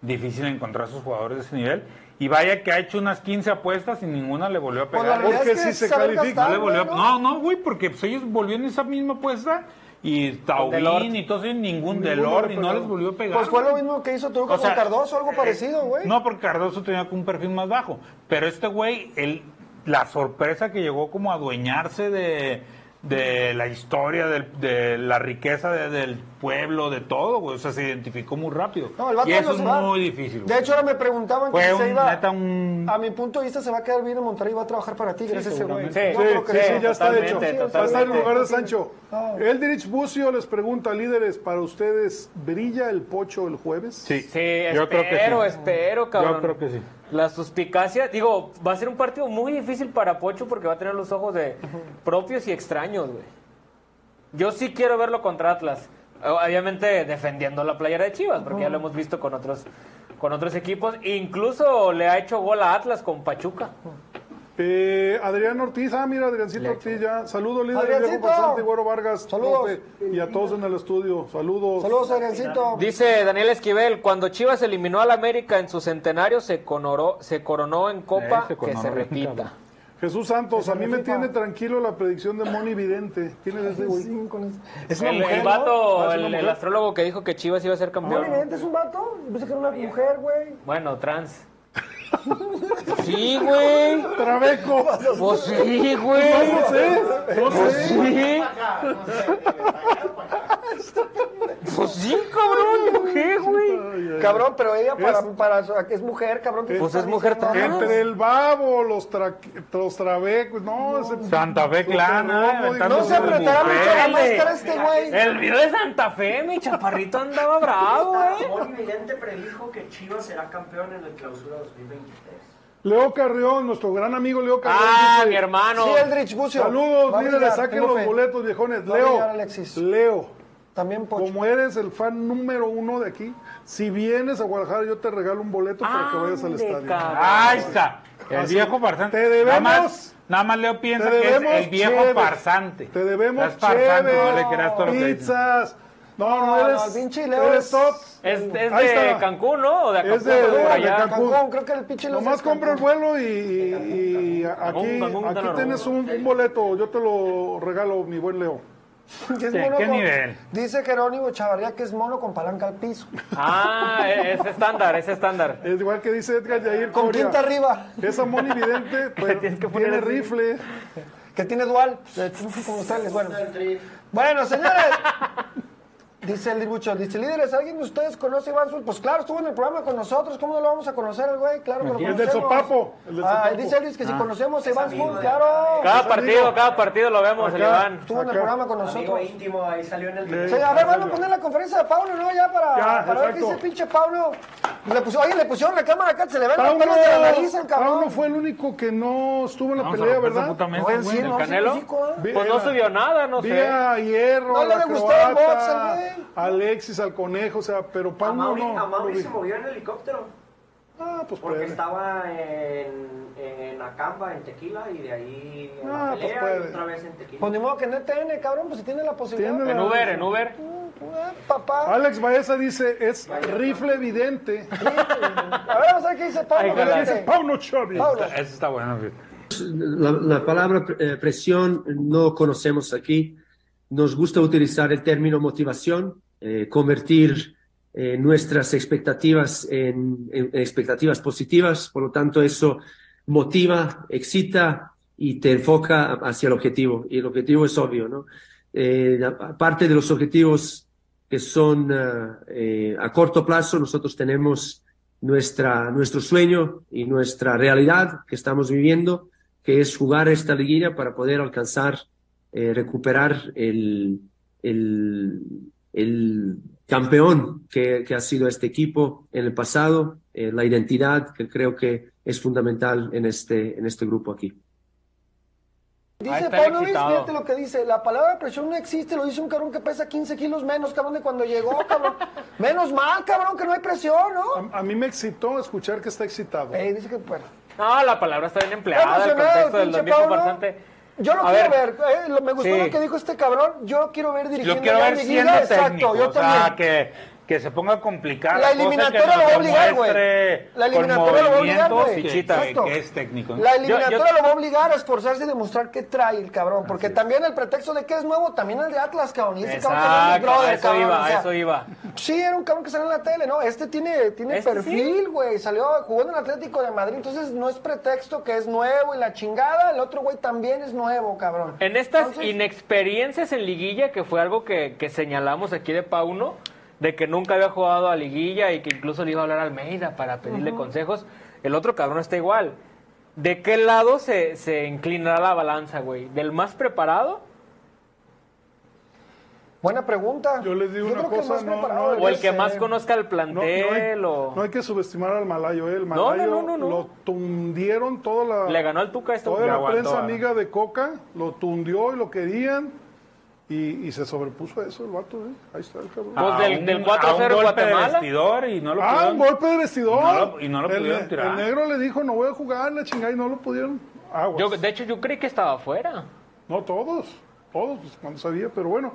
Speaker 4: Difícil encontrar sus jugadores de ese nivel. Y vaya que ha hecho unas 15 apuestas y ninguna le volvió a
Speaker 2: Pues la
Speaker 4: pegar.
Speaker 2: realidad
Speaker 3: Porque
Speaker 2: es que
Speaker 3: si se
Speaker 2: saben
Speaker 3: califica,
Speaker 4: No
Speaker 2: gastar,
Speaker 4: le volvió a-
Speaker 2: güey,
Speaker 4: No, no, güey, porque pues, ellos volvieron esa misma apuesta y
Speaker 5: Delort.
Speaker 4: Taubín y todos ellos, ningún Delor y no les volvió a pegar.
Speaker 2: Pues fue lo mismo que hizo Truco
Speaker 4: O sea,
Speaker 2: con Cardoso, algo
Speaker 4: eh,
Speaker 2: parecido, güey.
Speaker 4: No, porque Cardoso tenía un perfil más bajo. Pero este güey, el- la sorpresa que llegó como a adueñarse de, de la historia, del- de la riqueza de- del pueblo, de todo, güey. O sea, se identificó muy rápido.
Speaker 2: No, el vato
Speaker 4: y
Speaker 2: no
Speaker 4: eso es
Speaker 2: se va.
Speaker 4: muy difícil.
Speaker 2: De
Speaker 4: güey.
Speaker 2: hecho, ahora me preguntaban
Speaker 4: Fue
Speaker 2: que si
Speaker 4: un-
Speaker 2: se iba.
Speaker 4: neta un-
Speaker 2: A mi punto de vista, se va a quedar bien en Monterrey y va a trabajar para Tigres ese güey.
Speaker 5: seguramente.
Speaker 2: No
Speaker 3: Sí,
Speaker 2: creo que
Speaker 3: sí,
Speaker 2: sea.
Speaker 3: sí, ya está hecho.
Speaker 5: totalmente,
Speaker 3: Va a estar en
Speaker 5: totalmente.
Speaker 3: lugar de Sancho.
Speaker 2: No.
Speaker 3: Eldrich Bucio les pregunta, líderes, para ustedes, ¿brilla el pocho el jueves?
Speaker 4: Sí,
Speaker 5: Sí,
Speaker 4: yo
Speaker 5: espero,
Speaker 4: creo que sí.
Speaker 5: espero, cabrón.
Speaker 4: Yo creo que sí.
Speaker 5: La suspicacia, digo, va a ser un partido muy difícil para Pocho porque va a tener los ojos de propios y extraños, güey. Yo sí quiero verlo contra Atlas. Obviamente defendiendo la playera de Chivas, porque ya lo hemos visto con otros con otros equipos. Incluso le ha hecho gol a Atlas con Pachuca.
Speaker 3: Eh, Adrián Ortiz, ah, mira, Adriancito Ortiz ya. Saludos, líderes, Diego
Speaker 2: Adriancito.
Speaker 3: Pasante, Güero Vargas.
Speaker 2: Saludos.
Speaker 3: profe, y a todos en el estudio. Saludos.
Speaker 2: Saludos, Adriancito.
Speaker 5: Dice Daniel Esquivel, cuando Chivas eliminó al América en su centenario, se, conoró- se coronó en Copa
Speaker 4: Eh, se coronó,
Speaker 5: que se
Speaker 4: sí,
Speaker 5: repita.
Speaker 4: cabrón.
Speaker 3: Jesús Santos, a mí me tiene tranquilo la predicción de Moni Vidente. ¿Quién es ese güey?
Speaker 2: Sí, con eso. Es una
Speaker 5: El,
Speaker 2: mujer,
Speaker 5: el
Speaker 2: ¿no?
Speaker 5: vato,
Speaker 3: Ah, es
Speaker 5: el,
Speaker 3: una
Speaker 5: el
Speaker 3: mujer.
Speaker 5: astrólogo que dijo que Chivas iba a ser campeón.
Speaker 2: pues Muy evidente, es un vato. Yo Pensé que era una mujer, güey.
Speaker 5: Bueno, trans. Sí, güey.
Speaker 3: Trabeco.
Speaker 5: Pues sí, güey.
Speaker 3: No sé, no
Speaker 5: Pues
Speaker 3: sé.
Speaker 5: sí. Pues sí, cabrón. ¿yo ¿Qué, güey?
Speaker 2: Cabrón, pero ella para,
Speaker 3: Es-
Speaker 2: para su- es mujer, cabrón. ¿qué
Speaker 5: Pues
Speaker 2: te
Speaker 5: es
Speaker 2: está
Speaker 5: mujer
Speaker 2: diciendo?
Speaker 5: también.
Speaker 3: Entre el babo, los, tra- los trabecos, no, ese...
Speaker 10: Santa Fe Clan,
Speaker 3: No,
Speaker 10: ah,
Speaker 2: Pues, No
Speaker 10: aventándose
Speaker 2: se apretará
Speaker 10: mujer.
Speaker 2: mucho la máscara este güey.
Speaker 3: Eh,
Speaker 5: El video de Santa Fe, mi chaparrito andaba bravo, eh. güey.
Speaker 6: Hoy Vidente predijo que Chivas será campeón en el clausura 2023.
Speaker 3: Leo Carrión, nuestro gran amigo Leo Carrión.
Speaker 5: Ah,
Speaker 3: dice,
Speaker 5: mi hermano.
Speaker 2: Sí, Eldrich Bucio. Va a
Speaker 3: Saludos,
Speaker 2: brillar,
Speaker 3: mire, saquen
Speaker 2: tengo
Speaker 3: los
Speaker 2: fe.
Speaker 3: boletos, viejones.
Speaker 2: Va a
Speaker 3: Leo,
Speaker 2: brillar, Alexis.
Speaker 3: Leo,
Speaker 2: También Pocho.
Speaker 3: como eres el fan número uno de aquí, si vienes a Guadalajara, yo te regalo un boleto para que vayas al
Speaker 5: Ande,
Speaker 3: estadio.
Speaker 5: cabrón.
Speaker 10: Ahí está. El
Speaker 3: Así.
Speaker 10: viejo farsante.
Speaker 3: Te debemos.
Speaker 10: Nada más, nada más Leo piensa
Speaker 3: Te debemos
Speaker 10: que es el viejo
Speaker 3: cheves.
Speaker 10: farsante.
Speaker 3: Te debemos
Speaker 10: Estás farsando,
Speaker 3: cheves,
Speaker 10: no le creas todo lo que dices.
Speaker 3: pizzas. No, no,
Speaker 2: No, no,
Speaker 3: eres.
Speaker 2: el pinche Leo
Speaker 3: eres
Speaker 2: es-
Speaker 3: top.
Speaker 5: Es, es
Speaker 3: Ahí
Speaker 5: de
Speaker 3: está.
Speaker 5: Cancún, ¿no? O de Acapulco,
Speaker 3: Es de-
Speaker 5: por
Speaker 3: de
Speaker 5: allá.
Speaker 3: Cancún.
Speaker 2: Cancún, creo que el pinche Leo
Speaker 3: Nomás
Speaker 2: es de Cancún.
Speaker 3: compra el vuelo y, y- y aquí,
Speaker 5: Cancún, Cancún,
Speaker 3: aquí
Speaker 5: Quintana
Speaker 3: tienes un, un boleto. Yo te lo regalo, mi buen Leo.
Speaker 2: Que es
Speaker 10: Sí,
Speaker 2: mono
Speaker 10: ¿qué
Speaker 2: con-
Speaker 10: nivel?
Speaker 2: Dice Jerónimo Chavarría que es mono con palanca al piso.
Speaker 5: Ah, es es estándar, es estándar.
Speaker 3: Es igual que dice Edgar Yair
Speaker 2: Con
Speaker 3: Coria.
Speaker 2: quinta arriba,
Speaker 3: Esa moni vidente pero
Speaker 5: tienes que poner
Speaker 3: tiene
Speaker 5: así.
Speaker 3: rifle.
Speaker 2: que tiene dual. Como ustedes, bueno. Bueno, señores. Dice el dibucho, dice líderes, ¿alguien de ustedes conoce a Iván Zul? Pues claro, estuvo en el programa con nosotros, ¿cómo no lo vamos a conocer al güey? Claro que lo
Speaker 3: El
Speaker 2: conocemos.
Speaker 3: del sopapo, el del
Speaker 2: Ah,
Speaker 3: sopapo.
Speaker 2: dice Elvis que si conocemos a Iván Zul, claro.
Speaker 5: Cada
Speaker 3: Pues, Amigo.
Speaker 5: partido, cada partido lo vemos, el
Speaker 3: Acá.
Speaker 5: Iván.
Speaker 2: Estuvo en el
Speaker 3: Acá.
Speaker 2: programa con
Speaker 6: Amigo
Speaker 2: nosotros.
Speaker 6: íntimo, ahí salió en el video.
Speaker 2: Sí, a ver, van a poner la conferencia de Pauno, ¿no? Ya para, para
Speaker 3: Ya,
Speaker 2: ver qué
Speaker 3: exacto.
Speaker 2: dice el pinche Pauno. Le puso, oye, le pusieron la cámara acá, se le ven los
Speaker 3: Pauno,
Speaker 2: pelos de la nariz al
Speaker 3: Pauno
Speaker 2: cabrón.
Speaker 3: fue el único que no estuvo en la
Speaker 10: Vamos a
Speaker 3: pelea,
Speaker 10: romper esa
Speaker 3: ¿verdad? Ah,
Speaker 10: puta mesa,
Speaker 2: Oye,
Speaker 10: güey.
Speaker 2: sí, no, sí,
Speaker 5: Canelo?
Speaker 2: hocico, ¿eh?
Speaker 5: Pues no ¿eh? subió nada, no sé.
Speaker 3: Vía Hierro,
Speaker 2: No
Speaker 3: a
Speaker 2: le
Speaker 3: la
Speaker 2: gustó el
Speaker 3: croata,
Speaker 2: box al güey.
Speaker 3: Alexis, al conejo, o sea, pero
Speaker 6: A
Speaker 3: Pauno
Speaker 6: Mauri,
Speaker 3: no.
Speaker 6: a Mauri
Speaker 3: no
Speaker 6: se
Speaker 3: lo
Speaker 6: movió en helicóptero
Speaker 3: vi. Ah, pues
Speaker 6: porque
Speaker 3: puede.
Speaker 6: estaba en, en Acamba, en Tequila, y de ahí en
Speaker 3: Ah,
Speaker 6: la
Speaker 3: pues
Speaker 6: pelea
Speaker 3: puede.
Speaker 6: y otra vez en Tequila.
Speaker 2: Pues ni modo que no TN, cabrón, pues si tiene la posibilidad.
Speaker 3: Tiene
Speaker 5: En
Speaker 3: la-
Speaker 5: Uber, en Uber.
Speaker 2: Ah, papá.
Speaker 3: Alex Baeza dice, es rifle evidente.
Speaker 2: A ver, vamos a ver qué dice Pauno.
Speaker 5: Ay, caray.
Speaker 2: espérate.
Speaker 3: Pauno Chávez.
Speaker 2: Pauno.
Speaker 10: Eso está bueno. sí.
Speaker 11: la, la palabra eh, presión no conocemos aquí. Nos gusta utilizar el término motivación, eh, convertir eh, nuestras expectativas en, en- en expectativas positivas. Por lo tanto, eso motiva, excita y te enfoca hacia el objetivo. Y el objetivo es obvio, ¿no? Eh, aparte de los objetivos que son ah, eh, a corto plazo, nosotros tenemos nuestra, nuestro sueño y nuestra realidad que estamos viviendo, que es jugar esta liguilla para poder alcanzar, eh, recuperar el, el, el campeón que, que ha sido este equipo en el pasado, eh, la identidad que creo que es fundamental en este, en este grupo aquí.
Speaker 5: Ahí
Speaker 2: Dice
Speaker 5: está el
Speaker 2: Pauno, Luis,
Speaker 5: excitado.
Speaker 2: fíjate lo que dice. La palabra presión no existe, lo dice un cabrón que pesa 15 kilos menos, cabrón, de cuando llegó, cabrón. Menos mal, cabrón, que no hay presión, ¿no?
Speaker 3: A, a mí me excitó escuchar que está excitado.
Speaker 2: Eh, dice que, bueno.
Speaker 5: No, la palabra está
Speaker 2: Está
Speaker 5: bien empleada, el
Speaker 2: emocionado,
Speaker 5: contexto del
Speaker 2: pinche
Speaker 5: domingo
Speaker 2: Pauno.
Speaker 5: farsante.
Speaker 2: Yo lo
Speaker 5: A
Speaker 2: quiero ver, eh, lo- me gustó
Speaker 5: Sí.
Speaker 2: lo que dijo este cabrón. Yo lo quiero ver dirigiendo.
Speaker 10: Lo quiero
Speaker 2: la
Speaker 10: ver
Speaker 2: liguilla,
Speaker 10: siendo
Speaker 2: Exacto,
Speaker 10: técnico.
Speaker 2: yo
Speaker 10: o sea,
Speaker 2: también.
Speaker 10: que, que se ponga complicada.
Speaker 2: La
Speaker 10: cosa, que
Speaker 2: eliminatoria
Speaker 10: nos
Speaker 2: lo va a obligar, güey.
Speaker 10: demuestre
Speaker 2: La
Speaker 10: con
Speaker 2: eliminatoria lo va a obligar,
Speaker 10: movimientos
Speaker 2: güey.
Speaker 10: que-
Speaker 2: Fichita.
Speaker 10: que-
Speaker 2: Exacto.
Speaker 10: que es técnico. ¿no? Yo-
Speaker 2: La
Speaker 10: yo-
Speaker 2: eliminatoria lo va a obligar a esforzarse y demostrar qué trae el cabrón. Porque también el pretexto de que es nuevo, también el de Atlas, cabrón. Y ese cabrón también es
Speaker 5: Exacto, a
Speaker 2: brother,
Speaker 5: eso
Speaker 2: cabrón,
Speaker 5: iba,
Speaker 2: o
Speaker 5: a
Speaker 2: sea,
Speaker 5: eso iba.
Speaker 2: Sí, era un cabrón que salió en la tele, ¿no? Este tiene, tiene
Speaker 5: Este
Speaker 2: perfil, güey. Salió, jugó en el Atlético de Madrid. Entonces no es pretexto que es nuevo y la chingada. El otro güey también es nuevo, cabrón.
Speaker 5: En estas
Speaker 2: Entonces-
Speaker 5: inexperiencias en liguilla, que fue algo que, que señalamos aquí de Pauno, de que nunca había jugado a liguilla y que incluso le iba a hablar a Almeida para pedirle consejos, el otro cabrón está igual. ¿De qué lado se, se inclinará la balanza, güey? ¿Del más preparado
Speaker 2: Buena pregunta.
Speaker 3: Yo les digo una
Speaker 2: creo que
Speaker 3: cosa,
Speaker 2: más
Speaker 3: no-
Speaker 2: preparado
Speaker 3: no-
Speaker 2: debe
Speaker 5: o el que
Speaker 2: ser.
Speaker 5: más conozca el
Speaker 3: No, no hay,
Speaker 5: plantel o...
Speaker 3: no hay que subestimar al malayo, ¿eh? el
Speaker 5: no,
Speaker 3: malayo
Speaker 5: no, no.
Speaker 3: lo tundieron toda la,
Speaker 5: Le ganó al Tuca esto.
Speaker 3: toda
Speaker 5: Le
Speaker 3: la
Speaker 5: aguantó,
Speaker 3: prensa
Speaker 5: ¿no?
Speaker 3: amiga de Coca, lo tundió y lo querían y, y se sobrepuso a eso el vato, ¿eh? ahí está el cabrón.
Speaker 4: Ah,
Speaker 5: Pues
Speaker 10: a
Speaker 5: del-
Speaker 10: un-
Speaker 5: del
Speaker 10: a un
Speaker 5: 4-0
Speaker 10: golpe
Speaker 5: Guatemala.
Speaker 10: de vestidor y no lo
Speaker 3: Ah,
Speaker 10: pudieron-
Speaker 3: un golpe de vestidor.
Speaker 10: Y no lo- y no lo
Speaker 3: el,
Speaker 10: pudieron tirar.
Speaker 3: el negro le dijo, no voy a jugar, la chingada, y no lo pudieron. Aguas.
Speaker 5: Yo, de hecho, yo creí que estaba afuera.
Speaker 3: No todos, todos, pues, cuando sabía, pero bueno.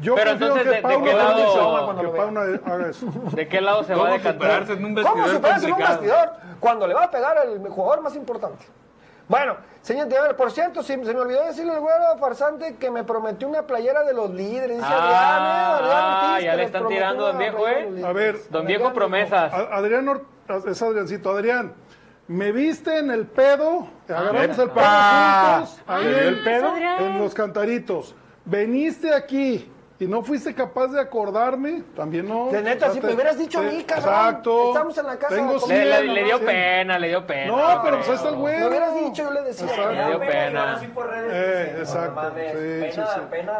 Speaker 3: Yo
Speaker 5: Pero
Speaker 3: prefiero
Speaker 5: entonces, ¿de-
Speaker 3: que
Speaker 5: de qué
Speaker 3: haga
Speaker 5: lado-
Speaker 3: eso,
Speaker 5: cuando
Speaker 3: que
Speaker 2: lo vea?
Speaker 3: Pauna haga eso.
Speaker 5: ¿De qué lado se va a
Speaker 10: ¿Cómo
Speaker 5: decantar?
Speaker 10: superarse en un
Speaker 2: ¿Cómo
Speaker 10: vestidor
Speaker 2: superarse en un
Speaker 10: complicado?
Speaker 2: bastidor? Cuando le va a pegar el jugador más importante. Bueno, señor, a ver, por cierto, si- se me olvidó decirle al güero farsante que me prometió una playera de los líderes. Dice
Speaker 5: Ah,
Speaker 2: Adrián, ¿eh? Adrián Ortiz,
Speaker 5: ya
Speaker 2: que
Speaker 5: le
Speaker 2: nos
Speaker 5: están
Speaker 2: prometió
Speaker 5: tirando, don
Speaker 2: una
Speaker 5: viejo,
Speaker 2: playera de los
Speaker 5: ¿eh?
Speaker 3: A
Speaker 2: líderes.
Speaker 3: ver,
Speaker 5: Don Diego Promesas.
Speaker 3: A- Adrián, Or- es Adriancito, Adrián, Me viste en el pedo, agarramos el pedo
Speaker 2: Ah,
Speaker 4: ¡Epa!
Speaker 3: juntos, ahí
Speaker 4: ¿En
Speaker 3: en,
Speaker 4: el pedo?
Speaker 3: en los cantaritos. Veniste aquí y no fuiste capaz de acordarme, también no.
Speaker 2: De neta,
Speaker 3: O sea,
Speaker 2: si
Speaker 3: te-
Speaker 2: me hubieras dicho a mí,
Speaker 3: te-
Speaker 2: cabrón.
Speaker 3: Exacto.
Speaker 2: Estamos en la casa
Speaker 3: Tengo
Speaker 2: de la
Speaker 5: Le,
Speaker 2: comida,
Speaker 5: le- le dio pena, le dio pena.
Speaker 3: No, pero pues
Speaker 5: creo.
Speaker 3: ahí está el güey.
Speaker 2: Me hubieras dicho, yo le decía.
Speaker 3: Exacto.
Speaker 5: Le dio
Speaker 2: "Ah,
Speaker 5: pena.
Speaker 3: Eh, exacto. Sí, sí,
Speaker 6: pena,
Speaker 3: sí.
Speaker 6: pena.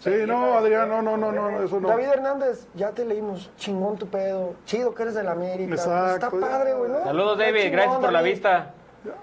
Speaker 3: Sí, no, Adrián, no, no, no, no, no, eso no.
Speaker 2: David Hernández, ya te leímos, chingón tu pedo, chido que eres del América. pues,
Speaker 3: Exacto.
Speaker 2: Está padre, güey, ¿no?
Speaker 5: Saludos,
Speaker 2: Está
Speaker 5: David.
Speaker 2: chingón,
Speaker 5: Gracias por la
Speaker 2: David.
Speaker 5: vista.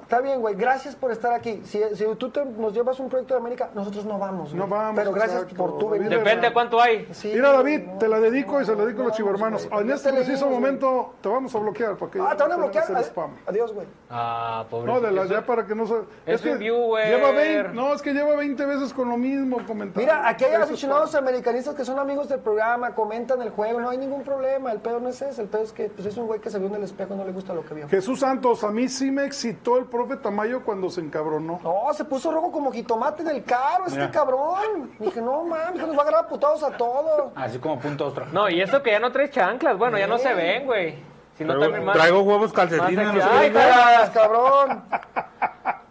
Speaker 2: Está bien, güey, gracias por estar aquí. Si, si tú te- nos llevas un proyecto de América, nosotros no vamos. güey.
Speaker 3: No vamos,
Speaker 2: Pero gracias
Speaker 3: exacto.
Speaker 2: por tu venir.
Speaker 3: David
Speaker 5: Depende cuánto hay.
Speaker 2: Sí,
Speaker 3: Mira,
Speaker 2: güey,
Speaker 3: David,
Speaker 2: no.
Speaker 3: te la dedico y se la dedico a los chivermanos.
Speaker 2: güey.
Speaker 3: En
Speaker 2: Ya
Speaker 3: este
Speaker 2: te
Speaker 3: preciso
Speaker 2: leímos,
Speaker 3: momento te vamos a bloquear. Porque
Speaker 2: Ah, te van a
Speaker 3: no
Speaker 2: bloquear.
Speaker 3: tenemos el spam.
Speaker 2: Adiós, güey.
Speaker 5: Ah, pobre.
Speaker 3: No, de las ya para que no se.
Speaker 5: es un viewer.
Speaker 3: lleva 20, no, es que lleva 20 veces con lo mismo comentario.
Speaker 2: Mira, aquí hay
Speaker 3: Eso es
Speaker 2: aficionados
Speaker 3: todo.
Speaker 2: americanistas que son amigos del programa, comentan el juego, no hay ningún problema. El pedo no es ese, el pedo es que pues, es un güey que se vio en el espejo y no le gusta lo que vio.
Speaker 3: Jesús Santos, a mí sí me excitó el profe Tamayo cuando se encabronó.
Speaker 2: No, se puso rojo como jitomate del caro, este cabrón. Dije, no mames, que nos va a agarrar a putados a todos.
Speaker 4: Así como punto ostras.
Speaker 5: No, y eso que ya no trae chanclas. Bueno, ya no se ven, güey. Si no, también
Speaker 4: Traigo,
Speaker 5: más.
Speaker 4: traigo huevos calcetines
Speaker 5: más
Speaker 4: en los
Speaker 5: sexy. Ay,
Speaker 4: pies.
Speaker 2: Verás, cabrón.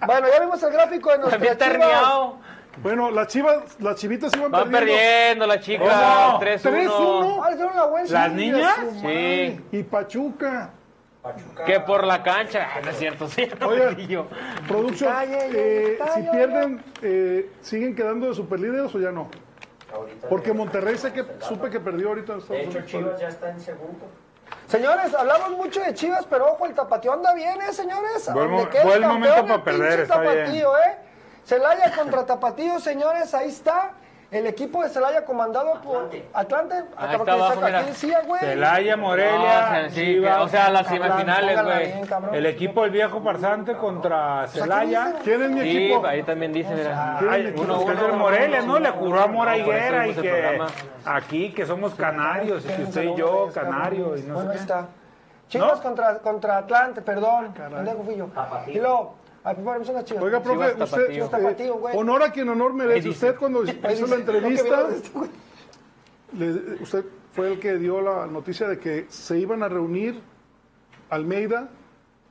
Speaker 2: Bueno, ya vimos el gráfico de nuestra
Speaker 5: También
Speaker 2: Chivas.
Speaker 5: terneado.
Speaker 3: Bueno, las chivas, las chivitas iban
Speaker 5: Van
Speaker 3: perdiendo.
Speaker 5: perdiendo las
Speaker 4: ¿Cómo?
Speaker 5: chicas. 3-1.
Speaker 3: 3-1.
Speaker 2: Ah, hicieron la vuelta.
Speaker 4: Las niñas.
Speaker 3: Su madre.
Speaker 5: Sí.
Speaker 3: Y Pachuca.
Speaker 5: Que por la cancha. Ah, No es cierto, sí.
Speaker 3: Oigan, producción,
Speaker 2: Ay, ay, ay,
Speaker 3: eh,
Speaker 2: ay,
Speaker 3: si
Speaker 2: ay,
Speaker 3: pierden, eh, ¿siguen quedando de superlíderes o ya no? Porque Monterrey sé que, supe que perdió ahorita. en Estados
Speaker 6: De hecho,
Speaker 3: Unidos.
Speaker 6: Chivas ya está en segundo.
Speaker 2: Señores, hablamos mucho de Chivas, pero ojo, el tapatío anda bien, ¿eh, señores? A
Speaker 4: Buen
Speaker 2: donde
Speaker 4: mo-
Speaker 2: quede
Speaker 4: buen
Speaker 2: campeón,
Speaker 4: momento para
Speaker 2: el pinche
Speaker 4: perder, está bien.
Speaker 2: tapatío, ¿eh? Celaya contra tapatío, señores, ahí está. El equipo de Celaya comandado por Atlante.
Speaker 5: Ahí
Speaker 2: Acabo
Speaker 5: está
Speaker 2: que
Speaker 5: abajo,
Speaker 2: saca-
Speaker 5: mira.
Speaker 2: aquí decía, güey.
Speaker 4: Celaya,
Speaker 5: No, o
Speaker 4: Morelia,
Speaker 5: sea, sí,
Speaker 4: Chivas,
Speaker 5: que- o sea, las
Speaker 2: Cabrón,
Speaker 5: semifinales,
Speaker 2: póngala
Speaker 5: güey.
Speaker 2: bien, cabrón.
Speaker 4: el equipo del viejo farsante contra Celaya.
Speaker 3: ¿Quién es mi
Speaker 5: Sí,
Speaker 3: equipo?
Speaker 5: ahí también dice, mira.
Speaker 4: Ah, Ay, pues,
Speaker 5: Uno,
Speaker 4: uno,
Speaker 5: uno,
Speaker 4: uno,
Speaker 5: uno,
Speaker 4: Morelia,
Speaker 5: uno,
Speaker 4: ¿no? Le
Speaker 5: uno,
Speaker 4: juró a Mora
Speaker 5: uno, por eso
Speaker 4: Higuera y
Speaker 5: hicimos el
Speaker 4: que
Speaker 5: programa.
Speaker 4: aquí que somos canarios, y que usted y yo, canario, y no
Speaker 2: bueno, ahí
Speaker 4: sé qué.
Speaker 2: está. Chivas
Speaker 4: ¿No?
Speaker 2: contra, contra Atlante, perdón. Pendejo fui yo. Y luego, al primero son las chivas.
Speaker 3: Oiga, profe,
Speaker 5: Chivas
Speaker 3: usted,
Speaker 5: tapatío.
Speaker 3: eh,
Speaker 2: Tapatío, güey.
Speaker 3: honor a quien honor merece.
Speaker 5: dice.
Speaker 3: Usted cuando
Speaker 2: Ahí
Speaker 3: hizo
Speaker 2: dice,
Speaker 3: la entrevista,
Speaker 2: lo que vieron este güey.
Speaker 3: le- usted fue el que dio la noticia de que se iban a reunir Almeida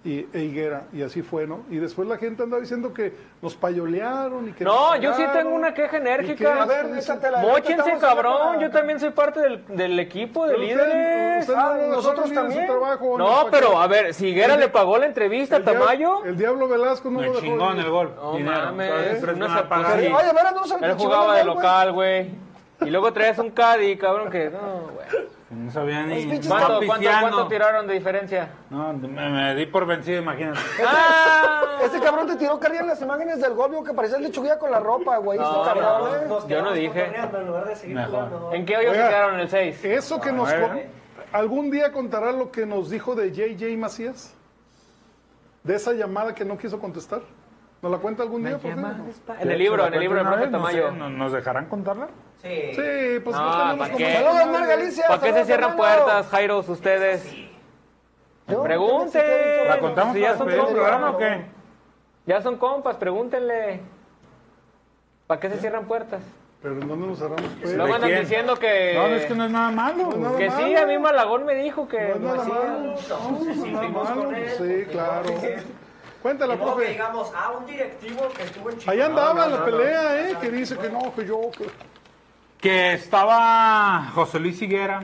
Speaker 3: y, e Higuera, y así fue, ¿no? Y después la gente andaba diciendo que nos payolearon y que...
Speaker 5: No,
Speaker 3: nos
Speaker 5: yo sí
Speaker 3: pegaron,
Speaker 5: tengo una queja
Speaker 3: y que
Speaker 5: enérgica.
Speaker 2: A ver,
Speaker 3: esto, dice-
Speaker 2: échatela. Ahorita
Speaker 5: Móchense,
Speaker 2: estamos hablando
Speaker 5: cabrón.
Speaker 2: con la-
Speaker 5: Yo también soy parte del, del equipo de
Speaker 3: Pero usted-
Speaker 5: líderes.
Speaker 3: usted no
Speaker 2: Ah,
Speaker 3: lo dejó
Speaker 2: nosotros
Speaker 3: reunir en su
Speaker 2: también.
Speaker 3: trabajo, ni
Speaker 5: No,
Speaker 3: para que-
Speaker 5: pero a ver, si Higuera
Speaker 3: El-
Speaker 5: le pagó la entrevista a
Speaker 3: El dia-
Speaker 5: Tamayo.
Speaker 3: El Diablo Velasco no
Speaker 4: No,
Speaker 3: lo dejó.
Speaker 4: chingón
Speaker 3: ir.
Speaker 4: el gol.
Speaker 5: No
Speaker 4: Dinero.
Speaker 5: mames,
Speaker 4: Entonces, tres
Speaker 5: una
Speaker 4: van a pagar
Speaker 5: zapatilla.
Speaker 4: y-
Speaker 2: Oye, a ver, no se
Speaker 5: Él jugaba de
Speaker 2: pues.
Speaker 5: local, güey. Y luego traes un Caddy, cabrón, que no, güey.
Speaker 4: No sabía ni.
Speaker 2: pinches
Speaker 5: ¿Cuánto,
Speaker 4: Están
Speaker 5: cuánto, cuánto
Speaker 4: pisteando.
Speaker 5: tiraron de diferencia?
Speaker 4: No, me, me di por vencido, imagínate.
Speaker 5: ¡Ah!
Speaker 2: Este cabrón te tiró carrera en las imágenes del gol, vio que parecía lechuguilla con la ropa, güey. este cabrón, ¿eh?
Speaker 6: Nos
Speaker 5: Yo no
Speaker 6: quedamos
Speaker 5: dije.
Speaker 6: cotorreando En lugar de seguir
Speaker 4: Mejor.
Speaker 6: jugando.
Speaker 5: ¿En qué hoyo se
Speaker 3: Oiga.
Speaker 5: quedaron en el 6?
Speaker 3: Eso que nos...
Speaker 4: ver.
Speaker 3: con- ¿Algún día contará lo que nos dijo de JJ Macías? De esa llamada que no quiso contestar. ¿Nos la cuenta algún día? por fin?
Speaker 5: En el libro, en el libro del profe
Speaker 4: No sé,
Speaker 5: Tamayo.
Speaker 4: ¿no- ¿Nos dejarán contarla?
Speaker 6: Sí.
Speaker 3: Sí, pues
Speaker 5: No,
Speaker 3: no tenemos
Speaker 5: ¿para
Speaker 3: como...
Speaker 5: qué?
Speaker 2: Saludos, Mar Galicia.
Speaker 5: ¿Para qué se
Speaker 2: saludos,
Speaker 5: cierran
Speaker 2: hermano.
Speaker 5: puertas, Jairo, ustedes?
Speaker 2: Yo,
Speaker 5: Pregunten.
Speaker 4: ¿La contamos
Speaker 5: Sí,
Speaker 4: para
Speaker 5: ya son
Speaker 4: despedir el
Speaker 5: todos,
Speaker 4: programa
Speaker 5: ¿no?
Speaker 4: o qué?
Speaker 5: Ya son compas, pregúntenle. ¿Para qué se cierran puertas?
Speaker 3: Pero ¿en dónde nos cerramos? pues?
Speaker 5: Luego andan
Speaker 4: quién?
Speaker 5: diciendo que...
Speaker 4: No, no es que no es nada malo.
Speaker 3: nada
Speaker 5: Que sí, a mí Malagón me dijo que...
Speaker 3: Pues
Speaker 5: pues,
Speaker 3: No es nada
Speaker 5: Macías-
Speaker 3: malo. No, no es nada malo. Sí, claro. Cuéntala,
Speaker 6: No, que
Speaker 3: profe.
Speaker 6: digamos, ah, un directivo que estuvo en Chivas.
Speaker 3: Ahí andaba la
Speaker 4: no, ¿Eh?
Speaker 3: pelea, ¿eh? Que dice que no, que yo... que-
Speaker 4: Que estaba José Luis Higuera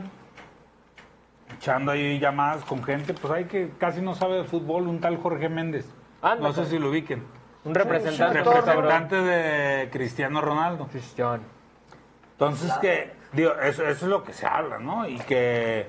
Speaker 4: echando ahí llamadas con gente, pues hay que casi no sabe de fútbol, un tal Jorge Méndez.
Speaker 5: Ándale.
Speaker 4: No sé si lo ubiquen.
Speaker 5: Un representante.
Speaker 4: Representante de Cristiano Ronaldo.
Speaker 5: Cristiano.
Speaker 4: Entonces que, digo, eso, eso es lo que se habla, ¿no? Y que,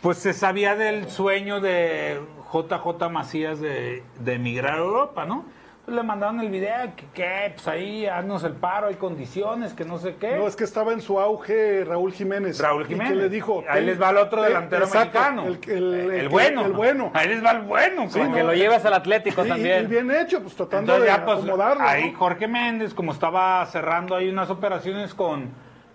Speaker 4: pues se sabía del sueño de JJ Macías de, de emigrar a Europa, ¿no? Pues le mandaron el video, que, que, pues ahí, haznos el paro, hay condiciones, que no sé qué.
Speaker 3: No, es que estaba en su auge Raúl Jiménez.
Speaker 4: Raúl
Speaker 3: Y
Speaker 4: Jiménez.
Speaker 3: que le dijo.
Speaker 4: Ahí
Speaker 3: "Ten-
Speaker 4: les va el otro
Speaker 3: ten-
Speaker 4: delantero
Speaker 3: exacto,
Speaker 4: mexicano.
Speaker 3: El, el-
Speaker 4: El
Speaker 3: el-
Speaker 4: bueno.
Speaker 3: El bueno.
Speaker 4: Ahí les va el bueno.
Speaker 3: Sí,
Speaker 4: cabrón.
Speaker 3: no,
Speaker 5: Que lo llevas al Atlético
Speaker 3: Y, y
Speaker 5: también.
Speaker 3: bien hecho, pues tratando
Speaker 4: Entonces
Speaker 3: de
Speaker 4: ya, pues,
Speaker 3: acomodarlo.
Speaker 4: ahí
Speaker 3: ¿no?
Speaker 4: Jorge Méndez, como estaba cerrando ahí unas operaciones con,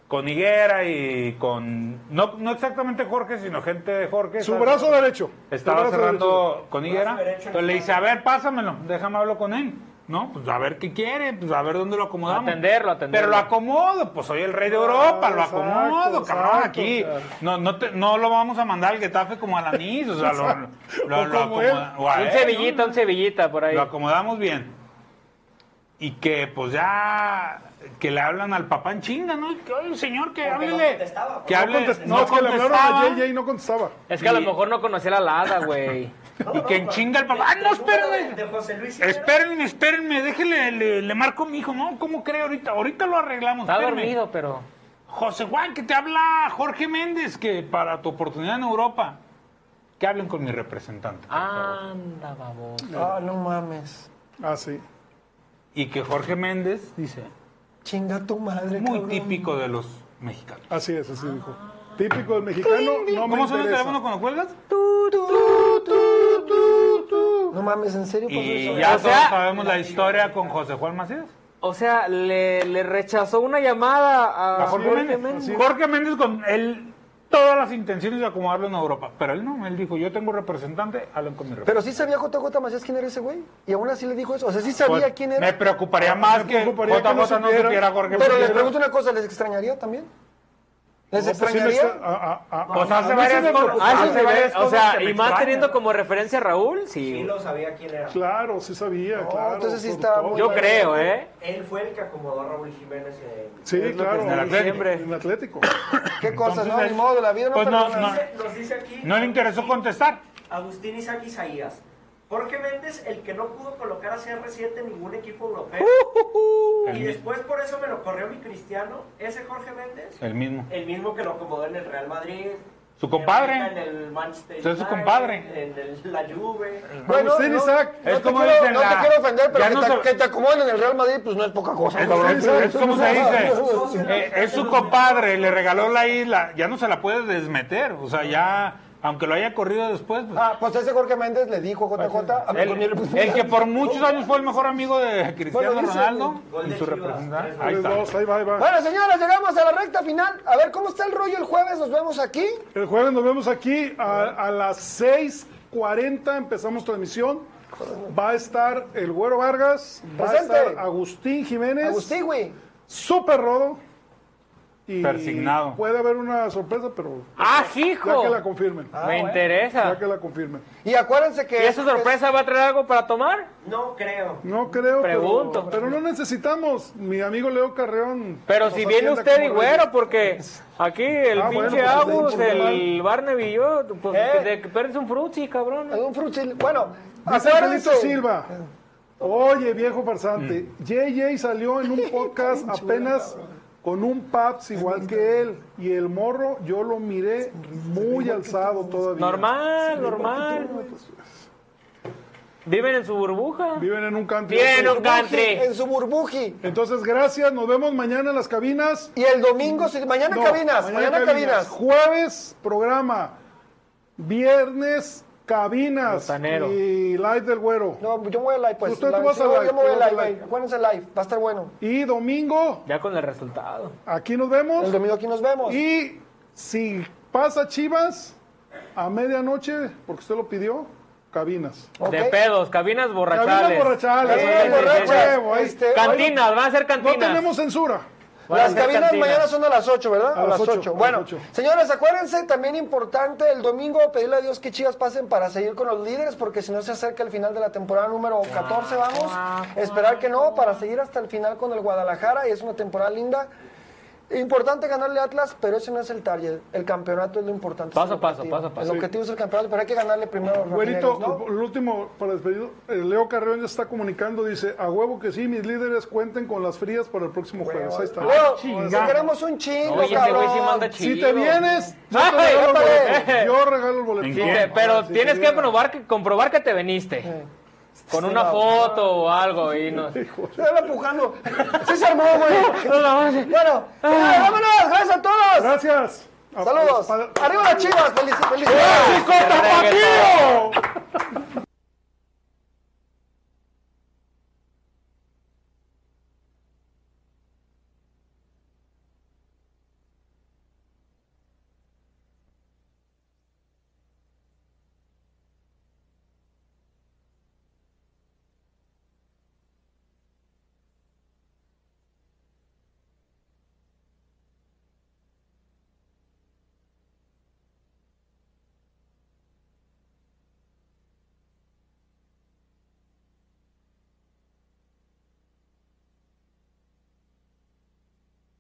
Speaker 4: con Higuera y con... No, no exactamente Jorge, sino gente de Jorge.
Speaker 3: Su
Speaker 4: ¿sabes?
Speaker 3: brazo derecho.
Speaker 4: Estaba
Speaker 3: Su brazo
Speaker 4: cerrando con
Speaker 6: Brazo
Speaker 4: Higuera.
Speaker 6: derecho,
Speaker 4: Entonces le dice, a ver, pásamelo, déjame hablar con él. ¿no? Pues a ver qué quiere, pues a ver dónde lo acomodamos.
Speaker 5: Atenderlo, atenderlo.
Speaker 4: Pero lo acomodo, pues soy el rey de Europa, lo
Speaker 3: exacto,
Speaker 4: acomodo, cabrón,
Speaker 3: exacto,
Speaker 4: aquí.
Speaker 3: claro.
Speaker 4: No, no, te- no lo vamos a mandar al Getafe como al anís, o sea, lo, lo-
Speaker 3: O
Speaker 4: lo
Speaker 3: como él.
Speaker 4: acomoda- o a
Speaker 5: Un
Speaker 4: él,
Speaker 5: Sevillita, un Sevillita por ahí.
Speaker 4: lo acomodamos bien. Y que pues ya que le hablan al papá en chinga, ¿no? Que, oye, señor, que
Speaker 6: Porque no
Speaker 4: háblele.
Speaker 6: contestaba,
Speaker 4: que
Speaker 6: no
Speaker 4: hable,
Speaker 3: Contest-
Speaker 4: no
Speaker 3: no, es que le
Speaker 4: contestaba,
Speaker 3: hablaron a JJ y no contestaba.
Speaker 5: Es que a lo
Speaker 4: Sí.
Speaker 5: mejor no conocía la lada, güey.
Speaker 4: Y que en chinga el papá. ¡Ah, no, espérenme!
Speaker 6: De José Luis Higuera.
Speaker 4: Espérenme, espérenme, déjele, le, le marco a mi hijo, ¿no? ¿Cómo cree ahorita? Ahorita lo arreglamos,
Speaker 5: Está
Speaker 4: espérenme.
Speaker 5: dormido, pero.
Speaker 4: José Juan, que te habla Jorge Méndez, que para tu oportunidad en Europa, que hablen con mi representante.
Speaker 5: Ah.
Speaker 4: por favor.
Speaker 5: Anda, baboso.
Speaker 2: Ah, no mames.
Speaker 3: Ah, sí.
Speaker 4: Y que Jorge Méndez dice,
Speaker 2: Chinga tu madre,
Speaker 4: muy
Speaker 2: cabrón.
Speaker 4: típico de los mexicanos.
Speaker 3: Así es, así dijo. Típico del mexicano, no me
Speaker 4: ¿Cómo suena el
Speaker 3: interesa.
Speaker 4: teléfono cuando cuelgas?
Speaker 2: No mames, ¿en serio pasó
Speaker 4: Y
Speaker 2: pues, eso?
Speaker 4: ya
Speaker 5: O sea-
Speaker 4: todos sabemos la historia con José Juan Macías.
Speaker 5: O sea, le, le rechazó una llamada a,
Speaker 4: A Jorge Méndez. Jorge Méndez con él todas las intenciones de acomodarlo en Europa. Pero él no, él dijo, yo tengo representante, hablen con mi representante.
Speaker 2: Pero sí sabía JJ Macías quién era ese güey. Y aún así le dijo eso. O sea, sí sabía
Speaker 4: Pues,
Speaker 2: quién era.
Speaker 4: Me preocuparía
Speaker 3: Me
Speaker 4: más que
Speaker 3: preocuparía
Speaker 4: JJ
Speaker 3: que no
Speaker 4: no
Speaker 3: supiera.
Speaker 4: supiera a Jorge
Speaker 2: Pero les
Speaker 4: Macías.
Speaker 2: pregunto una cosa, ¿les extrañaría también? ¿Les
Speaker 3: No, pues, sí me
Speaker 2: extrañaría?
Speaker 3: está- ah, ah, ah,
Speaker 4: Pues
Speaker 3: ah,
Speaker 4: hace
Speaker 3: a mí sí
Speaker 4: varias
Speaker 3: me
Speaker 4: cosas.
Speaker 3: preocupa.
Speaker 4: Ah,
Speaker 5: Hace
Speaker 4: hace varias
Speaker 5: o
Speaker 4: cosas
Speaker 5: sea,
Speaker 4: que me
Speaker 5: y más
Speaker 4: extrañan.
Speaker 5: teniendo como referencia a Raúl,
Speaker 6: Sí
Speaker 5: sí.
Speaker 6: lo sabía quién era.
Speaker 3: Claro, sí sabía,
Speaker 2: No,
Speaker 3: claro.
Speaker 2: entonces sí
Speaker 3: por
Speaker 2: estaba
Speaker 3: todo.
Speaker 2: muy-
Speaker 5: Yo creo, ¿eh?
Speaker 6: Él fue el que acomodó a Raúl Jiménez en...
Speaker 3: Sí,
Speaker 5: Es lo que
Speaker 3: claro.
Speaker 5: está
Speaker 3: en
Speaker 5: diciembre.
Speaker 3: En Atlético.
Speaker 2: ¿Qué cosas?
Speaker 4: Entonces,
Speaker 2: no,
Speaker 4: él-
Speaker 2: ni modo, la vida no
Speaker 4: pues, no,
Speaker 2: perdona.
Speaker 4: no.
Speaker 6: Dice- Nos dice aquí...
Speaker 4: No le interesó
Speaker 6: Agustín-
Speaker 4: contestar.
Speaker 6: Agustín Isaac Isaías. Jorge Méndez, el que no pudo colocar a CR7 en ningún equipo europeo.
Speaker 4: Uh,
Speaker 6: Y después por eso me lo corrió mi cristiano. Ese Jorge Méndez,
Speaker 4: El mismo.
Speaker 6: el mismo que lo acomodó en el Real Madrid.
Speaker 4: Su compadre.
Speaker 6: En el Manchester
Speaker 4: Ese es su
Speaker 6: United,
Speaker 4: compadre.
Speaker 6: En el- la Juve.
Speaker 2: Bueno,
Speaker 3: Agustín
Speaker 2: no,
Speaker 3: Isaac,
Speaker 2: no
Speaker 4: es
Speaker 2: te
Speaker 4: como
Speaker 2: quiero,
Speaker 4: dicen
Speaker 2: no
Speaker 4: la-
Speaker 2: te quiero ofender, pero
Speaker 4: ya
Speaker 2: que,
Speaker 4: no
Speaker 2: te,
Speaker 4: se-
Speaker 2: que te acomoden en el Real Madrid, pues no es poca cosa,
Speaker 4: Es,
Speaker 2: cabrón.
Speaker 4: es- es como se dice.
Speaker 6: Socio,
Speaker 4: eh, es su compadre, le regaló la isla. Ya no se la puede desmeter. O sea, ya, aunque lo haya corrido después. pues,
Speaker 2: Ah, pues ese Jorge Méndez le dijo a JJ, a mí con
Speaker 4: el,
Speaker 2: él, pues,
Speaker 4: el que por muchos años fue el mejor amigo de Cristiano
Speaker 2: Bueno, dice-
Speaker 4: Ronaldo
Speaker 6: Gol
Speaker 4: y
Speaker 6: de
Speaker 4: su
Speaker 6: Chivas,
Speaker 4: representante.
Speaker 6: tres
Speaker 4: Ahí
Speaker 3: Tres,
Speaker 4: está.
Speaker 3: dos, ahí va, ahí va.
Speaker 2: Bueno, señoras, llegamos a la recta final. A ver, ¿cómo está el rollo el jueves? Nos vemos aquí.
Speaker 3: El jueves nos vemos aquí a, a las 6.40 empezamos transmisión. Va a estar el Güero Vargas, va a
Speaker 2: Presente.
Speaker 3: estar Agustín Jiménez,
Speaker 2: Agustín, güey.
Speaker 3: Super Rodo. Y
Speaker 4: Persignado.
Speaker 3: Puede haber una sorpresa, pero
Speaker 5: ¡Ah,
Speaker 3: ya que
Speaker 5: hijo!
Speaker 3: la confirmen.
Speaker 2: Ah.
Speaker 5: Me interesa.
Speaker 3: Ya que la confirmen.
Speaker 2: Y acuérdense que...
Speaker 5: ¿Y esa sorpresa va a traer algo para tomar?
Speaker 6: No creo.
Speaker 3: No creo, pero-
Speaker 5: Pregunto.
Speaker 3: Pero, no necesitamos. Mi amigo Leo Carreón.
Speaker 5: Pero
Speaker 3: nos
Speaker 5: si viene
Speaker 3: atiende
Speaker 5: usted
Speaker 3: como
Speaker 5: y
Speaker 3: reyes.
Speaker 5: güero, porque aquí el
Speaker 3: Ah, bueno,
Speaker 5: pinche
Speaker 3: pues,
Speaker 5: Agus,
Speaker 3: está bien,
Speaker 5: el Barnaby y yo, pues,
Speaker 2: ¿Eh?
Speaker 5: de que perdes un frutzi, cabrón.
Speaker 3: Eh.
Speaker 2: Un frutil. Bueno,
Speaker 3: Dice Angelito
Speaker 2: acuérdense...
Speaker 3: Silva. Oye, viejo farsante, JJ salió en un podcast apenas con un paps igual que él. Y el morro yo lo miré muy alzado todavía.
Speaker 5: Normal, normal.
Speaker 3: pues,
Speaker 5: Viven en su burbuja.
Speaker 3: Viven en un canto.
Speaker 5: Bien, un
Speaker 2: Burbuji,
Speaker 5: country.
Speaker 2: En su burbuji.
Speaker 3: Entonces, gracias. Nos vemos mañana en las cabinas.
Speaker 2: Y el domingo, si- mañana
Speaker 3: No,
Speaker 2: cabinas, mañana, cabinas.
Speaker 3: Jueves, programa. Viernes, cabinas.
Speaker 5: Botanero.
Speaker 3: Y live del güero.
Speaker 2: No, yo me voy a live, pues.
Speaker 3: Usted, tú
Speaker 2: Live,
Speaker 3: vas
Speaker 2: sí,
Speaker 3: a
Speaker 2: yo-
Speaker 3: live,
Speaker 2: Yo me voy
Speaker 3: tú
Speaker 2: a
Speaker 3: vas a
Speaker 2: live,
Speaker 3: live.
Speaker 2: güey. Acuérdense live, va a estar bueno.
Speaker 3: Y domingo,
Speaker 5: Ya con el resultado.
Speaker 3: aquí nos vemos.
Speaker 2: El domingo aquí nos vemos.
Speaker 3: Y si pasa Chivas a medianoche, porque usted lo pidió, cabinas.
Speaker 2: ¿ok?
Speaker 5: De pedos, cabinas borrachales.
Speaker 3: Cabinas borrachales,
Speaker 5: Sí,
Speaker 3: cabinas
Speaker 5: sí, sí, sí.
Speaker 3: borrachas. huevo, ahí.
Speaker 2: Este,
Speaker 5: Cantinas, van a ser
Speaker 3: No
Speaker 5: cantinas.
Speaker 3: tenemos censura.
Speaker 5: Van a
Speaker 2: Las
Speaker 5: ser
Speaker 2: cabinas
Speaker 5: cantinas.
Speaker 2: mañana son a las 8, ¿verdad?
Speaker 3: A las 8, a las
Speaker 2: Bueno,
Speaker 3: 8.
Speaker 2: señores, acuérdense, también importante el domingo pedirle a Dios que Chivas pasen para seguir con los líderes, porque si no se acerca el final de la temporada número 14, vamos. Esperar que no, para seguir hasta el final con el Guadalajara, y es una temporada linda. Importante ganarle a Atlas, pero ese no es el target. El campeonato es lo importante.
Speaker 5: Paso
Speaker 2: es el
Speaker 5: a paso,
Speaker 2: objetivo.
Speaker 5: paso a paso.
Speaker 2: El objetivo es el campeonato, pero hay que ganarle primero a los
Speaker 3: Güerito,
Speaker 2: rojinegros, ¿no?
Speaker 3: el último para despedir, eh, Leo Carreón ya está comunicando, dice, a huevo que sí, mis líderes cuenten con las frías para el próximo jueves. Ahí está.
Speaker 2: Leo,
Speaker 4: chinga.
Speaker 2: si queremos un chingo,
Speaker 5: Oye, ese güey sí manda
Speaker 2: cabrón.
Speaker 5: chido.
Speaker 3: Si te vienes, yo
Speaker 5: Ay,
Speaker 3: te regalo el
Speaker 5: épale.
Speaker 3: boleto. Yo regalo el boleto. Ah,
Speaker 4: ¿En
Speaker 5: Sí,
Speaker 4: quién?
Speaker 5: te- pero
Speaker 3: Sí,
Speaker 5: tienes
Speaker 3: sí,
Speaker 5: que
Speaker 3: bien.
Speaker 5: probar que, comprobar que te
Speaker 3: Eh.
Speaker 5: veniste. Con
Speaker 2: Sí,
Speaker 5: una
Speaker 2: va.
Speaker 5: foto o algo y no.
Speaker 2: Se va empujando. Sí se armó, güey. Bueno, señores, vámonos. Gracias a todos.
Speaker 3: Gracias.
Speaker 2: Saludos.
Speaker 3: Para-
Speaker 5: um
Speaker 2: Arriba las chivas. Felici- Felicidades.
Speaker 5: ¡Tapatío!